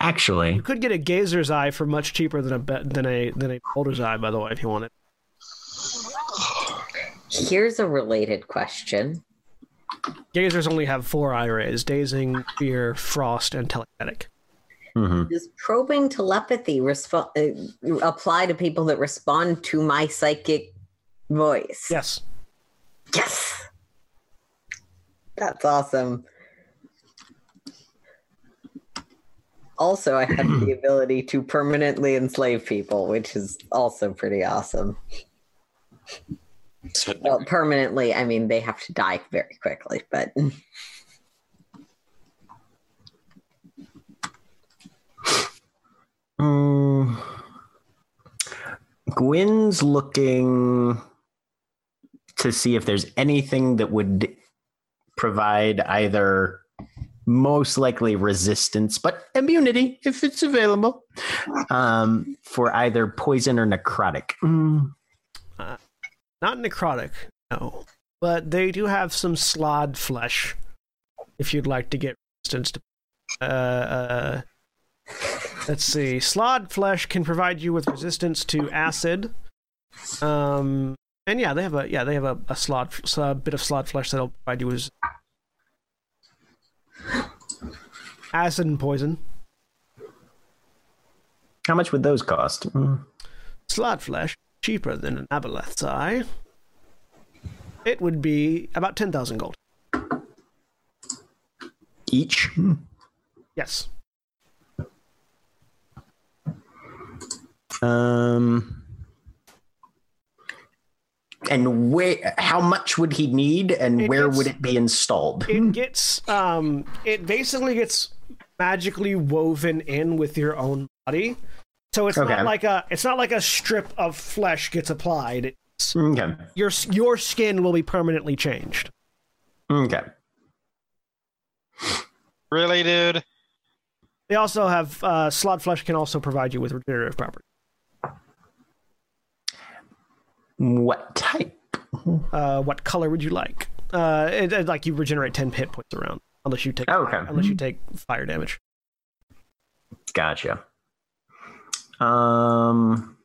S3: actually
S1: you could get a Gazer's Eye for much cheaper than a be- than a than a Boulder's Eye, by the way, if you want it.
S4: Here's a related question.
S1: Gazers only have four eye rays: dazing, fear, frost, and telekinetic.
S4: Does probing telepathy resp- uh, apply to people that respond to my psychic voice?
S1: Yes.
S4: Yes. That's awesome. Also, I have the ability to permanently enslave people, which is also pretty awesome.
S2: So,
S4: Well, permanently, I mean, they have to die very quickly, but
S3: Mm. Gwyn's looking to see if there's anything that would provide either most likely resistance, but immunity if it's available um, for either poison or necrotic. Mm.
S1: not necrotic, no. But they do have some slod flesh. If you'd like to get resistance to, uh, uh, let's see, slod flesh can provide you with resistance to acid. Um, and yeah, they have a yeah they have a, a slod a bit of slod flesh that'll provide you with acid and poison.
S3: How much would those cost? Mm.
S1: Slot flesh, cheaper than an aboleth's eye. It would be about 10,000 gold.
S3: Each? Hmm.
S1: Yes.
S3: Um, and where? How much would he need, and
S1: It
S3: where
S1: gets-
S3: would it be installed?
S1: It gets, um, it basically gets magically woven in with your own body. So it's
S3: Okay.
S1: not like a, it's not like a strip of flesh gets applied. It's,
S3: Okay.
S1: your, your skin will be permanently changed.
S3: Okay.
S7: Really, dude?
S1: They also have uh, slot flesh can also provide you with regenerative property.
S3: What type?
S1: Uh, what color would you like? Uh, it, it- like you regenerate ten hit points around, unless you take
S3: Okay. Hmm.
S1: unless you take fire damage.
S3: Gotcha. Um,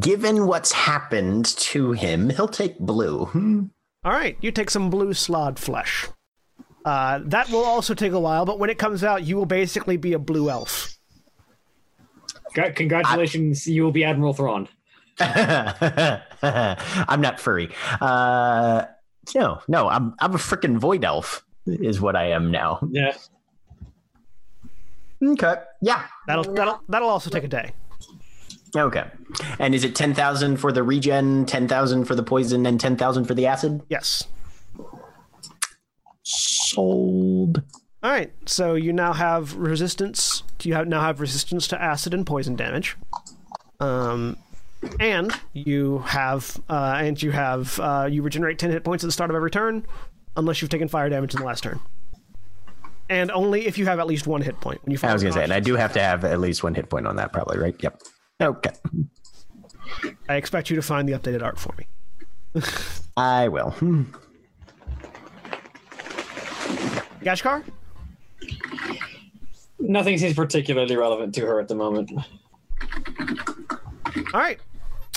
S3: given what's happened to him, he'll take blue. Hmm.
S1: All right, you take some blue slod flesh. Uh, that will also take a while, but when it comes out, you will basically be a blue elf.
S9: Con- Congratulations, you will be Admiral Thrawn.
S3: I'm not furry. Uh, no, no, I'm I'm a freaking void elf is what I am now.
S9: Yeah.
S3: Okay. Yeah.
S1: That'll that'll that'll also take a day.
S3: Okay. And is it ten thousand for the regen, ten thousand for the poison, and ten thousand for the acid?
S1: Yes.
S3: Sold.
S1: All right, so you now have resistance. You have now have resistance to acid and poison damage, um, and you have uh, and you have uh, you regenerate ten hit points at the start of every turn, unless you've taken fire damage in the last turn, and only if you have at least one hit point when you.
S3: I was gonna say, and
S1: I,
S3: I do have to have at least one hit point on that, probably, right? Yep. Okay.
S1: I expect you to find the updated art for me.
S3: I will. Hmm.
S1: Gashkar,
S9: Nothing seems particularly relevant to her at the moment.
S1: all right.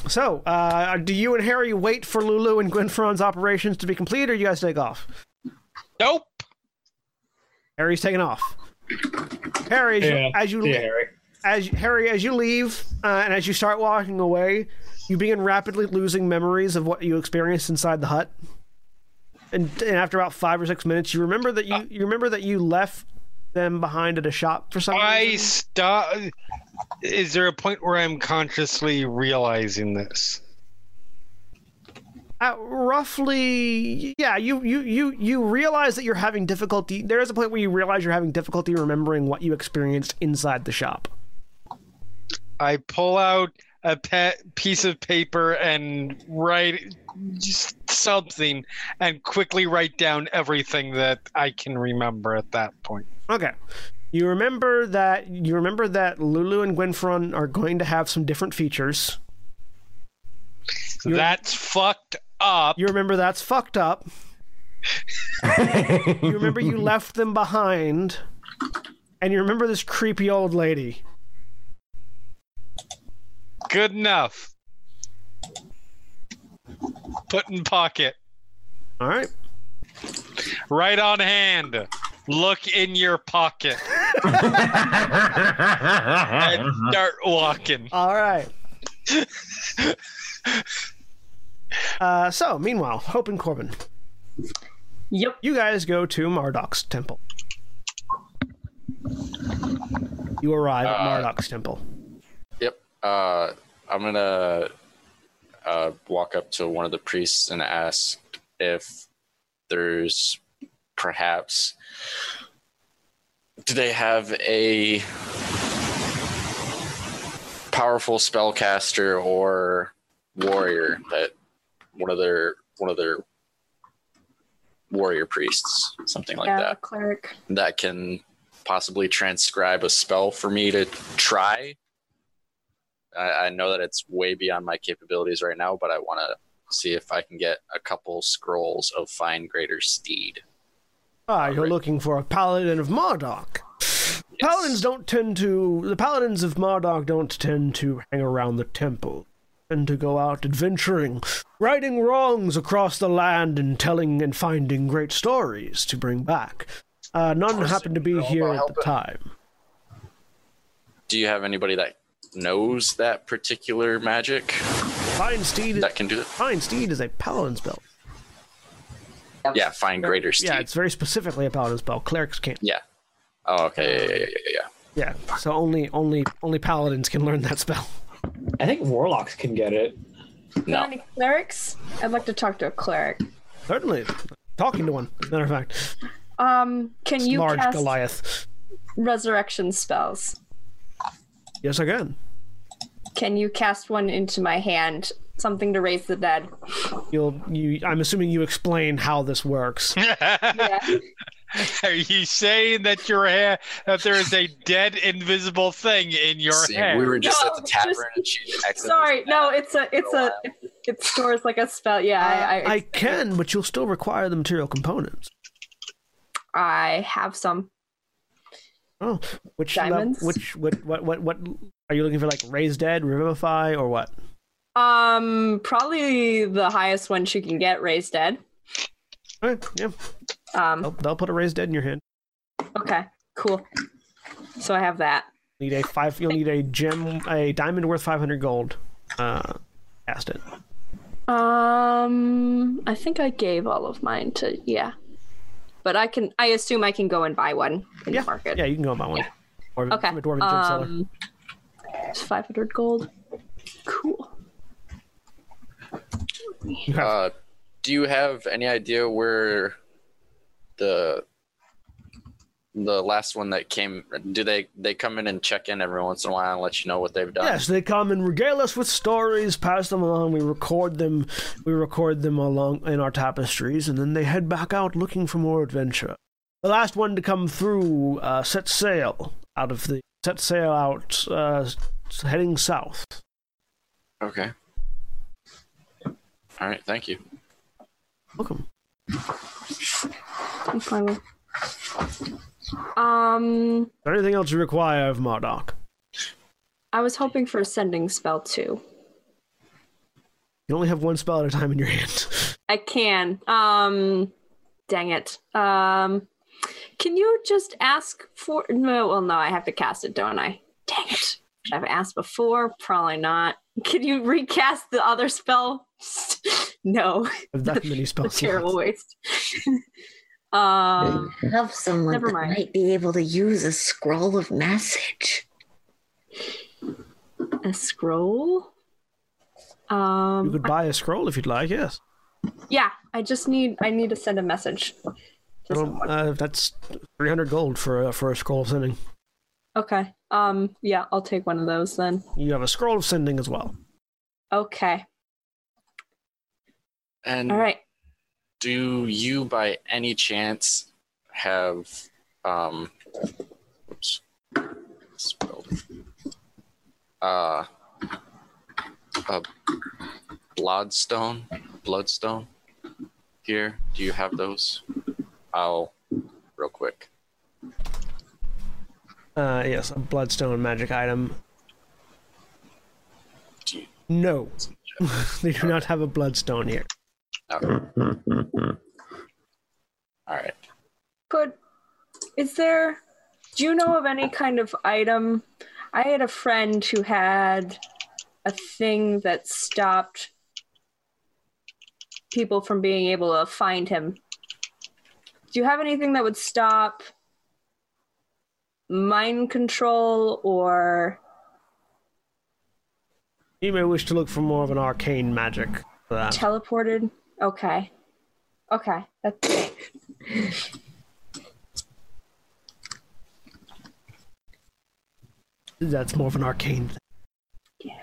S1: So, uh, do you and Harry wait for Lulu and Gwenfron's operations to be complete, or you guys take off?
S7: Nope.
S1: Harry's taking off. Harry, as you-
S9: Yeah.
S1: as you
S9: Yeah, Harry.
S1: as Harry, as you leave uh, and as you start walking away, you begin rapidly losing memories of what you experienced inside the hut. And, and after about five or six minutes, you remember that you, you remember that you left them behind at a shop for some
S7: I
S1: reason.
S7: stop. Is there a point where I'm consciously realizing this?
S1: At Uh, roughly, yeah. You you you you realize that you're having difficulty. There is a point where you realize you're having difficulty remembering what you experienced inside the shop.
S7: I pull out a pet piece of paper and write just something and quickly write down everything that I can remember at that point.
S1: Okay. You remember that you remember that Lulu and Gwenfron are going to have some different features.
S7: That's fucked up.
S1: You remember that's fucked up. you remember you left them behind. And you remember this creepy old lady.
S7: Good enough. Put in pocket.
S1: All right.
S7: Right on hand. Look in your pocket
S2: Uh-huh.
S7: and start walking.
S1: All right. uh, so, meanwhile, Hope and Corbin,
S5: Yep.
S1: you guys go to Marduk's temple. You arrive at Marduk's temple.
S2: Yep. Uh, I'm gonna uh, walk up to one of the priests and ask if there's perhaps do they have a powerful spellcaster or warrior that one of their one of their warrior priests something like
S5: yeah,
S2: that
S5: cleric.
S2: that can possibly transcribe a spell for me to try. I, I know that it's way beyond my capabilities right now, but I want to see if I can get a couple scrolls of Fine Greater Steed.
S1: Ah, you're looking for a paladin of Marduk. Paladins don't tend to. The paladins of Marduk don't tend to hang around the temple. Tend to go out adventuring, righting wrongs across the land, and telling and finding great stories to bring back. Uh, none happened to be here at the time.
S2: Do you have anybody that knows that particular magic
S1: Feinstein,
S2: that can do it?
S1: Feinstein is a paladin spell.
S2: Yeah, find greater
S1: Yeah,
S2: steed.
S1: it's very specifically a paladin spell. Clerics can't.
S2: Yeah. Oh, okay. Yeah, yeah, yeah, yeah,
S1: Yeah, so only only only paladins can learn that spell.
S9: I think warlocks can get it.
S5: Got any clerics? I'd like to talk to a cleric.
S1: Certainly, talking to one. Matter of fact,
S5: Um, can you
S1: large
S5: cast
S1: Goliath.
S5: resurrection spells?
S1: Yes, I can.
S5: Can you cast one into my hand? Something to raise the dead.
S1: You'll you. I'm assuming you explain how this works.
S7: Are you saying that your hair that there is a dead invisible thing in your
S2: See,
S7: hair?
S2: we were just
S5: No,
S2: at the tavern
S5: just-
S2: and she accidentally.
S5: Sorry, no, it's a, it's a, it stores like a spell. Yeah, I,
S1: I can, but you'll still require the material components.
S5: I, I have some.
S1: Oh, which
S5: Diamonds?
S1: level, which what, what what what are you looking for? Like raise dead, revivify, or what?
S5: Um, probably the highest one she can get raised dead.
S1: Okay, yeah,
S5: Um,
S1: they'll, they'll put a raise dead in your hand.
S5: okay, cool. So I have that.
S1: Need a five. You'll need a gem, a diamond worth five hundred gold. Uh, cast it.
S5: Um, I think I gave all of mine to yeah, but I can. I assume I can go and buy one in
S1: Yeah,
S5: the market.
S1: yeah, you can go on that one. Or
S5: Okay.
S1: from a dwarven gem seller.
S5: um, it's 500 gold. Cool.
S2: Uh, do you have any idea where the the last one that came? Do they they come in and check in every once in a while and let you know what they've done?
S1: Yes, they come and regale us with stories, pass them along. We record them. We record them along in our tapestries, and then they head back out looking for more adventure. The last one to come through uh, set sail out of the set sail out, uh, s- heading south.
S2: Okay. All right. Thank you.
S1: Welcome.
S5: I'm fine with. Um,
S1: Is there anything else you require of Mardok?
S5: I was hoping for a sending spell too.
S1: You only have one spell at a time in your hand.
S5: I can. Um, dang it. Um, can you just ask for? No, well, no, I have to cast it, don't I? Dang it. Should I have asked before? Probably not. Can you recast the other spell? no,
S1: I've that many spells.
S5: terrible waste. um,
S4: Have someone
S5: Never
S4: that
S5: mind.
S4: might be able to use a scroll of message.
S5: a scroll. Um,
S1: You could buy a scroll if you'd like. Yes.
S5: Yeah, I just need I need to send a message. to
S1: Well,
S5: someone.
S1: uh, that's three hundred gold for uh, for a scroll of sending.
S5: Okay. Um yeah, I'll take one of those then.
S1: You have a scroll of sending as well.
S5: Okay.
S2: And
S5: All right.
S2: do you, by any chance, have um, oops, spelled uh, a bloodstone, bloodstone here? Do you have those? I'll real quick.
S1: Uh, yes, a bloodstone magic item.
S2: Do you-
S1: No, they do not have a bloodstone here.
S2: All right.
S5: Could is there do you know of any kind of item? I had a friend who had a thing that stopped people from being able to find him. Do you have anything that would stop mind control or
S1: You may wish to look for more of an arcane magic Uh, for that.
S5: teleported. Okay. Okay. That's
S1: That's more of an arcane. thing.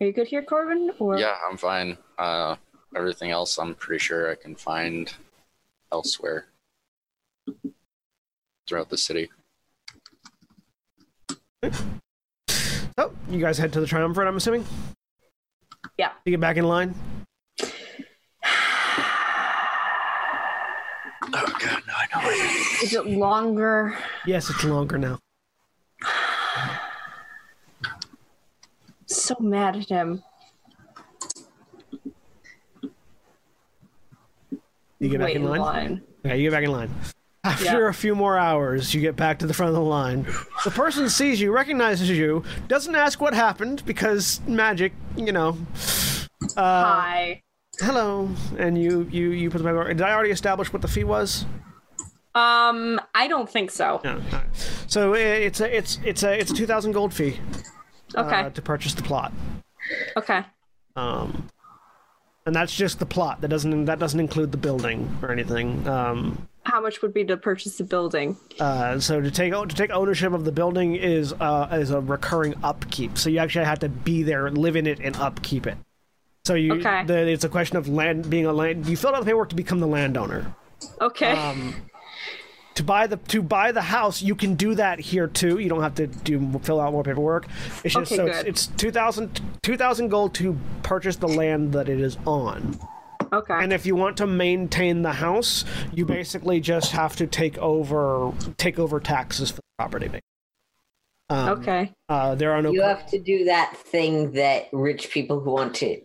S5: Are you good here, Corbin? Or
S2: Yeah, I'm fine. Uh, everything else, I'm pretty sure I can find elsewhere throughout the city.
S1: Oh, you guys head to the triumvirate. I'm assuming.
S5: Yeah.
S1: To get back in line.
S10: Oh god, no, I know.
S5: is it longer?
S1: Yes, it's longer now.
S5: So mad at him.
S1: You get back
S5: Wait
S1: in line.
S5: line.
S1: Okay, you get back in line. After a few more hours, you get back to the front of the line. The person sees you, recognizes you, doesn't ask what happened because magic, you know. Uh,
S5: Hi.
S1: Hello, and you you you put the bag. over- Did I already establish what the fee was?
S5: Um, I don't think so.
S1: No. all right. So i- it's a it's it's a it's a two thousand gold fee.
S5: Okay.
S1: Uh, to purchase the plot,
S5: Okay.
S1: um, and that's just the plot. That doesn't that doesn't include the building or anything. Um,
S5: How much would be to purchase the building?
S1: uh, so to take o- to take ownership of the building is uh, is a recurring upkeep. So you actually have to be there, live in it, and upkeep it. So you
S5: Okay.
S1: the, it's a question of land being a land. You filled out the paperwork to become the landowner.
S5: Okay.
S1: Um, to buy the to buy the house, you can do that here too. You don't have to do fill out more paperwork. It's just
S5: Okay,
S1: so it's,
S5: good.
S1: it's 2000, 2000 gold to purchase the land that it is on.
S5: okay.
S1: And if you want to maintain the house, you basically just have to take over take over taxes for the property. Um,
S5: okay.
S1: Uh, there are no
S4: You have to do that thing that rich people who want to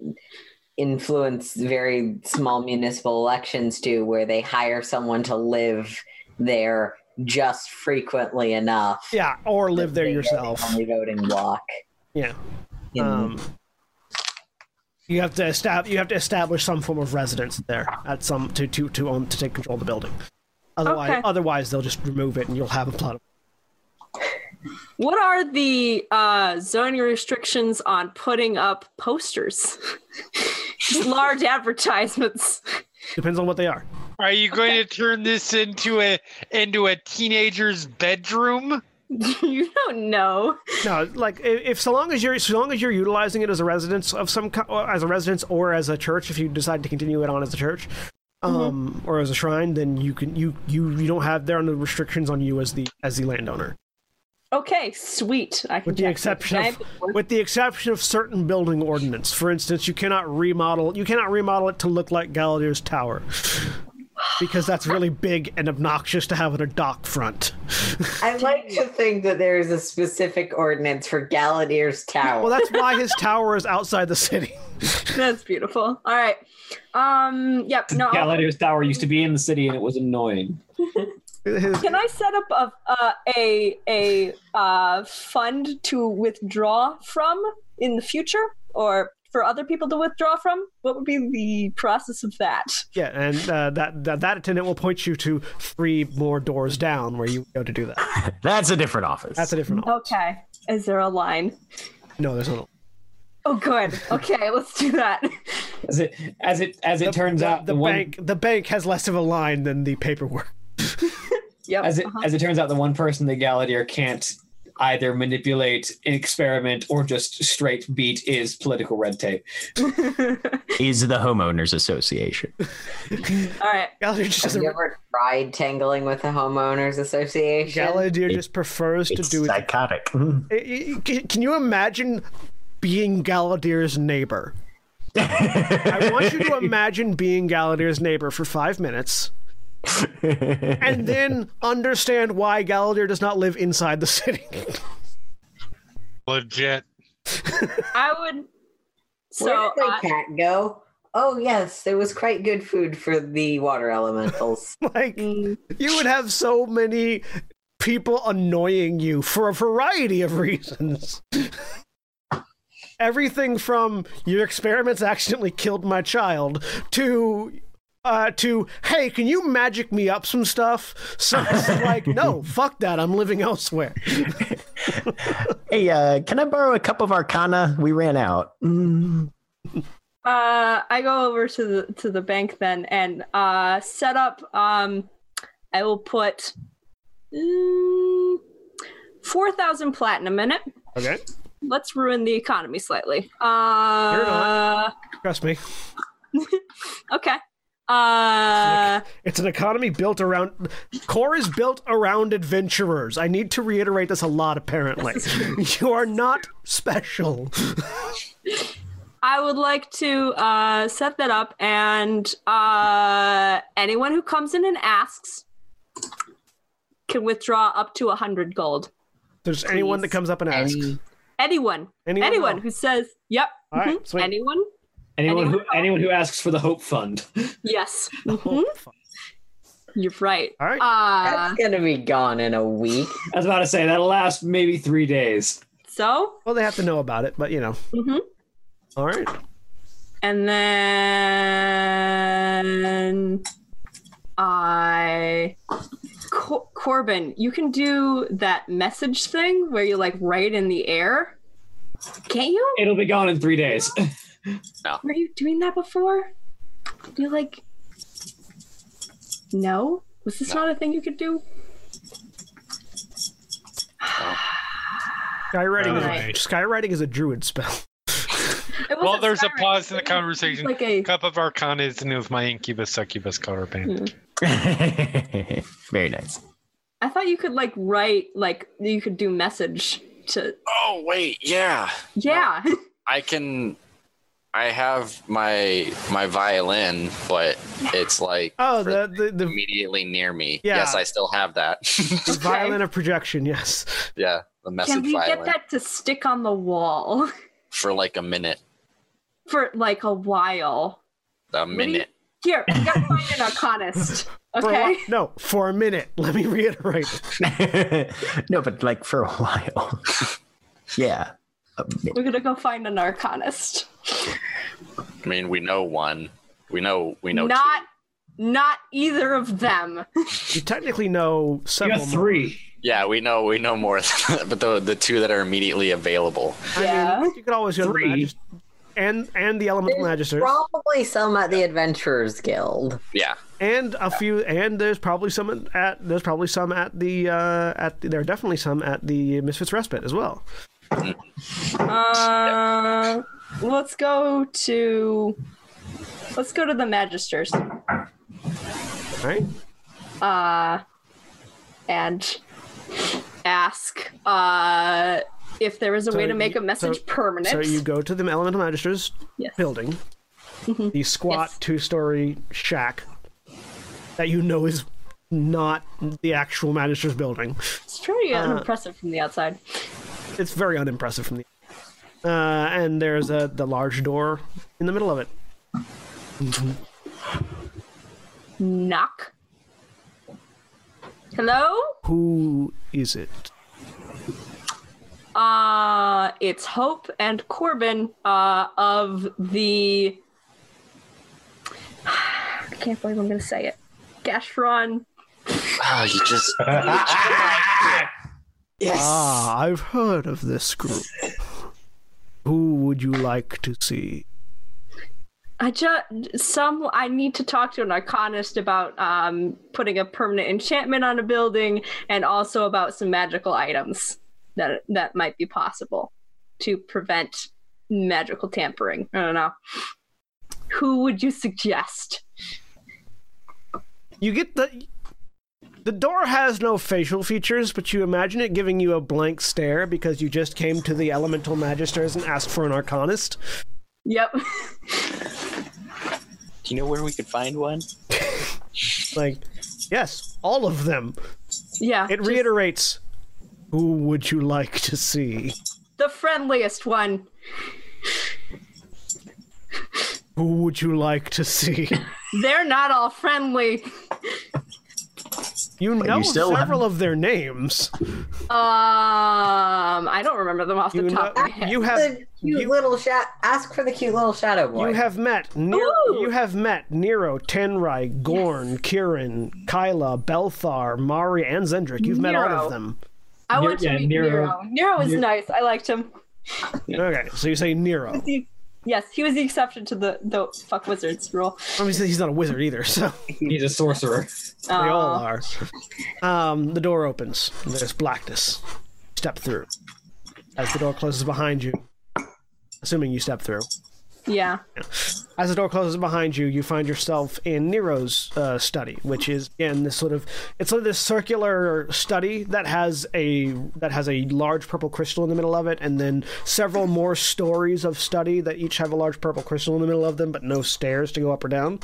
S4: influence very small municipal elections do, where they hire someone to live there just frequently enough.
S1: yeah, or live there yourself.
S4: Only voting block.
S1: Yeah.
S4: in-
S1: Um, you have to establish you have to establish some form of residence there at some to to to own to take control of the building. Otherwise,
S5: Okay.
S1: otherwise they'll just remove it and you'll have a plot. Of-
S5: What are the uh, zoning restrictions on putting up posters? Just large advertisements.
S1: Depends on what they are.
S7: Are you going to turn this into a into a teenager's bedroom?
S5: you don't know.
S1: No, like i- if so long as you're so long as you're utilizing it as a residence of some ki- or as a residence or as a church, if you decide to continue it on as a church, um, or as a shrine, then you can you you you don't have there are no restrictions on you as the as the landowner.
S5: Okay, sweet. I can
S1: with the
S5: check.
S1: exception
S5: Can I
S1: of,
S5: have it?
S1: with the exception of certain building ordinance. For instance, you cannot remodel you cannot remodel it to look like Galadir's tower because that's really big and obnoxious to have in a dock front.
S4: I like to think that there is a specific ordinance for Galladir's Tower.
S1: Well, that's why his tower is outside the city.
S5: That's beautiful. All right. Um. Yep. No. I'll-
S9: Galadir's Tower used to be in the city and it was annoying.
S1: His-
S5: Can I set up a uh, a a uh, fund to withdraw from in the future, or for other people to withdraw from? What would be the process of that?
S1: yeah, and uh, that, that that attendant will point you to three more doors down where you go to do that.
S3: That's a different office.
S1: That's a different.
S5: Okay. Is there a line?
S1: No, there's no.
S5: Oh, good. Okay, let's do that.
S9: As it as it as it turns out,
S1: The
S9: one,
S1: bank the bank has less of a line than the paperwork.
S5: Yep.
S9: as it
S5: uh-huh.
S9: as it turns out, the one person that Galadir can't either manipulate, experiment, or just straight beat is political red tape.
S3: Is the homeowners association?
S5: All right.
S1: Galadir just
S4: Have
S1: doesn't.
S4: you ever tried tangling with the homeowners association?
S1: Galadir just prefers to
S3: It's
S1: do it
S3: psychotic. Mm-hmm.
S1: I- I- Can can you imagine being Galadir's neighbor? I want you to imagine being Galadir's neighbor for five minutes and then understand why Galadir does not live inside the city.
S7: Legit.
S5: I would.
S4: Where
S5: So uh,
S4: did my
S5: I-
S4: cat go? Oh yes, it was quite good food for the water elementals.
S1: like, you would have so many people annoying you for a variety of reasons. Everything from your experiments accidentally killed my child to uh, to hey, can you magic me up some stuff? So it's like, no, fuck that. I'm living elsewhere.
S3: hey, uh, can I borrow a cup of Arcana? We ran out. Mm.
S5: uh, I go over to the to the bank then and uh, set up. Um, I will put mm, four thousand platinum in it.
S1: Okay,
S5: Let's ruin the economy slightly. Uh,
S1: not. trust me,
S5: Okay. Uh,
S1: it's an economy built around. Core is built around adventurers. I need to reiterate this a lot. Apparently, you are not special.
S5: I would like to uh, set that up, and uh, anyone who comes in and asks can withdraw up to hundred gold.
S1: There's anyone
S4: Please.
S1: that comes up and asks.
S5: Anyone,
S1: Anyone
S5: anyone,
S1: at all?
S5: who says, "Yep,"
S1: All right,
S5: mhm,
S1: sweet.
S5: anyone,
S9: Anyone
S5: Anyone
S9: who anyone who asks for the Hope Fund.
S5: yes,
S1: Oh,
S5: mhm.
S1: fuck.
S5: You're right.
S1: All right.
S5: Uh,
S4: That's gonna be gone in a week.
S9: I was about to say that'll last maybe three days.
S5: so,
S1: Well, they have to know about it, but you know.
S5: Mhm.
S1: All right.
S5: and then I. Cor- Corbin, you can do that message thing where you like write in the air. Can't you?
S9: It'll be gone in three days.
S5: Were you doing that before? Do you like? No, was this not a thing you could do?
S1: Skywriting, is a,
S5: Alright.
S1: skywriting is a druid spell.
S5: It wasn't
S7: Well, there's a
S5: Skyrim,
S7: pause in the
S5: it was
S7: conversation.
S5: Like a
S7: Cup of Arcana is the name of my incubus succubus color band.
S5: Hmm.
S3: Very nice.
S5: I thought you could like write like you could do message to
S2: Oh wait, yeah.
S5: yeah.
S2: I can. I have my my violin, but it's like
S1: Oh,
S2: for-
S1: the the, the
S2: immediately near me.
S1: Yeah.
S2: Yes, I still have that.
S5: Okay.
S1: violin of projection. Yes.
S2: yeah, the
S5: Can
S2: message
S5: we
S2: violin
S5: get that to stick on the wall
S2: for like a minute.
S5: for like a while?
S2: A
S5: What do you-
S2: minute.
S5: Here, I got mine in Arcanist.
S1: For a
S5: Okay.
S1: whi- no, for a minute. Let me reiterate.
S3: no, but like for a while. yeah. A bit.
S5: We're gonna go find an Arcanist.
S2: I mean, we know one. We know. We know.
S5: not not either of them.
S1: You technically know
S9: You
S1: several.
S9: got three.
S2: two. Yeah, we know. We know more. Than, but the the two that are immediately available.
S1: I
S5: Yeah.
S1: mean, you could always go to the
S9: Three.
S1: magis- and and the elemental magisters
S4: Probably some at the Adventurers Guild.
S2: Yeah.
S1: and a few and there's probably some at there's probably some at the uh at the, there are definitely some at the misfits respite as well.
S5: Uh, let's go to let's go to the magisters.
S1: Right?
S5: uh, and ask uh, if there is a way
S1: So
S5: to make
S1: you-
S5: a message
S1: so-
S5: permanent.
S1: So you go to the elemental magisters
S5: Yes.
S1: building, the squat
S5: Mm-hmm. Yes.
S1: two story shack that you know is not the actual magister's building.
S5: It's pretty
S1: uh,
S5: unimpressive from the outside.
S1: It's very unimpressive from the. Uh, and there's a the large door in the middle of it.
S5: Knock. Hello?
S1: Who is it?
S5: Uh, it's Hope and Corbin uh, of the. I can't believe I'm going to say it. Gashron.
S2: Oh, you just.
S1: Ah, I've heard of this group. Who would you like to see?
S5: I just some I need to talk to an arcanist about um, putting a permanent enchantment on a building and also about some magical items that that might be possible to prevent magical tampering. I don't know. Who would you suggest?
S1: You get the the door has no facial features, but you imagine it giving you a blank stare because you just came to the elemental magisters and asked for an arcanist.
S5: Yep.
S2: Do you know where we could find one?
S1: Like, yes, all of them.
S5: yeah.
S1: It
S5: just
S1: reiterates. Who would you like to see?
S5: the friendliest one.
S1: Who would you like to see?
S5: They're not all friendly.
S1: You know
S3: still have-
S1: several of their names.
S5: Um, I don't remember them off the
S1: You,
S5: top
S1: know-
S5: of my head.
S1: you
S4: The
S1: have
S4: cute
S1: you-
S4: little sha- ask for the cute little shadow boy.
S1: You have met Nero,
S5: Ooh.
S1: you have met Nero, Tenrai, Gorn, Kieran, Kyla, Belthar, Mari, and Zendrick. You've met all
S5: Nero.
S1: of them.
S5: I
S9: Ne-
S5: want to
S9: yeah,
S5: meet
S9: Nero-
S5: Nero. Nero is
S9: Ne-
S5: nice. I liked him.
S1: Okay, so you say Nero.
S5: the- yes, he was the exception to the the fuck wizards rule.
S1: Obviously, he's not a wizard either, so
S9: He's a sorcerer.
S1: they all are. Um, the door opens. There's blackness. Step through. As the door closes behind you, assuming you step through.
S5: Yeah.
S1: As the door closes behind you, you find yourself in Nero's uh, study, which is again this sort of it's sort of this circular study that has a that has a large purple crystal in the middle of it, and then several more stories of study that each have a large purple crystal in the middle of them, but no stairs to go up or down.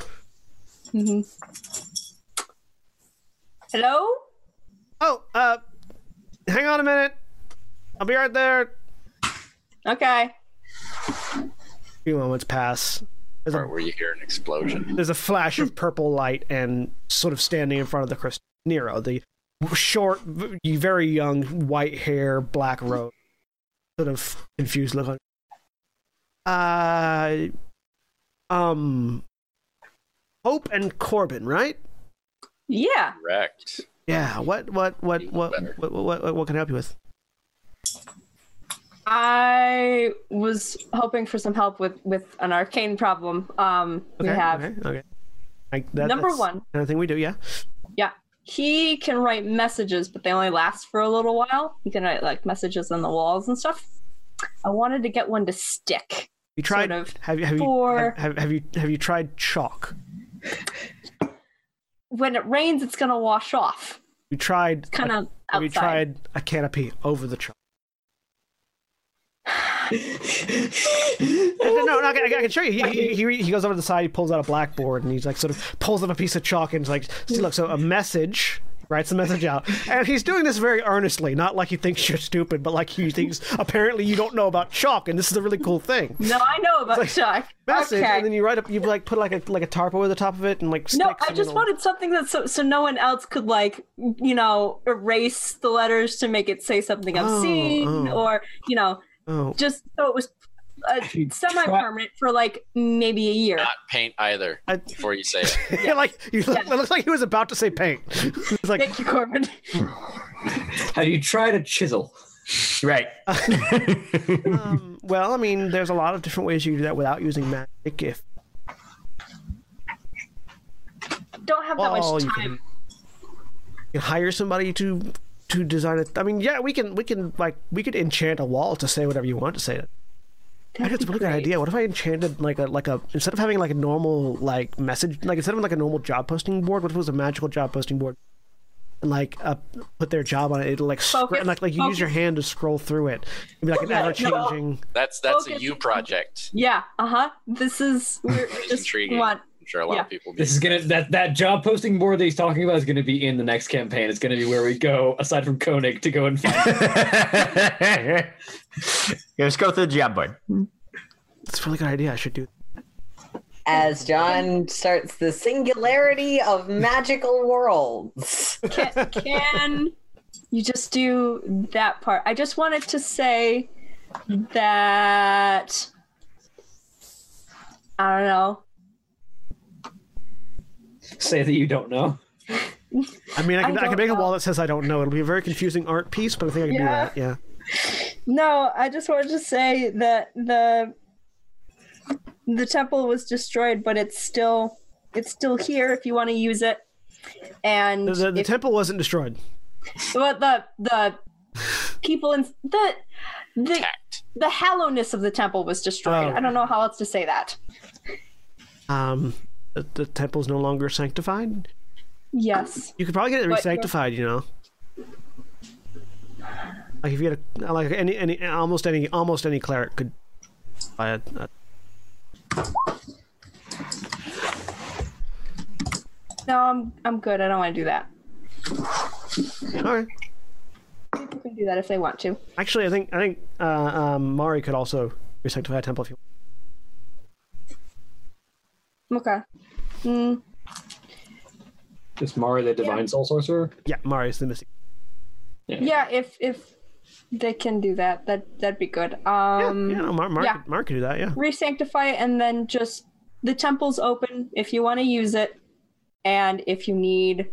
S5: Hello?
S1: Oh, uh, hang on a minute, I'll be right there.
S5: Okay.
S1: few moments pass.
S2: part where you hear an explosion.
S1: There's a flash of purple light and sort of standing in front of the Chris Nero, the short, v- very young, white hair, black robe, sort of confused look. on- Uh, um, Hope and Corbin, right?
S5: Yeah.
S2: Correct.
S1: Yeah. What? What? What? What? What? What? What, what can I help you with?
S5: I was hoping for some help with with an arcane problem. Um, we have
S1: Okay. Okay. I, that,
S5: Number
S1: that's
S5: one.
S1: Another thing we do. Yeah.
S5: yeah. He can write messages, but they only last for a little while. He can write like messages on the walls and stuff. I wanted to get one to stick.
S1: You tried.
S5: Sort of
S1: have you? Have you?
S5: for-
S1: Have, have, have you? Have you tried chalk?
S5: When it rains, it's gonna wash off.
S1: You tried.
S5: Kind of
S1: Have you
S5: outside.
S1: tried a canopy over the chalk? no, no, I can, I can show you. He, he- he, he goes over to the side, he pulls out a blackboard, and he's like, sort of pulls up a piece of chalk and is like, see, look, so a message, writes the message out. And he's doing this very earnestly, not like he thinks you're stupid, but like he thinks apparently you don't know about chalk, and this is a really cool thing.
S5: No, I know about Chuck.
S1: Message,
S5: Okay.
S1: and then you write up, you like put like a like a tarp over the top of it, and like
S5: No,
S1: stick
S5: I
S1: some
S5: just
S1: little-
S5: wanted something that so, so no one else could like you know erase the letters to make it say something
S1: Oh,
S5: obscene
S1: oh.
S5: or you know
S1: Oh.
S5: just so it was uh, semi-permanent for like maybe a year.
S2: Not paint either before you say it.
S1: Yeah, like you look, it looks like he was about to say paint. It's like
S5: Thank you, Corbin.
S9: Have you tried a chisel?
S3: Right.
S1: um, well, I mean, there's a lot of different ways you can do that without using magic. If
S5: Don't have that
S1: Oh,
S5: much
S1: you
S5: time.
S1: you hire somebody to to design it. I mean, yeah, we can we can like we could enchant a wall to say whatever you want to say. I it's a really good idea. What if I enchanted like a like a instead of having like a normal like message like instead of like a normal job posting board, what if it was a magical job posting board? And like uh, put their job on it, it'll like scr-
S5: Focus,
S1: and, like like you use your
S5: focus.
S1: hand to scroll through it. It'd be like an
S5: Yeah,
S1: ever
S5: no.
S1: changing.
S2: That's that's a
S5: Focus.
S2: you project.
S5: Yeah. Uh huh. This is we're we just
S2: Intriguing.
S5: want.
S2: I'm sure a lot
S5: Yeah.
S2: of people do.
S9: This is gonna that that job posting board that he's talking about is gonna be in the next campaign. It's gonna be where we go aside from Koenig to go and find.
S3: Let's go through the job board.
S1: It's a really good idea. I should do.
S4: As John starts the singularity of magical worlds.
S5: Can, can you just do that part? I just wanted to say that I don't know.
S9: Say that you don't know.
S1: I mean, I can I,
S5: I
S1: can
S5: don't
S1: make a wall that says I don't know. It'll be a very confusing art piece, but I think I can
S5: Yeah.
S1: do that. Yeah.
S5: No, I just wanted to say that the the temple was destroyed, but it's still it's still here if you want to use it. And
S1: The, the, the
S5: if-
S1: temple wasn't destroyed.
S5: well, the the people in the the the hallowness of the temple was destroyed.
S1: Oh.
S5: I don't know how else to say that.
S1: Um, the, the temple's no longer sanctified.
S5: Yes.
S1: You could probably get it
S5: But-
S1: re-sanctified, you know. Like if you had a, like any any almost any almost any cleric could buy a, a
S5: No, I'm I'm good. I don't want to do that.
S1: all right.
S5: People can do that if they want to.
S1: Actually, I think I think uh, um, Mari could also re-sanctify a temple if you want.
S5: Okay. Mm,
S9: Is Mari the divine soul sorcerer?
S1: Yeah, Mari's the mystic.
S5: yeah, if if they can do that, that that'd be good. Um
S1: yeah, no, Mar, Mar,
S5: yeah.
S1: Mar could do that. Yeah.
S5: resanctify it and then just the temple's open if you want to use it and if you need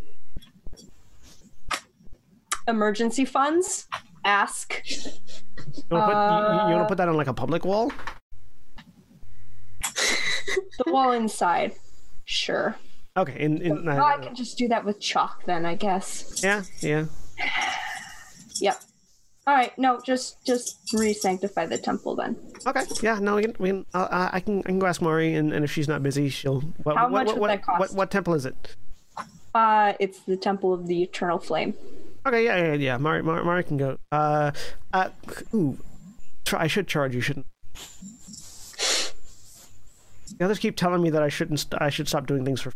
S5: emergency funds ask
S1: You want to put, you, you wanna put that on like a public wall?
S5: the wall inside sure
S1: Okay. In, in,
S5: Oh,
S1: uh,
S5: i can just do that with chalk then i guess
S1: yeah. Yeah.
S5: yep all right no just just re-sanctify the temple then
S1: Okay. Yeah. No. We can. We can. Uh, uh, I can. I can go ask Maury, and, and if she's not busy, she'll. What,
S5: How
S1: what,
S5: much
S1: what,
S5: would
S1: what,
S5: that cost?
S1: What, what temple is it?
S5: uh it's the temple of the eternal flame
S1: Okay. Yeah. Yeah. Yeah. Maury. Maury, Maury can go. Uh. Uh. Ooh. Try, I should charge you, shouldn't? The others keep telling me that I shouldn't. St- I should stop doing things for.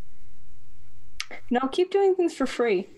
S5: no keep doing things for free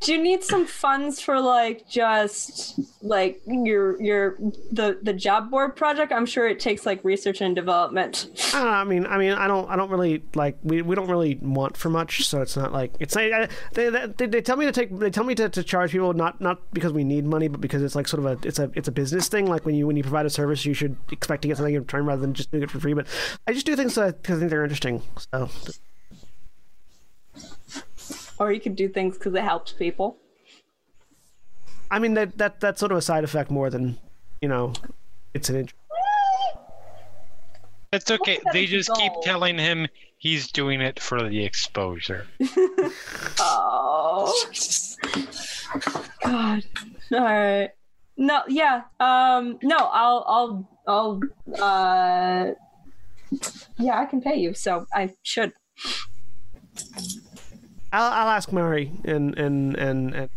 S5: Do you need some funds for like just like your your the the job board project? I'm sure it takes like research and development.
S1: I, don't know, Uh, I mean, I mean, I don't, I don't really like. We, we don't really want for much, so it's not like it's. I, I, they, they they tell me to take. They tell me to, to charge people not not because we need money, but because it's like sort of a it's a it's a business thing. Like when you when you provide a service, you should expect to get something in return rather than just doing it for free. But I just do things that because I think they're interesting. So
S5: Or you could do things because it helps people.
S1: I mean that that that's sort of a side effect more than you know. It's an interest.
S7: That's okay. They just keep telling him he's doing it for the exposure.
S5: Oh. God. All right. No, yeah. Um no, I'll I'll I'll uh yeah, I can pay you, so I should.
S1: I'll, I'll ask Mary and and and, and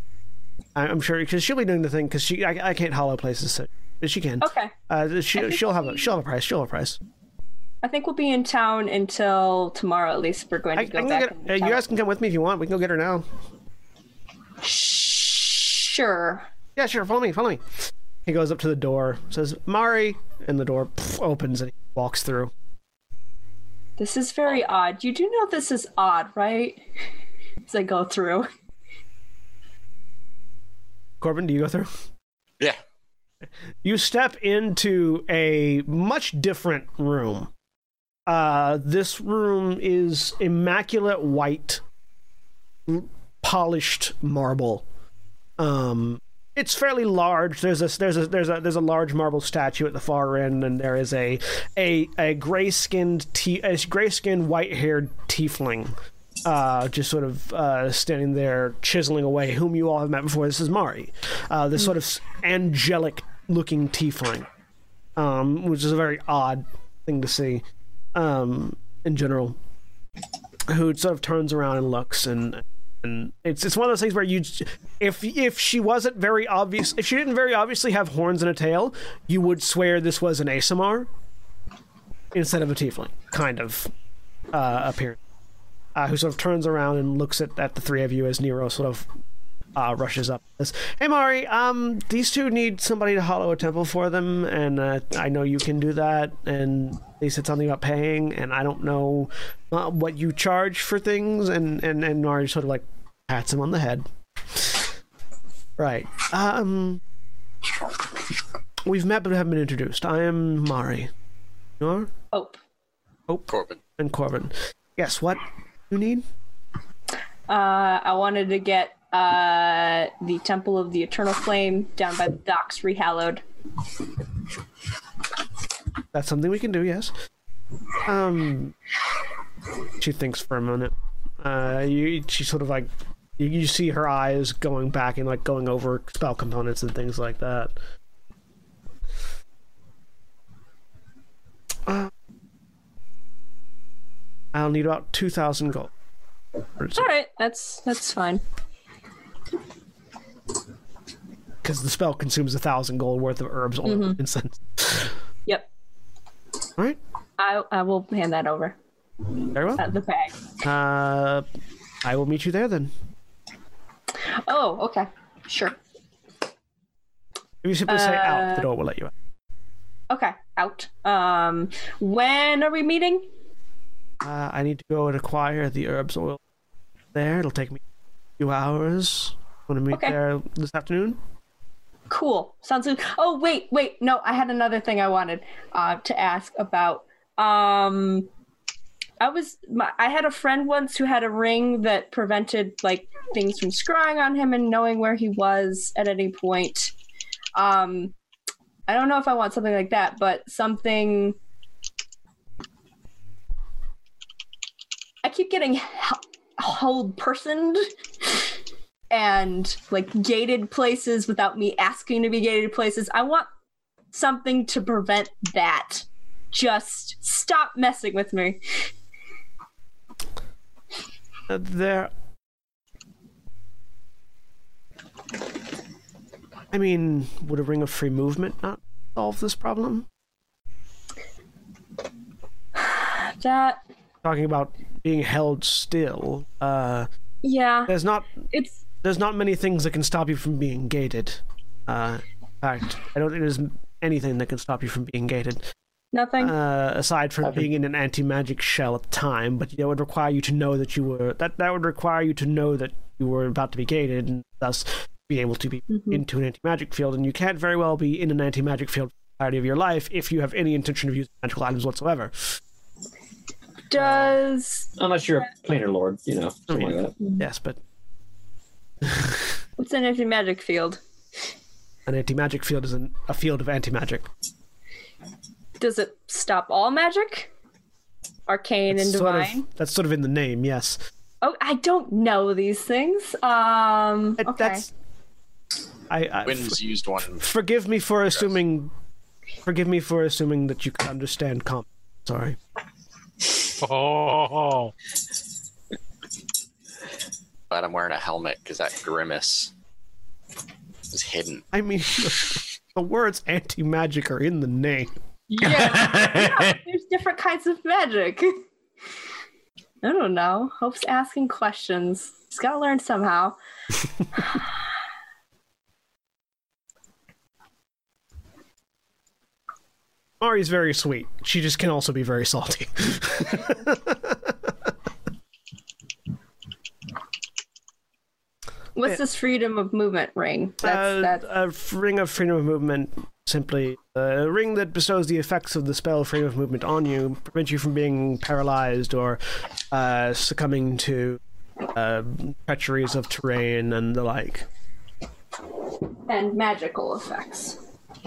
S1: I- I'm sure because she'll be doing the thing because she I, I can't hollow places so but she can.
S5: Okay.
S1: Uh, she
S5: think
S1: she'll have a she'll have a price. She'll have a price.
S5: I think we'll be in town until tomorrow at least. if We're going
S1: I,
S5: to
S1: I
S5: go
S1: can
S5: back.
S1: get,
S5: and
S1: uh, you
S5: tell-
S1: guys can come with me if you want. We can go get her now.
S5: Sure.
S1: Yeah, sure. Follow me. Follow me. He goes up to the door, says Mari, and the door pff, opens and he walks through.
S5: This is very odd. You do know this is odd, right? As I go through.
S1: Corbin, do you go through?
S2: Yeah.
S1: You step into a much different room. Uh, this room is immaculate white, m- polished marble. Um, it's fairly large. There's a there's a there's a there's a large marble statue at the far end, and there is a a a gray skinned t a gray skinned white haired tiefling, uh, just sort of uh, standing there chiseling away. Whom you all have met before. This is Mari, uh, this sort of s- angelic looking tiefling, um, which is a very odd thing to see, um, in general who sort of turns around and looks and and it's it's one of those things where you if if she wasn't very obvious if she didn't very obviously have horns and a tail you would swear this was an ASMR instead of a tiefling kind of uh, appearance uh, who sort of turns around and looks at, at the three of you as Nero sort of uh, rushes up. Says, hey Mari, um, these two need somebody to hollow a temple for them, and uh, I know you can do that. And they said something about paying, and I don't know uh, what you charge for things. And and and Mari sort of like pats him on the head. Right. Um, we've met but haven't been introduced. I am Mari. You are?
S5: Hope.
S2: Corbin.
S1: and Corbin. Yes, what you need?
S5: Uh, I wanted to get uh, the Temple of the Eternal Flame down by the docks rehallowed.
S1: That's something we can do, yes. Um, she thinks for a minute. Uh, you, she sort of like, you, you see her eyes going back and like going over spell components and things like that. Uh, I'll need about 2,000 gold.
S5: All right, that's that's fine.
S1: Because the spell consumes a 1,000 gold worth of herbs, oil,
S5: Mhm.
S1: incense.
S5: Yep.
S1: All right.
S5: I I will hand that over.
S1: Very well.
S5: Uh, the bag.
S1: Uh, I will meet you there then.
S5: Oh, okay. Sure.
S1: If you simply say out,
S5: Uh,
S1: the door will let you out.
S5: Okay. Out. Um, when are we meeting?
S1: Uh, I need to go and acquire the herbs oil there. It'll take me a few hours. I'm going to meet
S5: Okay.
S1: there this afternoon.
S5: Cool. Sounds good. Oh, wait, wait. No, I had another thing I wanted uh, to ask about. Um, I was, my, I had a friend once who had a ring that prevented like things from scrying on him and knowing where he was at any point. Um, I don't know if I want something like that, but something. I keep getting h- hold personed and like gated places without me asking to be gated places. I want something to prevent that. Just stop messing with me.
S1: Uh, there. I mean, would a ring of free movement not solve this problem?
S5: That
S1: Talking about being held still. Uh,
S5: yeah,
S1: there's not
S5: it's
S1: There's not many things that can stop you from being gated. Uh, in fact, I don't think there's anything that can stop you from being gated.
S5: Nothing.
S1: Uh, aside from being in an anti-magic shell at the time, but that would require you to know that you were that that would require you to know that you were about to be gated, and thus be able to be
S5: Mm-hmm.
S1: into an anti-magic field. And you can't very well be in an anti-magic field for the entirety of your life if you have any intention of using magical items whatsoever.
S5: Does
S9: Unless you're a planar lord, you know, something like that.
S5: Mm-hmm.
S1: Yes, but
S5: what's an anti magic field?
S1: an anti-magic field is an, a field of anti-magic.
S5: Does it stop all magic? Arcane and
S1: That's sort of-
S5: divine.
S1: that's sort of in the name, yes.
S5: Oh, I don't know these things. Um, okay.
S1: That's. I, I
S2: Wynn's used one.
S1: forgive me for assuming. Forgive me for assuming that you can understand comp. Sorry.
S7: Oh,
S2: Glad I'm wearing a helmet because that grimace is hidden.
S1: I mean, the words anti-magic are in the name.
S5: yeah. There's different kinds of magic. I don't know. Hope's asking questions. He's got to learn somehow.
S1: Mari's very sweet. She just can also be very salty.
S5: What's
S1: Yeah.
S5: this freedom of movement ring? That's
S1: Uh,
S5: that's
S1: A f- ring of freedom of movement, simply uh, a ring that bestows the effects of the spell freedom of movement on you, prevents you from being paralyzed or uh, succumbing to uh, treacheries of terrain and the like.
S5: and magical effects.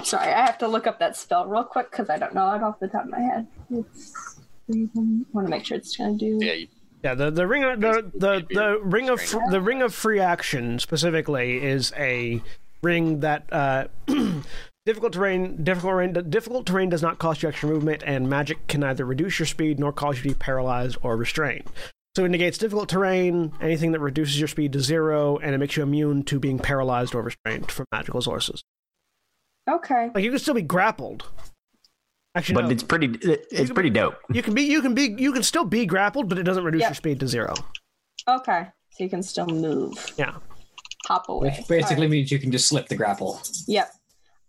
S5: Sorry, I have to look up that spell real quick because I don't know it off the top of my head. It's freedom. want to make sure it's going to do.
S2: Yeah, you,
S1: Yeah, the, the ring of, the, the, the ring of fr- the ring of free action specifically is a ring that uh, difficult terrain difficult terrain difficult terrain does not cost you extra movement, and magic can neither reduce your speed nor cause you to be paralyzed or restrained. So it negates difficult terrain, anything that reduces your speed to zero, and it makes you immune to being paralyzed or restrained from magical sources.
S5: Okay.
S1: Like you can still be grappled. Actually,
S3: but
S1: no.
S3: it's pretty. it- It's pretty dope.
S1: you can be you can be you can still be grappled, but it doesn't reduce
S5: Yeah.
S1: your speed to zero.
S5: Okay. So you can still move,
S1: Yeah.
S5: hop away.
S9: Which basically means you can just slip the grapple.
S5: Yep.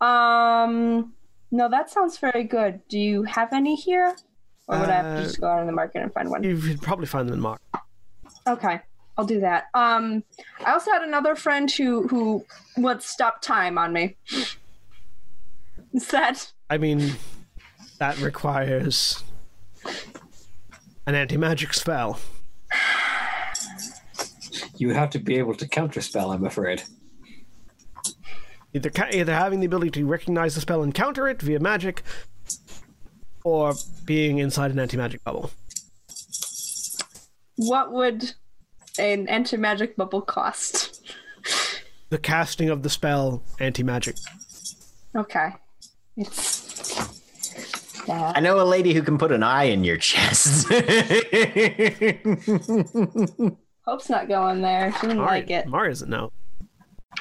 S5: Um. No, that sounds very good. Do you have any here, or would I have
S1: Uh,
S5: to just go out in the market and find one?
S1: You could probably find them in Mark.
S5: Okay, I'll do that. Um, I also had another friend who who would stop time on me. Is that
S1: I mean, that requires an anti-magic spell.
S9: You have to be able to counterspell, I'm afraid.
S1: Either ca- either having the ability to recognize the spell and counter it via magic, or being inside an anti-magic bubble.
S5: what would an anti magic bubble cost?
S1: The casting of the spell anti-magic.
S5: Okay, it's
S3: I
S5: that.
S3: know a lady who can put an eye in your chest.
S5: Hope's not going there. She didn't
S1: Mari,
S5: like it.
S1: Mari doesn't know.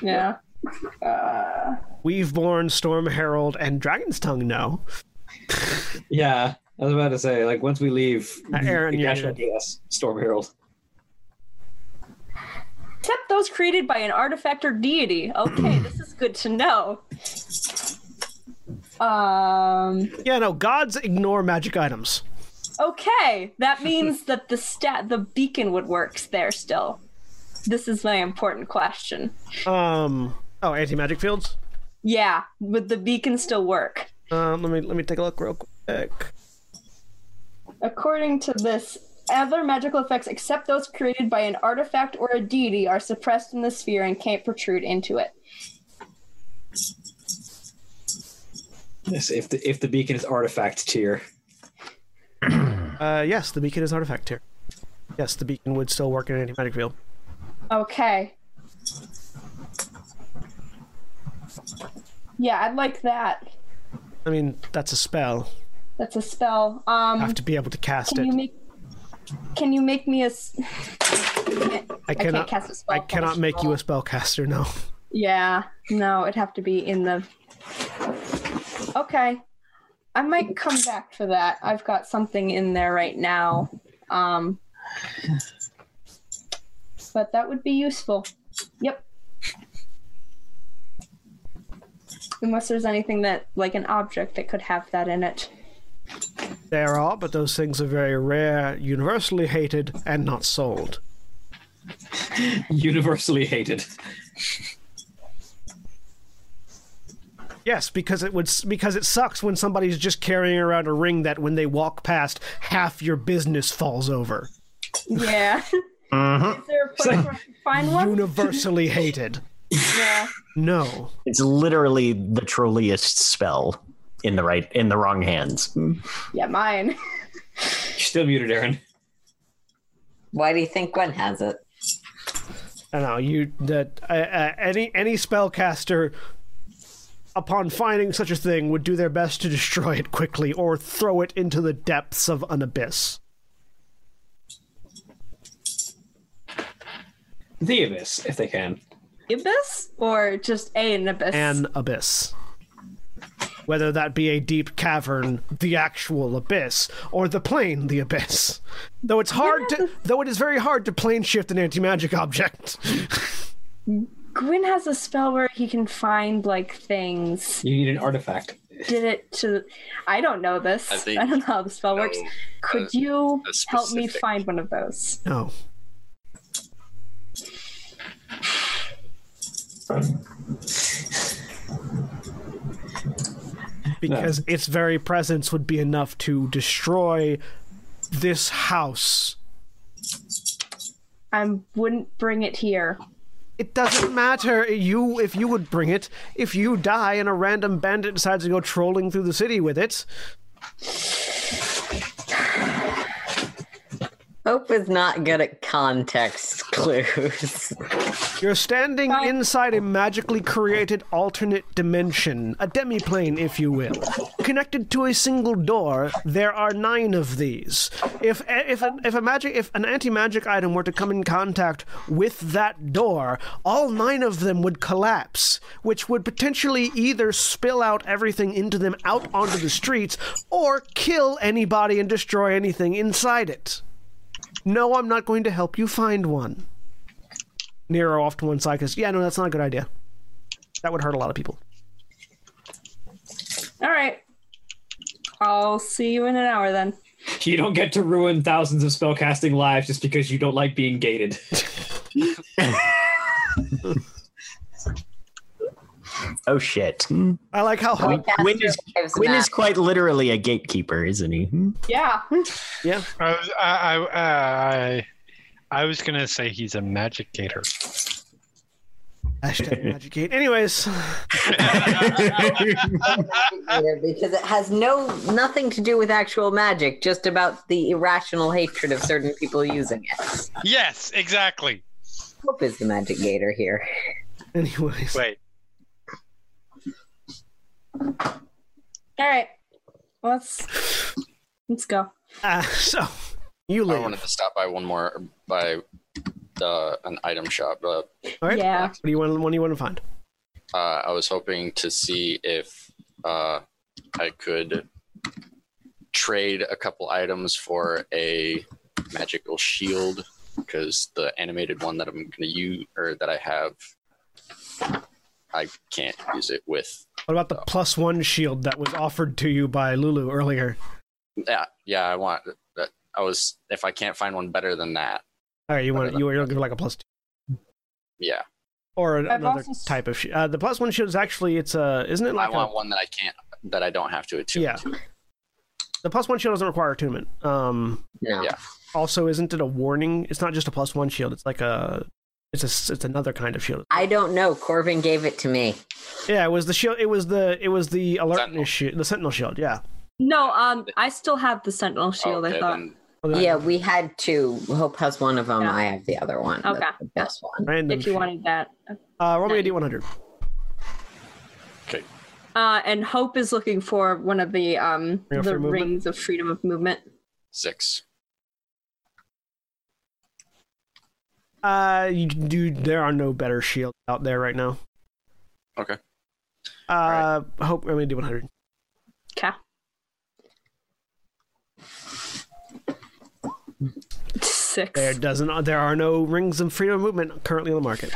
S5: Yeah. Uh,
S1: Weaveborn, Storm Herald, and Dragon's Tongue know.
S9: Yeah, I was about to say, like, once we leave,
S1: Uh, Aaron,
S9: you
S1: you're
S9: actually do this, Storm Herald.
S5: except those created by an artifact or deity. Okay, this is good to know. Um.
S1: Yeah, no, gods ignore magic items.
S5: Okay, that means that the stat the beacon would works there still. This is my important question.
S1: Um, oh, anti-magic fields.
S5: Yeah, would the beacon still work?
S1: Um, let me let me take a look real quick.
S5: According to this, other magical effects except those created by an artifact or a deity are suppressed in the sphere and can't protrude into it.
S9: Yes, if the if the beacon is artifact tier.
S1: Uh, yes, the beacon is artifact here. Yes, the beacon would still work in an anti-magic field.
S5: Okay. Yeah, I'd like that.
S1: I mean, that's a spell.
S5: That's a spell.
S1: I
S5: Um
S1: have to be able to cast
S5: can you
S1: it.
S5: make can you make me a s-
S1: I
S5: I
S1: cannot.
S5: can't cast a spell.
S1: I
S5: from
S1: cannot
S5: this
S1: make you
S5: roll.
S1: a spellcaster. No.
S5: Yeah, no, it'd have to be in the. Okay, I might come back for that. I've got something in there right now, um, but that would be useful. Yep. Unless there's anything that, like an object that could have that in it.
S1: There are, but those things are very rare, universally hated, and not sold.
S9: Universally hated.
S1: Yes, because it would because it sucks when somebody's just carrying around a ring that when they walk past, half your business falls over.
S5: Yeah. Is there a place where I can find one?
S1: Universally hated.
S5: Yeah.
S1: No.
S3: It's literally the trolliest spell in the right in the wrong hands.
S5: Yeah, mine.
S9: You're still muted, Aaron.
S4: Why do you think Gwen has it?
S1: I don't know you that uh, uh, any any spellcaster upon finding such a thing would do their best to destroy it quickly or throw it into the depths of an abyss.
S9: The abyss, if they can.
S5: Abyss? Or just a an abyss?
S1: An abyss. Whether that be a deep cavern, the actual abyss, or the plane, the abyss. Though it's hard to, though it is very hard to plane shift an anti-magic object.
S5: Gwyn has a spell where he can find, like, things.
S9: You need an artifact.
S5: Did it to. I don't know this.
S2: I
S5: I,
S2: think-
S5: don't know how the spell works.
S2: No,
S5: Could
S2: uh,
S5: you
S2: a
S5: help me
S2: specific-
S5: find one of those?
S1: No. Because its very presence would be enough to destroy this house.
S5: I wouldn't bring it here.
S1: It doesn't matter you if you would bring it. If you die and a random bandit decides to go trolling through the city with it,
S4: Hope is not good at context clues.
S1: You're standing inside a magically created alternate dimension, a demiplane, if you will. Connected to a single door, there are nine of these. If if a, if a magic if an anti-magic item were to come in contact with that door, all nine of them would collapse, which would potentially either spill out everything into them out onto the streets, or kill anybody and destroy anything inside it. No, I'm not going to help you find one. Nero off to one side because, yeah, no, that's not a good idea. That would hurt a lot of people.
S5: All right. I'll see you in an hour then.
S9: You don't get to ruin thousands of spellcasting lives just because you don't like being gated.
S3: Oh shit.
S1: I like how hard.
S3: Gwyn is, Gwyn is quite literally a gatekeeper, isn't he? Hmm?
S5: Yeah.
S1: Yeah.
S7: I was, I, I, I, I was gonna say he's a magic gator.
S1: Hashtag magicate. Anyways,
S4: Either because it has no nothing to do with actual magic, just about the irrational hatred of certain people using it.
S7: Yes, exactly.
S4: Hope is the magic gator here.
S1: anyways.
S7: Wait,
S5: All right. Let's let's go.
S1: Uh, so, you
S2: I
S1: leave.
S2: wanted to stop by one more by uh, an item shop. Uh,
S1: All right.
S5: Yeah.
S1: What do you want? What do you want to find?
S2: uh, I was hoping to see if uh, I could trade a couple items for a magical shield because the animated one that I'm going to use or that I have, I can't use it with.
S1: What about the plus one shield that was offered to you by Lulu earlier?
S2: Yeah, yeah. I want. that- I was if I can't find one better than that.
S1: All right, you want you were looking for like a plus two
S2: Yeah,
S1: or
S5: I've
S1: another
S5: also s-
S1: type of shield. Uh, the plus one shield is actually it's a isn't it
S2: I
S1: like a-
S2: want one that I can't that I don't have to attune
S1: Yeah.
S2: to.
S1: the plus one shield doesn't require attunement. Um,
S4: No.
S2: Yeah.
S1: also isn't it a warning? It's not just a plus one shield. It's like a it's a it's another kind of shield.
S4: I don't know. Corbin gave it to me.
S1: Yeah, it was the shield. It was the it was the
S2: Sentinel.
S1: alertness shield, the sentinel shield. Yeah.
S5: No, um I still have the sentinel shield, I
S2: Oh, Okay,
S5: thought.
S2: then
S4: Yeah, we had two. Hope has one of them.
S5: Yeah.
S4: I have the other one.
S5: Okay.
S4: The best one.
S1: Random.
S5: If you
S1: shield.
S5: wanted that.
S1: Uh, roll me a d100.
S5: Uh and Hope is looking for one of the um
S1: Ring of
S5: the
S1: free movement?
S5: rings of freedom of movement.
S2: six.
S1: Uh, you do. There are no better shields out there right now.
S2: Okay.
S1: Uh, hope roll me a d100.
S5: Okay. Six.
S1: There doesn't. There are no rings of freedom of movement currently on the market.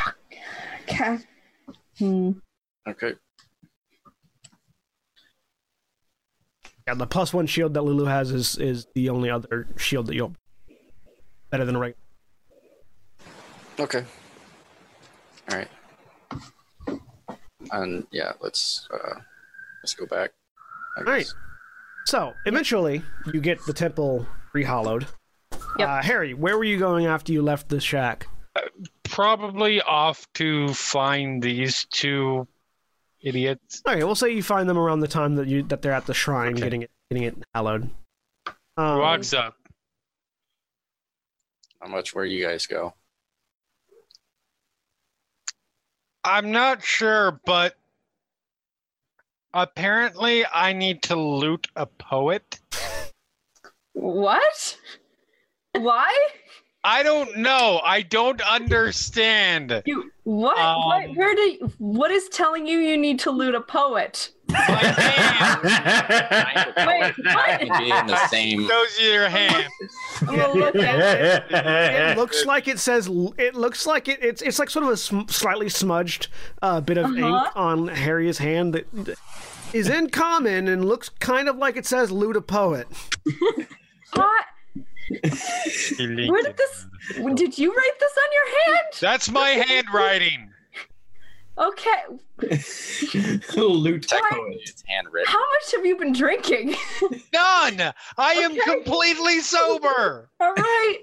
S5: Okay. Hmm.
S2: Okay.
S1: Yeah, the plus one shield that Lulu has is is the only other shield that you'll better than a regular.
S2: Okay. All right. And yeah, let's uh, let's go back. I
S1: All right.
S2: guess.
S1: So eventually, you get the temple rehollowed. Uh, Harry, where were you going after you left the shack?
S7: Probably off to find these two idiots.
S1: Okay, we'll say you find them around the time that you that they're at the shrine getting it getting it hallowed. Um,
S7: Rocks up.
S2: How much? Where you guys go?
S7: I'm not sure, but apparently I need to loot a poet.
S5: What? Why?
S7: I don't know. I don't understand.
S5: You what?
S7: Um,
S5: what? Where do? What is telling you you need to loot a poet? Wait, what?
S2: Be in the same.
S7: Shows you your hand.
S5: I'm gonna look at it.
S1: It looks like it says. It looks like it, it's it's like sort of a sm- slightly smudged uh, bit of
S5: Uh-huh.
S1: ink on Harry's hand that that is in common and looks kind of like it says "Luda Poet."
S5: What? Where did this? Did you write this on your hand?
S7: That's my handwriting.
S5: Okay.
S9: Loot.
S2: Technically, it's handwritten.
S5: How much have you been drinking?
S7: None. I am completely sober.
S5: All right.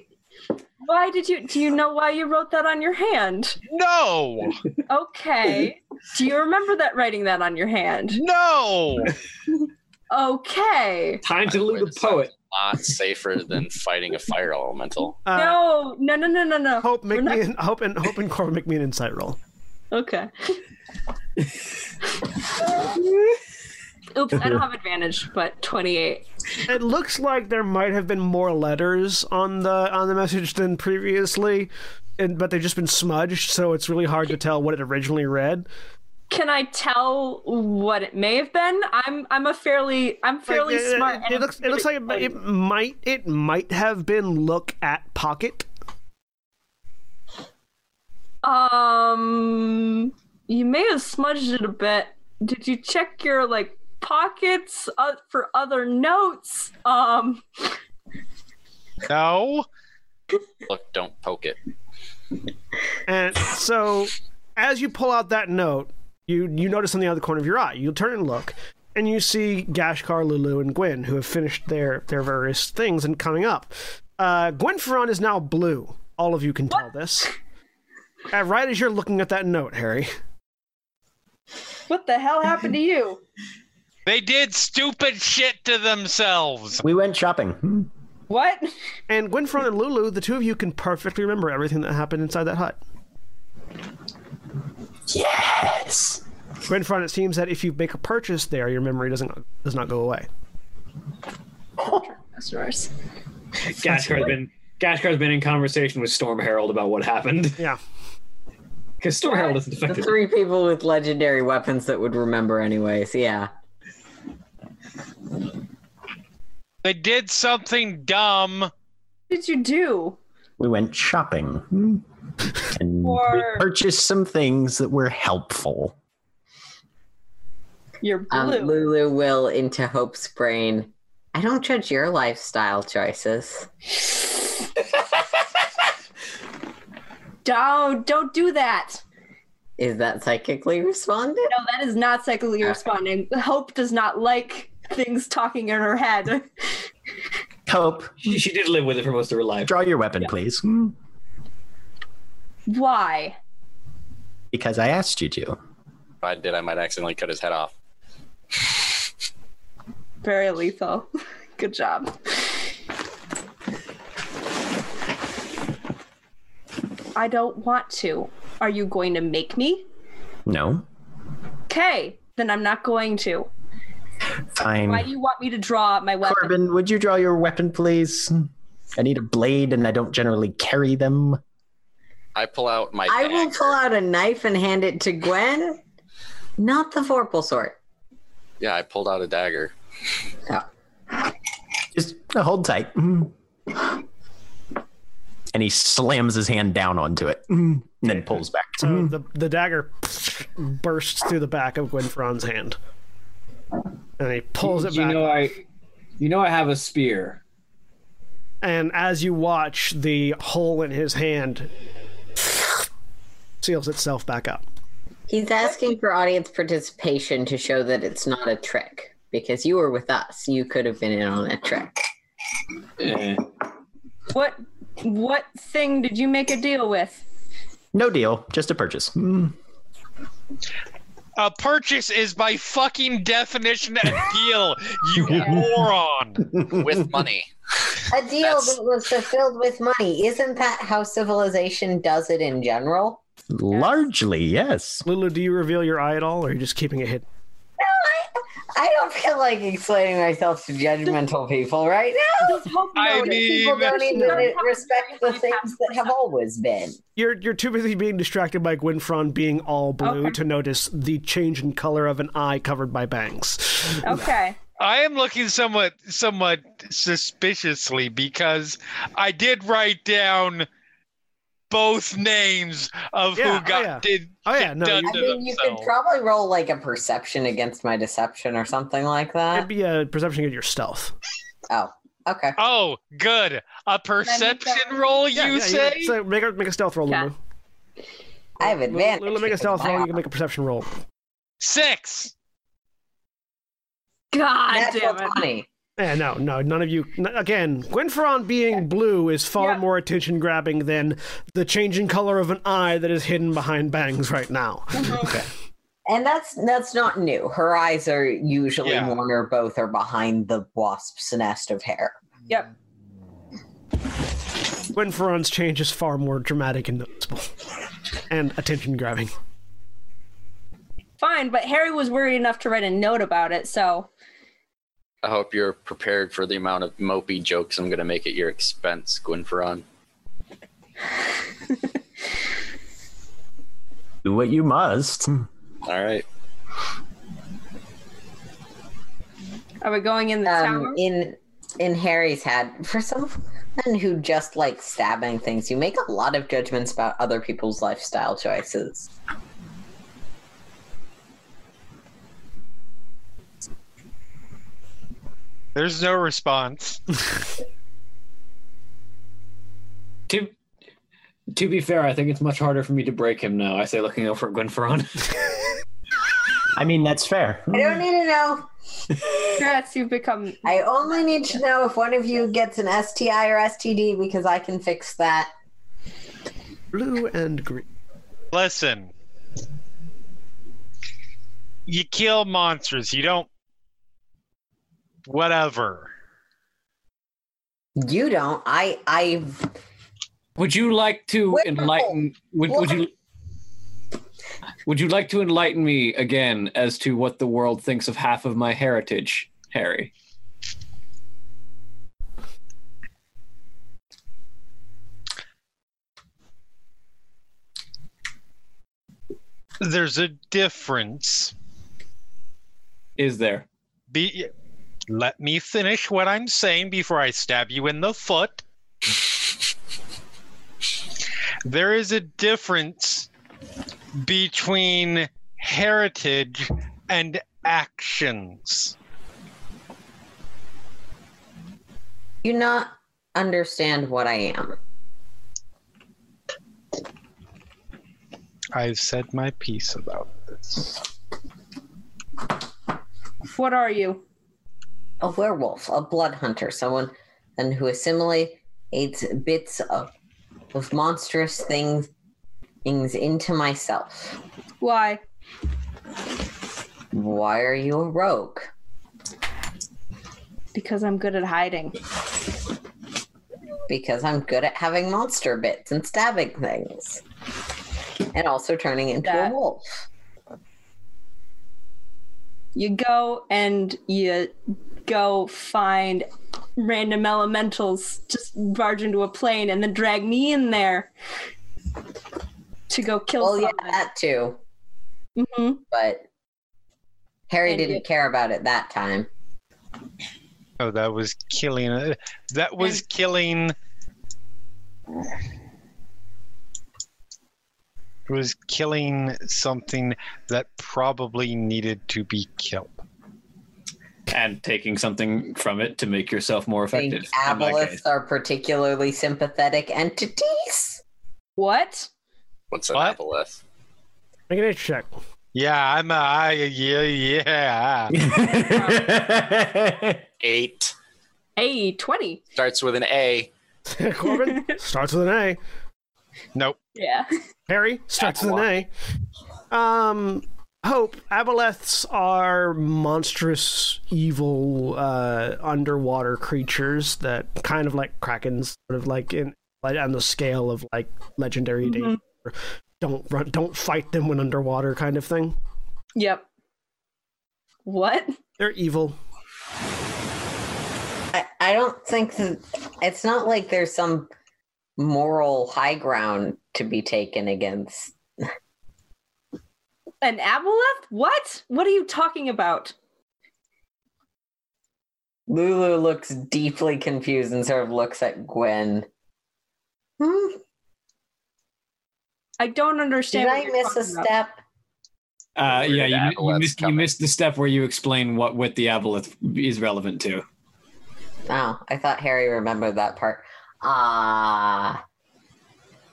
S5: Why did you? Do you know why you wrote that on your hand?
S7: No.
S5: Okay. Do you remember that writing that on your hand?
S7: No.
S5: Okay.
S9: Time to loot
S2: Wait
S9: the
S2: a
S9: poet.
S2: Lot safer than fighting a fire elemental.
S1: Uh,
S5: no. No. No. No. No. No.
S1: Hope make
S5: We're not-
S1: me an, hope and hope and Corbin make me an insight roll.
S5: Okay. Oops, I don't have advantage, but 28.
S1: It looks like there might have been more letters on the on the message than previously, and but they've just been smudged, so it's really hard to tell what it originally read.
S5: Can I tell what it may have been? I'm I'm a fairly I'm fairly
S1: Like, it-
S5: smart.
S1: It,
S5: and
S1: looks it looks like it, it might it might have been look at pocket.
S5: um you may have smudged it a bit. Did you check your like pockets uh, for other notes? Um
S7: No.
S2: Look, don't poke it.
S1: And so, as you pull out that note, you you notice something out of the corner of your eye. You turn and look, and you see Gashkar, Lulu, and Gwen, who have finished their their various things and coming up. Uh, Gwen Ferron is now blue. All of you can tell this. Uh, right as you're looking at that note, Harry.
S5: what the hell happened to you?
S7: They did stupid shit to themselves.
S3: We went shopping. Hmm.
S5: What?
S1: And Gwynfron and Lulu, the two of you can perfectly remember everything that happened inside that hut.
S3: Yes.
S1: Gwynfron, it seems that if you make a purchase there, your memory doesn't does not go away.
S5: That's yours.
S9: Gashkar's been Gashkar's been in conversation with Storm Herald about what happened
S1: Yeah.
S9: because Storm Herald isn't
S4: The
S9: affected.
S4: three people with legendary weapons that would remember, anyways. Yeah.
S7: They did something dumb.
S5: What did you do?
S3: We went shopping. Hmm. And we
S5: Or
S3: purchased some things that were helpful.
S5: your blue?
S4: Um, Lulu will into Hope's brain. I don't judge your lifestyle choices.
S5: Don't don't do that.
S4: Is that psychically responded?
S5: No, that is not psychically responding. Hope does not like things talking in her head.
S3: Hope,
S9: She, she did live with it for most of her life.
S3: draw your weapon, please. Hmm.
S5: Why?
S3: Because I asked you to.
S2: If I did, I might accidentally cut his head off.
S5: Very lethal. Good job. I don't want to. Are you going to make me?
S3: No.
S5: Okay, then I'm not going to.
S3: Fine.
S5: Why do you want me to draw my weapon?
S3: Corbin, would you draw your weapon, please? Hmm. I need a blade and I don't generally carry them.
S2: I pull out my.
S4: I will
S2: dagger.
S4: pull out a knife and hand it to Gwen. Not the Vorpal sword.
S2: Yeah, I pulled out a dagger.
S3: Just hold tight. Hmm. And he slams his hand down onto it. hmm, and then pulls back.
S1: So the, the dagger bursts through the back of Gwynfron's hand. And he pulls it
S9: you
S1: back.
S9: know I, you know I have a spear.
S1: And as you watch, the hole in his hand seals itself back up.
S4: He's asking for audience participation to show that it's not a trick because you were with us. You could have been in on a trick.
S9: Eh.
S5: What what thing did you make a deal with?
S3: No deal, just a purchase. Hmm.
S7: A purchase is by fucking definition a deal, you moron.
S2: With money.
S4: A deal that was fulfilled with money. Isn't that how civilization does it in general?
S3: Largely, yes.
S1: Lulu, do you reveal your eye at all, or are you just keeping it hidden?
S4: I don't feel like explaining myself to judgmental people right now.
S7: I
S4: But people
S7: mean-
S4: don't need to respect the things that have always been.
S1: You're you're too busy being distracted by Gwynfron being all blue
S5: Okay.
S1: to notice the change in color of an eye covered by bangs.
S5: Okay.
S7: I am looking somewhat somewhat suspiciously because I did write down both names of
S1: Yeah,
S7: who
S1: oh
S7: got
S1: yeah.
S7: did
S1: Oh yeah, no,
S7: done
S1: you-
S4: I
S7: to
S4: mean, you could
S7: themselves.
S4: probably roll like a perception against my deception or something like
S1: it'd
S4: that.
S1: be a perception of your stealth.
S4: Oh, okay.
S7: Oh, good. A perception roll, you
S1: Yeah, yeah,
S7: say?
S1: yeah. So make a make a stealth roll,
S5: Yeah.
S1: Lulu.
S4: I have advantage.
S1: Lulu, make a
S4: because
S1: stealth
S4: my
S1: roll. You can make a perception roll.
S7: Six.
S5: God
S4: Natural
S5: damn it.
S4: 20.
S1: Yeah, Eh, no, no, none of you. n- Again, Gwynfron being blue is far
S5: Yeah.
S1: more attention grabbing than the changing color of an eye that is hidden behind bangs right now.
S4: And that's that's not new. Her eyes are usually
S7: Yeah.
S4: one or both are behind the wasp's nest of hair.
S5: Yep.
S1: Gwynfron's change is far more dramatic and noticeable, and attention grabbing.
S5: Fine, but Harry was worried enough to write a note about it, so
S2: I hope you're prepared for the amount of mopey jokes I'm going to make at your expense, Gwynferon.
S3: Do what you must.
S2: All right.
S5: are we going in the tower?
S4: Um, in in Harry's head, for someone who just likes stabbing things, you make a lot of judgments about other people's lifestyle choices.
S7: There's no response.
S9: To, to be fair, I think it's much harder for me to break him now. I say, looking over at Gwynferon.
S3: I mean, that's fair.
S4: I don't need to know.
S5: Congrats, you've become
S4: I only need to know if one of you gets an STI or STD because I can fix that.
S1: Blue and green.
S7: Listen. You kill monsters. You don't. Whatever.
S4: You don't. I I
S9: would you like to
S4: Wonderful.
S9: enlighten? Would, would you? Would you like to enlighten me again as to what the world thinks of half of my heritage, Harry?
S7: There's a difference.
S9: Is there?
S7: Be. Let me finish what I'm saying before I stab you in the foot. there is a difference between heritage and actions.
S4: do not understand what I am.
S7: I've said my piece about this.
S5: what are you?
S4: a werewolf, a blood hunter, someone and who assimilates bits of, of monstrous things things into myself.
S5: Why?
S4: Why are you a rogue?
S5: Because I'm good at hiding.
S4: Because I'm good at having monster bits and stabbing things. And also turning into
S5: That-
S4: a wolf.
S5: You go and you go find random elementals, just barge into a plane and then drag me in there to go kill
S4: Well, yeah,
S5: someone.
S4: that too.
S5: Mhm.
S4: But Harry
S5: And
S4: didn't
S5: it-
S4: care about it that time.
S7: Oh, that was killing. uh, That was killing. It was killing something that probably needed to be killed.
S6: and taking something from it to make yourself more
S4: I think
S6: effective. in my
S4: abolists
S6: case.
S4: are particularly sympathetic entities.
S5: What?
S2: What's an
S7: What?
S2: aboleth?
S1: Make it a check.
S7: Yeah, I'm. Uh, I, yeah, yeah.
S2: Eight
S5: Hey, 20.
S2: starts with an A.
S1: Corbin starts with an A.
S7: nope.
S5: Yeah.
S1: Harry starts with an A. Um, Hope, aboleths are monstrous, evil, uh, underwater creatures that kind of like krakens, sort of like in like on the scale of like legendary
S5: Mm-hmm.
S1: danger. Don't run, don't fight them when underwater, kind of thing.
S5: Yep. What?
S1: They're evil.
S4: I, I don't think that it's not like there's some moral high ground to be taken against.
S5: An aboleth? What? What are you talking about?
S4: Lulu looks deeply confused and sort of looks at Gwen. Hmm,
S5: I don't understand.
S4: did
S5: what
S4: I
S5: you're
S4: miss a
S5: talking about.
S4: step?
S6: Uh, yeah,
S2: did
S6: you, mi- you,
S2: aboleths
S6: missed, you
S2: come in?
S6: missed the step where you explain what with the aboleth is relevant to.
S4: Oh, I thought Harry remembered that part. Ah.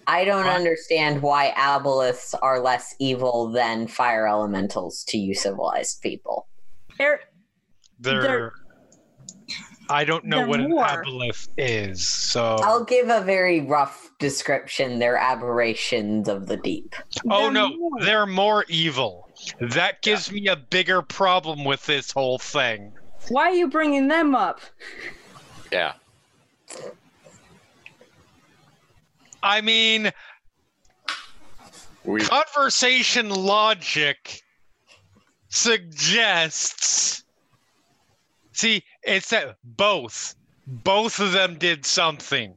S4: I don't understand why aboliths are less evil than fire elementals to you civilized people.
S5: Air-
S7: They're.
S5: They're-
S7: I don't know
S5: they're
S7: what an
S5: more. Oh,
S7: aboleth is, so.
S4: I'll give a very rough description. They're aberrations of the deep.
S7: oh
S5: they're
S7: no,
S5: more.
S7: they're more evil. That gives me a bigger problem with this whole thing.
S5: Why are you bringing them up?
S2: Yeah.
S7: I mean,
S2: We
S7: conversation logic suggests. See, it's that both, both of them did something.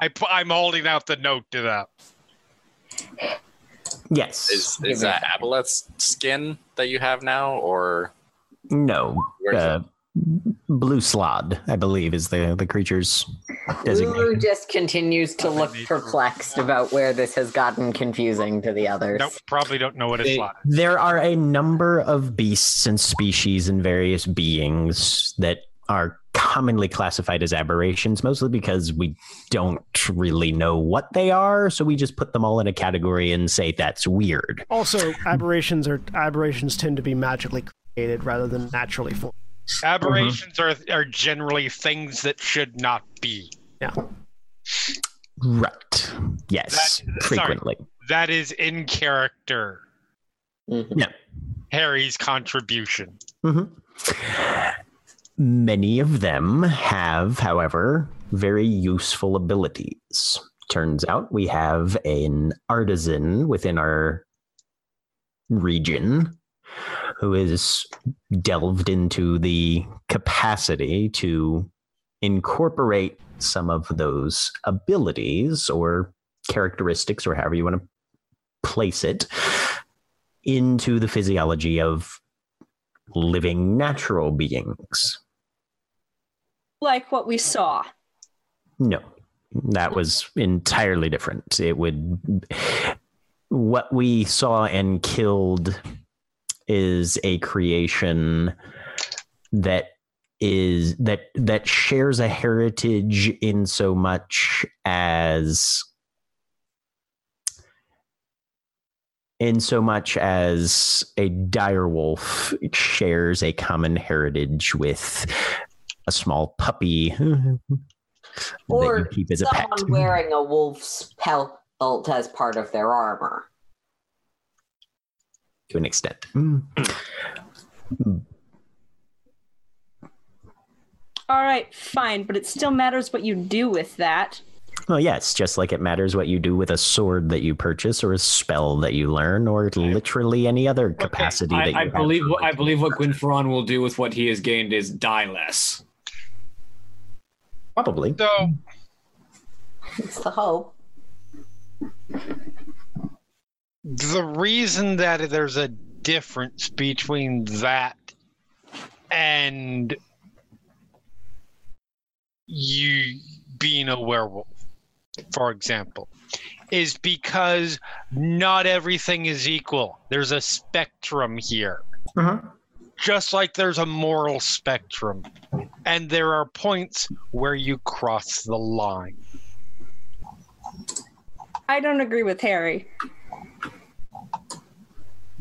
S7: I, pu- I'm holding out the note to them.
S3: yes.
S2: is
S4: Give
S2: is
S4: me a
S2: that aboleth's skin that you have now, or
S3: no.
S2: Where's
S3: Uh, blue slod, I believe, is the the creature's
S4: Lulu
S3: designation.
S4: just continues to look
S7: nature.
S4: perplexed about where this has gotten confusing to the others.
S7: Nope, probably don't know what it's
S6: They-
S7: like.
S3: There are a number of beasts and species and various beings that are commonly classified as aberrations, mostly because we don't really know what they are. So we just put them all in a category and say that's weird.
S1: Also, aberrations are aberrations tend to be magically created rather than naturally formed.
S7: Aberrations are are generally things that should not be.
S3: Right. Yes.
S7: That- sorry.
S3: frequently.
S7: That is in character.
S4: Mhm.
S3: Yeah.
S7: Harry's contribution.
S3: hmm Many of them have, however, very useful abilities. Turns out we have an artisan within our region who is delved into the capacity to incorporate some of those abilities or characteristics or however you want to place it into the physiology of living natural beings.
S5: Like what we saw.
S3: No, that was entirely different. It would. What we saw and killed is a creation that is that that shares a heritage in so much as in so much as a direwolf shares a common heritage with a small puppy that you
S4: Or
S3: keep as a pet.
S4: Someone wearing a wolf's pelt as part of their armor.
S3: to an extent. Mm.
S5: All right, fine, but it still matters what you do with that.
S3: Well, yes, just like it matters what you do with a sword that you purchase or a spell that you learn or literally any other capacity that you
S6: I, I
S3: have
S6: believe
S3: for
S6: what I
S3: it.
S6: believe what Gwynferon will do with what he has gained is die less.
S3: Probably.
S7: So
S4: It's the hope.
S7: the reason that there's a difference between that and you being a werewolf for example, is because not everything is equal. There's a spectrum here. Just like there's a moral spectrum, and there are points where you cross the line.
S5: I don't agree with Harry.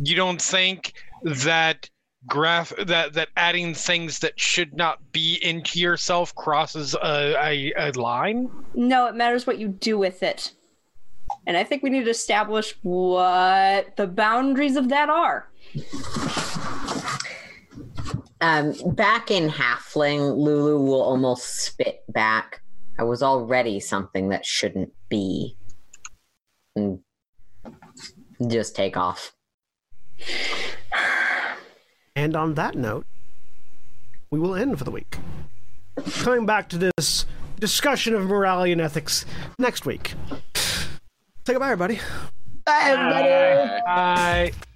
S7: You don't think that graph that that adding things that should not be into yourself crosses a, a, a line?
S5: No, it matters what you do with it. And I think we need to establish what the boundaries of that are.
S4: Um, back in Halfling, Lulu will almost spit back. I was already something that shouldn't be. And just take off.
S1: And on that note, we will end for the week. Coming back to this discussion of morality and ethics next week. Say goodbye, everybody.
S3: Bye, everybody.
S7: Bye.